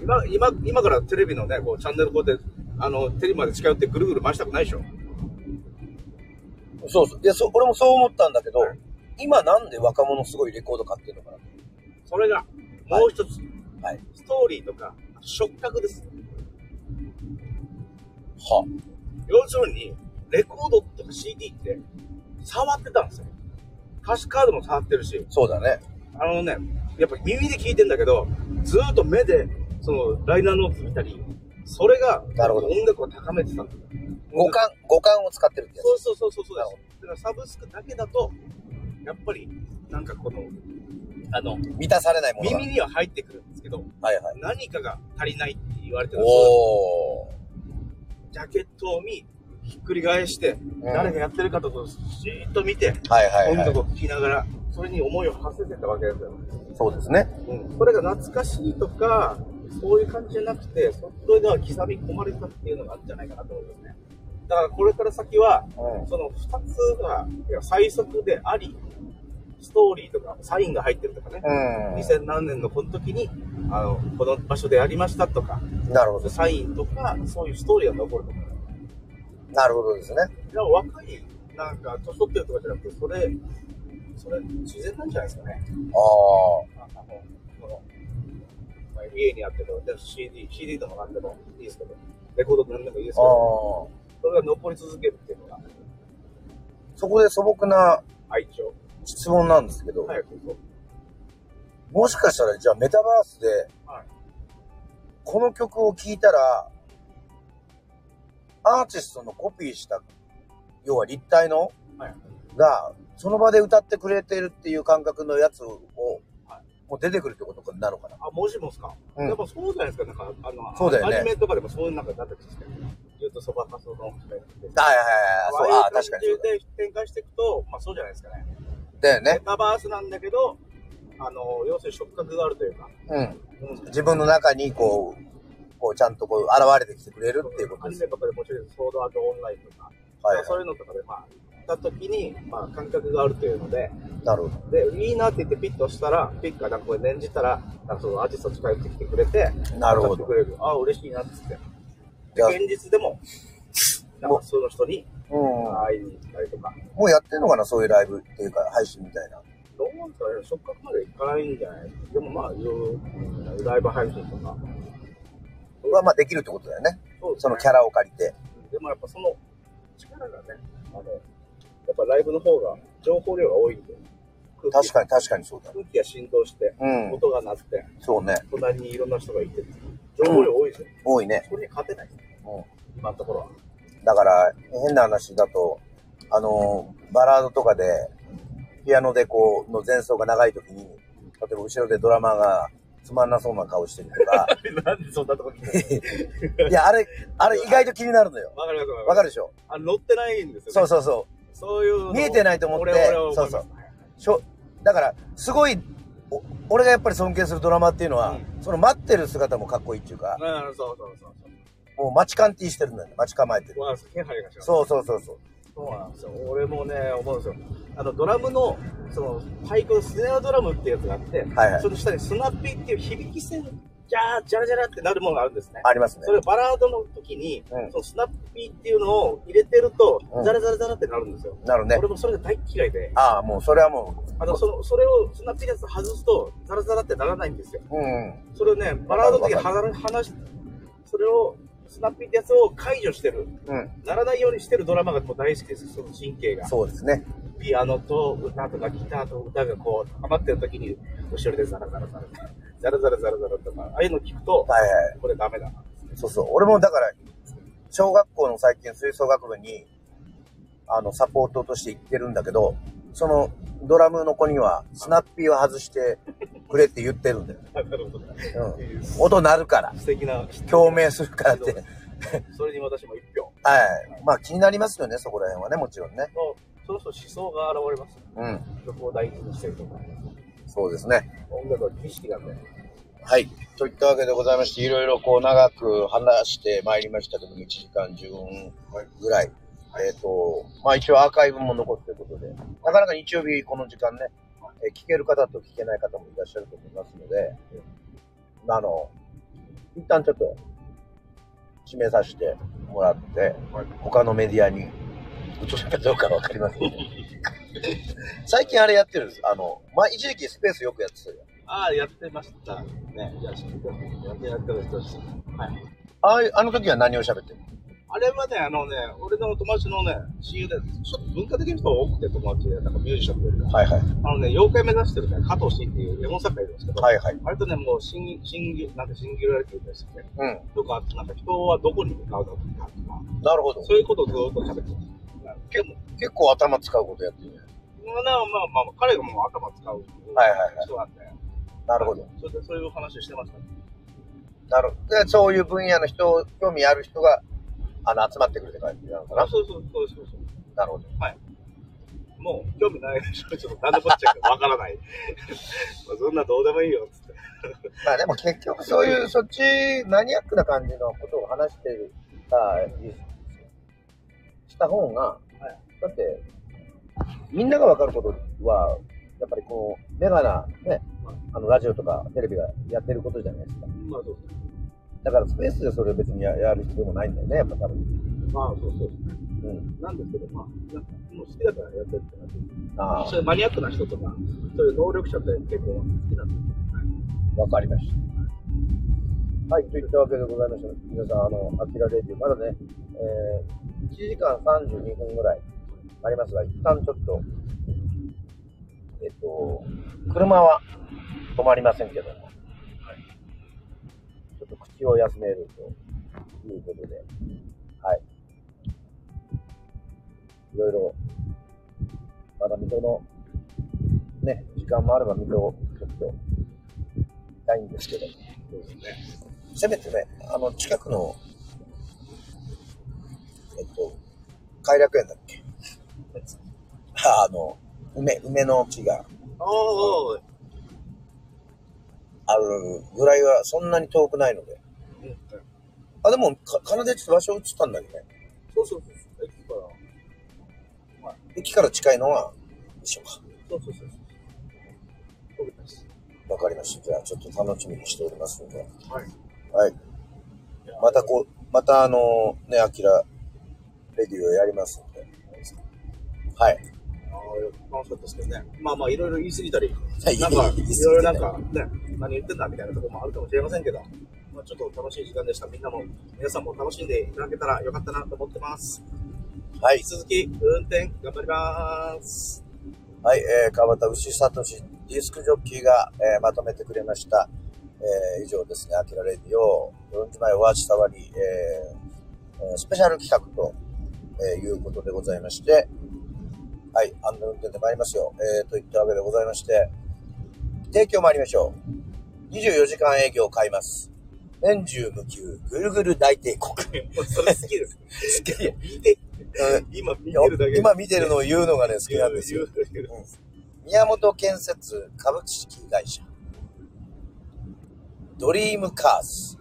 [SPEAKER 2] 今、今、今からテレビのね、こうチャンネルこうやって、あの、テレビまで近寄ってぐるぐる回したくないでしょ。
[SPEAKER 1] そうそう。いや、そ、俺もそう思ったんだけど、
[SPEAKER 2] はい
[SPEAKER 1] 今なんで若者すごいレコード買ってるのか
[SPEAKER 2] それが、もう一つ、
[SPEAKER 1] な。はい。
[SPEAKER 2] ストーリーとか、触覚です。
[SPEAKER 1] は。
[SPEAKER 2] 要するに、レコードとか CD って、触ってたんですよ。歌詞カードも触ってるし、
[SPEAKER 1] そうだね。
[SPEAKER 2] あのね、やっぱ耳で聞いてんだけど、ずーっと目で、その、ライナーノーツ見たり、それが、
[SPEAKER 1] なるほど
[SPEAKER 2] 音楽を高めてたんだよ。
[SPEAKER 1] 五感、五感を使ってるってや
[SPEAKER 2] そうそうそうそうそう
[SPEAKER 1] なる
[SPEAKER 2] で
[SPEAKER 1] ほ
[SPEAKER 2] す。だからサブスクだけだと、やっぱり、なんかこの、あの、
[SPEAKER 1] つ。満たされないものが。
[SPEAKER 2] 耳には入ってくるんですけど、
[SPEAKER 1] はいはい。
[SPEAKER 2] 何かが足りないって言われてるんですよ。
[SPEAKER 1] おー。
[SPEAKER 2] ジャケットを見、ひっくり返して、誰がやってるかとか、じーっと見て、
[SPEAKER 1] はいはい
[SPEAKER 2] 音
[SPEAKER 1] はい
[SPEAKER 2] 楽。を聴きながら、それに思いを馳せてたわけですよ。
[SPEAKER 1] そうですね。
[SPEAKER 2] うん、これが懐かしいとか、そういう感じじゃなくて、それが刻み込まれたっていうのがあるんじゃないかなと思いますね。だからこれから先は、
[SPEAKER 1] うん
[SPEAKER 2] その2つがいや最速であり、ストーリーとかサインが入ってるとかね、
[SPEAKER 1] う
[SPEAKER 2] 2000何年のこの時にあの、この場所でやりましたとか、
[SPEAKER 1] ん。なるほど。
[SPEAKER 2] サインとか、そういうストーリーが残ると思う。
[SPEAKER 1] なるほどですね。
[SPEAKER 2] いや若い、なんか、年取ってるとかじゃなくて、それ、それ、自然なんじゃないですかね。
[SPEAKER 1] あ
[SPEAKER 2] あの、この、まあ、家にあっても、で CD、CD でも何でもいいですけど、レコードでも何でもいいですけ
[SPEAKER 1] あ。
[SPEAKER 2] ど、
[SPEAKER 1] ああ。
[SPEAKER 2] それが残り続けるっていうのが
[SPEAKER 1] そこで素朴な
[SPEAKER 2] 愛情。
[SPEAKER 1] 質問なんですけど、
[SPEAKER 2] 早くそう。
[SPEAKER 1] もしかしたらじゃあメタバースで
[SPEAKER 2] はい。
[SPEAKER 1] この曲を聴いたら、アーティストのコピーした、要は立体の
[SPEAKER 2] はい。
[SPEAKER 1] が、その場で歌ってくれてるっていう感覚のやつを、
[SPEAKER 2] は
[SPEAKER 1] もう出てくるってことになるのかな。
[SPEAKER 2] あ、もしもっすか、
[SPEAKER 1] うん
[SPEAKER 2] やっぱそうじゃないですか、なんか、あの、
[SPEAKER 1] そうだよね
[SPEAKER 2] アニメとかでもそういうなんかだったりして、言うとそばかすの人がいて。
[SPEAKER 1] はいはいはい、そう、ああ、確かにそうだ。
[SPEAKER 2] で展開していくと、まあそうじゃないですかね。
[SPEAKER 1] だよ
[SPEAKER 2] メ
[SPEAKER 1] ね。
[SPEAKER 2] タバースなんだけど、あの、要するに触覚があるというか、
[SPEAKER 1] うん。
[SPEAKER 2] うん
[SPEAKER 1] 自分の中にこう、こうちゃんとこう現れてきてくれるっていうこと
[SPEAKER 2] ア
[SPEAKER 1] で
[SPEAKER 2] ニ
[SPEAKER 1] すよ。
[SPEAKER 2] メとかでもちろんソードアートオンラインとか、
[SPEAKER 1] はいは
[SPEAKER 2] そういうのとかで、まあ、行った時に、まあ、感覚があるというので、
[SPEAKER 1] い。なるほど。
[SPEAKER 2] で、いいなって言ってピッと押したら、ピッカなんかこれ念じたら、なんかそのアーティスト近寄ってきてくれて、
[SPEAKER 1] なるほど
[SPEAKER 2] 歌ってくれる。ああ、嬉しいなっつって。
[SPEAKER 1] いや
[SPEAKER 2] で現実でも、なんかその人に
[SPEAKER 1] うん。
[SPEAKER 2] 会いに行ったりとか、
[SPEAKER 1] もうやってんのかな、そういうライブっていうか、配信みたいな。
[SPEAKER 2] どうなんですかね、触覚まで行かないんじゃないでもまあ、いろいろライブ配信とか。
[SPEAKER 1] はまあできるってことだよね。
[SPEAKER 2] そうですね
[SPEAKER 1] そのキャラを借りて。
[SPEAKER 2] でもやっぱその力がね、あの、やっぱライブの方が情報量が多いんで、空気
[SPEAKER 1] 確かに確かにそうだ。
[SPEAKER 2] 空気が振動して、
[SPEAKER 1] うん
[SPEAKER 2] 音が鳴って、
[SPEAKER 1] そうね。
[SPEAKER 2] 隣にいろんな人がいて、情報量多いですよ。
[SPEAKER 1] 多いね。
[SPEAKER 2] それに勝てないです、
[SPEAKER 1] う
[SPEAKER 2] 今のところは。 (laughs)
[SPEAKER 1] ん。だから、変な話だと、あの、バラードとかで、ピアノでこう、の前奏が長い時に、例えば後ろでドラマーがつまんなそうな顔してるとか、
[SPEAKER 2] なんでそんなとこ聞
[SPEAKER 1] (laughs)
[SPEAKER 2] いて
[SPEAKER 1] いや、あれ、あれ意外と気になるのよ。
[SPEAKER 2] わかりますわ
[SPEAKER 1] わ
[SPEAKER 2] か
[SPEAKER 1] か
[SPEAKER 2] る。
[SPEAKER 1] るでしょ
[SPEAKER 2] あの乗ってないんですよ、ね。
[SPEAKER 1] そう
[SPEAKER 2] そう。
[SPEAKER 1] そうそ
[SPEAKER 2] そういうのを
[SPEAKER 1] 見えてないと思って
[SPEAKER 2] 俺は俺は思いま
[SPEAKER 1] そう
[SPEAKER 2] す
[SPEAKER 1] そうう。しょだから、すごい、お俺がやっぱり尊敬するドラマっていうのは、
[SPEAKER 2] う
[SPEAKER 1] その待ってる姿もかっこいいっていうか、
[SPEAKER 2] うん、そうそうそう
[SPEAKER 1] もう待ち感ティしてるんだよね。待ち構えて
[SPEAKER 2] そう。
[SPEAKER 1] る。
[SPEAKER 2] わかる気配がします。
[SPEAKER 1] そうそうそうそう。
[SPEAKER 2] そうなんですよ。俺もね、思うんですよ。あの、ドラムの、その、パイクのスネアドラムってやつがあって、
[SPEAKER 1] はいはい
[SPEAKER 2] その下にスナッピーっていう響き線ジャー、ジャラジャラってなるものがあるんですね。
[SPEAKER 1] ありますね
[SPEAKER 2] そ。れバラードの時に、
[SPEAKER 1] うん
[SPEAKER 2] そのスナッピーっていうのを入れてると、
[SPEAKER 1] うん
[SPEAKER 2] ザラザラザラってなるんですよ。
[SPEAKER 1] なるね
[SPEAKER 2] 俺。もそれが大嫌いで、
[SPEAKER 1] ああ、もうそれはも
[SPEAKER 2] あの、その、それをスナッピーのやつ外すと、ザラザラってならないんですよ。
[SPEAKER 1] う、うん。
[SPEAKER 2] それをね、バラードの時に離離し、それを、スナッピーってやつを解除してる。
[SPEAKER 1] うん。
[SPEAKER 2] ならないようにしてるドラマがもう大好きです。その神経が。
[SPEAKER 1] そうですね。
[SPEAKER 2] ピアノと歌とかギターと歌がこう、余ってる時に、後ろでザラザラザラ、ザラザラザラザラとか、ああいうの聞くと、
[SPEAKER 1] はいはい。
[SPEAKER 2] これダメだな。
[SPEAKER 1] そうそう。俺もだから、小学校の最近吹奏楽部に、あの、サポートとして行ってるんだけど、そのドラムの子には、スナッピーは外してくれって言ってるんだよ。
[SPEAKER 2] なるほど。
[SPEAKER 1] うん。音鳴るから、
[SPEAKER 2] 素敵な。
[SPEAKER 1] 共鳴するからって。
[SPEAKER 2] それに私も一票。
[SPEAKER 1] はい。まあ気になりますよね、そこら辺はね、もちろんね。
[SPEAKER 2] のその人思想が現れます。
[SPEAKER 1] うん。
[SPEAKER 2] そこを大事にしてると思います。
[SPEAKER 1] そうですね。
[SPEAKER 2] 音楽は儀式なんで。
[SPEAKER 1] はい。といったわけでございまして、いろいろこう長く話してまいりましたけども、1時間15分ぐらい。えっ、と、まあ一応アーカイブも残ってることで、なかなか日曜日この時間ね、えー聞ける方と聞けない方もいらっしゃると思いますので、あの、一旦ちょっと、締めさせてもらって、他のメディアに移るかどうかわかりませ (laughs) んけど。最近あれやってるんです。あの、まあ、一時期スペースよくやってたよ。
[SPEAKER 2] ああ、やってました。ね。じゃあ、知ってください。やってやってる人し。はい。
[SPEAKER 1] ああいうあの時は何を喋ってる
[SPEAKER 2] あれはね、あのね、俺の友達のね、親友で、ちょっと文化的な人が多くて友達で、なんかミュージシャンというよりか
[SPEAKER 1] はいはい。
[SPEAKER 2] あのね、妖怪目指してるね、加藤慎っていうレモン作家がいるんですけど、
[SPEAKER 1] はいはい。
[SPEAKER 2] 割とね、もう、シン、シンギュ、なんかシンギュラリティですよね。
[SPEAKER 1] うん。
[SPEAKER 2] とか、なんか人はどこに向かうのかとか、
[SPEAKER 1] なるほど。
[SPEAKER 2] そういうことをずっと喋ってます。でも、
[SPEAKER 1] 結構頭使うことやってるね。
[SPEAKER 2] まあな、まあまあ、彼がもう頭使う
[SPEAKER 1] はいはいはい
[SPEAKER 2] 人なんで、
[SPEAKER 1] なるほど。
[SPEAKER 2] それでそういう話してましたね。
[SPEAKER 1] なるほど。で、そういう分野の人、興味ある人が、あの、集まってくるって感じなのかな
[SPEAKER 2] あ、。そうそうそうそうそう。
[SPEAKER 1] なるほど。
[SPEAKER 2] もう興味ないでしょ、ちょっと何でこっちゃかわからない。 (laughs) まあそんなどうでもいいよ、つって。
[SPEAKER 1] まあでも結局そういう、そっち、マニアックな感じのことを話してる、あした方が、だって、みんながわかることは、やっぱりこう、メガな、ね
[SPEAKER 2] はい、
[SPEAKER 1] あの、ラジオとかテレビがやってることじゃないですか。
[SPEAKER 2] まあそうそう。
[SPEAKER 1] だからスペースでそれを別にややる必要もないんだよね、やっぱ多分。
[SPEAKER 2] まあそうそう。
[SPEAKER 1] うん。
[SPEAKER 2] なんですけど、まあ、なんかもう好きだからやってるって感じ。
[SPEAKER 1] あ
[SPEAKER 2] そういうマニアックな人とか、そういう能力者って結構好きなんです
[SPEAKER 1] あ、わかりました。はい、といったわけでございまして、皆さん、あの、アキラレディオ、まだね、えー、1時間32分ぐらいありますが、一旦ちょっと、えっと、車は止まりませんけども、ちょっと口を休めるということで、はい。いろいろ、まだ水戸の、ね、時間もあれば水戸をちょっと、ないんですけど、
[SPEAKER 2] そうですね。
[SPEAKER 1] せめてね、あの、近くの、えっと、偕楽園だっけああの、梅、梅の木が
[SPEAKER 2] おーおー、
[SPEAKER 1] あるぐらいはそんなに遠くないので。
[SPEAKER 2] うん、
[SPEAKER 1] あ、でも、か、奏でちょっと場所移ったんだけどね。
[SPEAKER 2] そうそうそうそう。駅から。
[SPEAKER 1] 駅から近いのは一緒か。
[SPEAKER 2] そうそうそうそう。そうです。
[SPEAKER 1] わかりました。じゃあ、ちょっと楽しみにしておりますので。
[SPEAKER 2] はい。
[SPEAKER 1] はい。またこう、またあの、ね、アキラ、レディをやりますので。はい。
[SPEAKER 2] ああ、楽しかったですけどね。まあまあ、いろいろ言い過
[SPEAKER 1] (laughs)
[SPEAKER 2] ぎたり、
[SPEAKER 1] い
[SPEAKER 2] なんか、
[SPEAKER 1] 言い過ぎてね
[SPEAKER 2] いろいろなんか、ね、何言ってんだみたいなところもあるかもしれませんけど、まあ、ちょっと楽しい時間でした。みんなも、皆さんも楽しんでいただけたらよかったなと思ってます。
[SPEAKER 1] はい
[SPEAKER 2] 引き。続き、運転頑張ります。
[SPEAKER 1] はい、えー、川端牛聡ディスクジョッキーが、えーまとめてくれました。えー以上ですね、アキラレディオ、4時前は下わり、えーえースペシャル企画と、えーいうことでございまして、はい、安全運転で参りますよ、えーといったわけでございまして、提供参りましょう。24時間営業を買います。年中無休、ぐるぐる大帝国。
[SPEAKER 2] (laughs) それ好きです。
[SPEAKER 1] 好きや
[SPEAKER 2] 見て、
[SPEAKER 1] (laughs) うん
[SPEAKER 2] 今見てるだけ
[SPEAKER 1] 今見てるのを言うのがね、好き
[SPEAKER 2] 言う
[SPEAKER 1] なんですよ。
[SPEAKER 2] 言う言う
[SPEAKER 1] 宮本建設株式会社ドリームカーズ、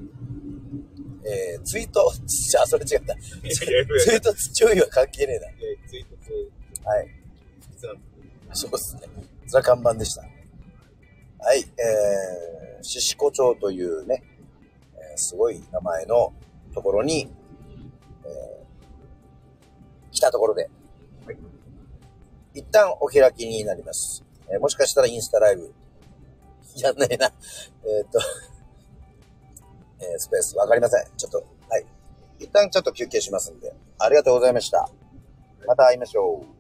[SPEAKER 1] えー、ツイート (laughs) あそれ違った
[SPEAKER 2] いやいやいや
[SPEAKER 1] ツイート注意は関係ねえ
[SPEAKER 2] いやツイートツイ
[SPEAKER 1] なはい
[SPEAKER 2] ート
[SPEAKER 1] そうですねザ看板でしたはいえー、獅子湖町というねすごい名前のところに、えー来たところで、
[SPEAKER 2] はい
[SPEAKER 1] 一旦お開きになります。えーもしかしたらインスタライブ、やんないな。えーっと、 (laughs) えースペースわかりません。ちょっと、はい。一旦ちょっと休憩しますんで、ありがとうございました。また会いましょう。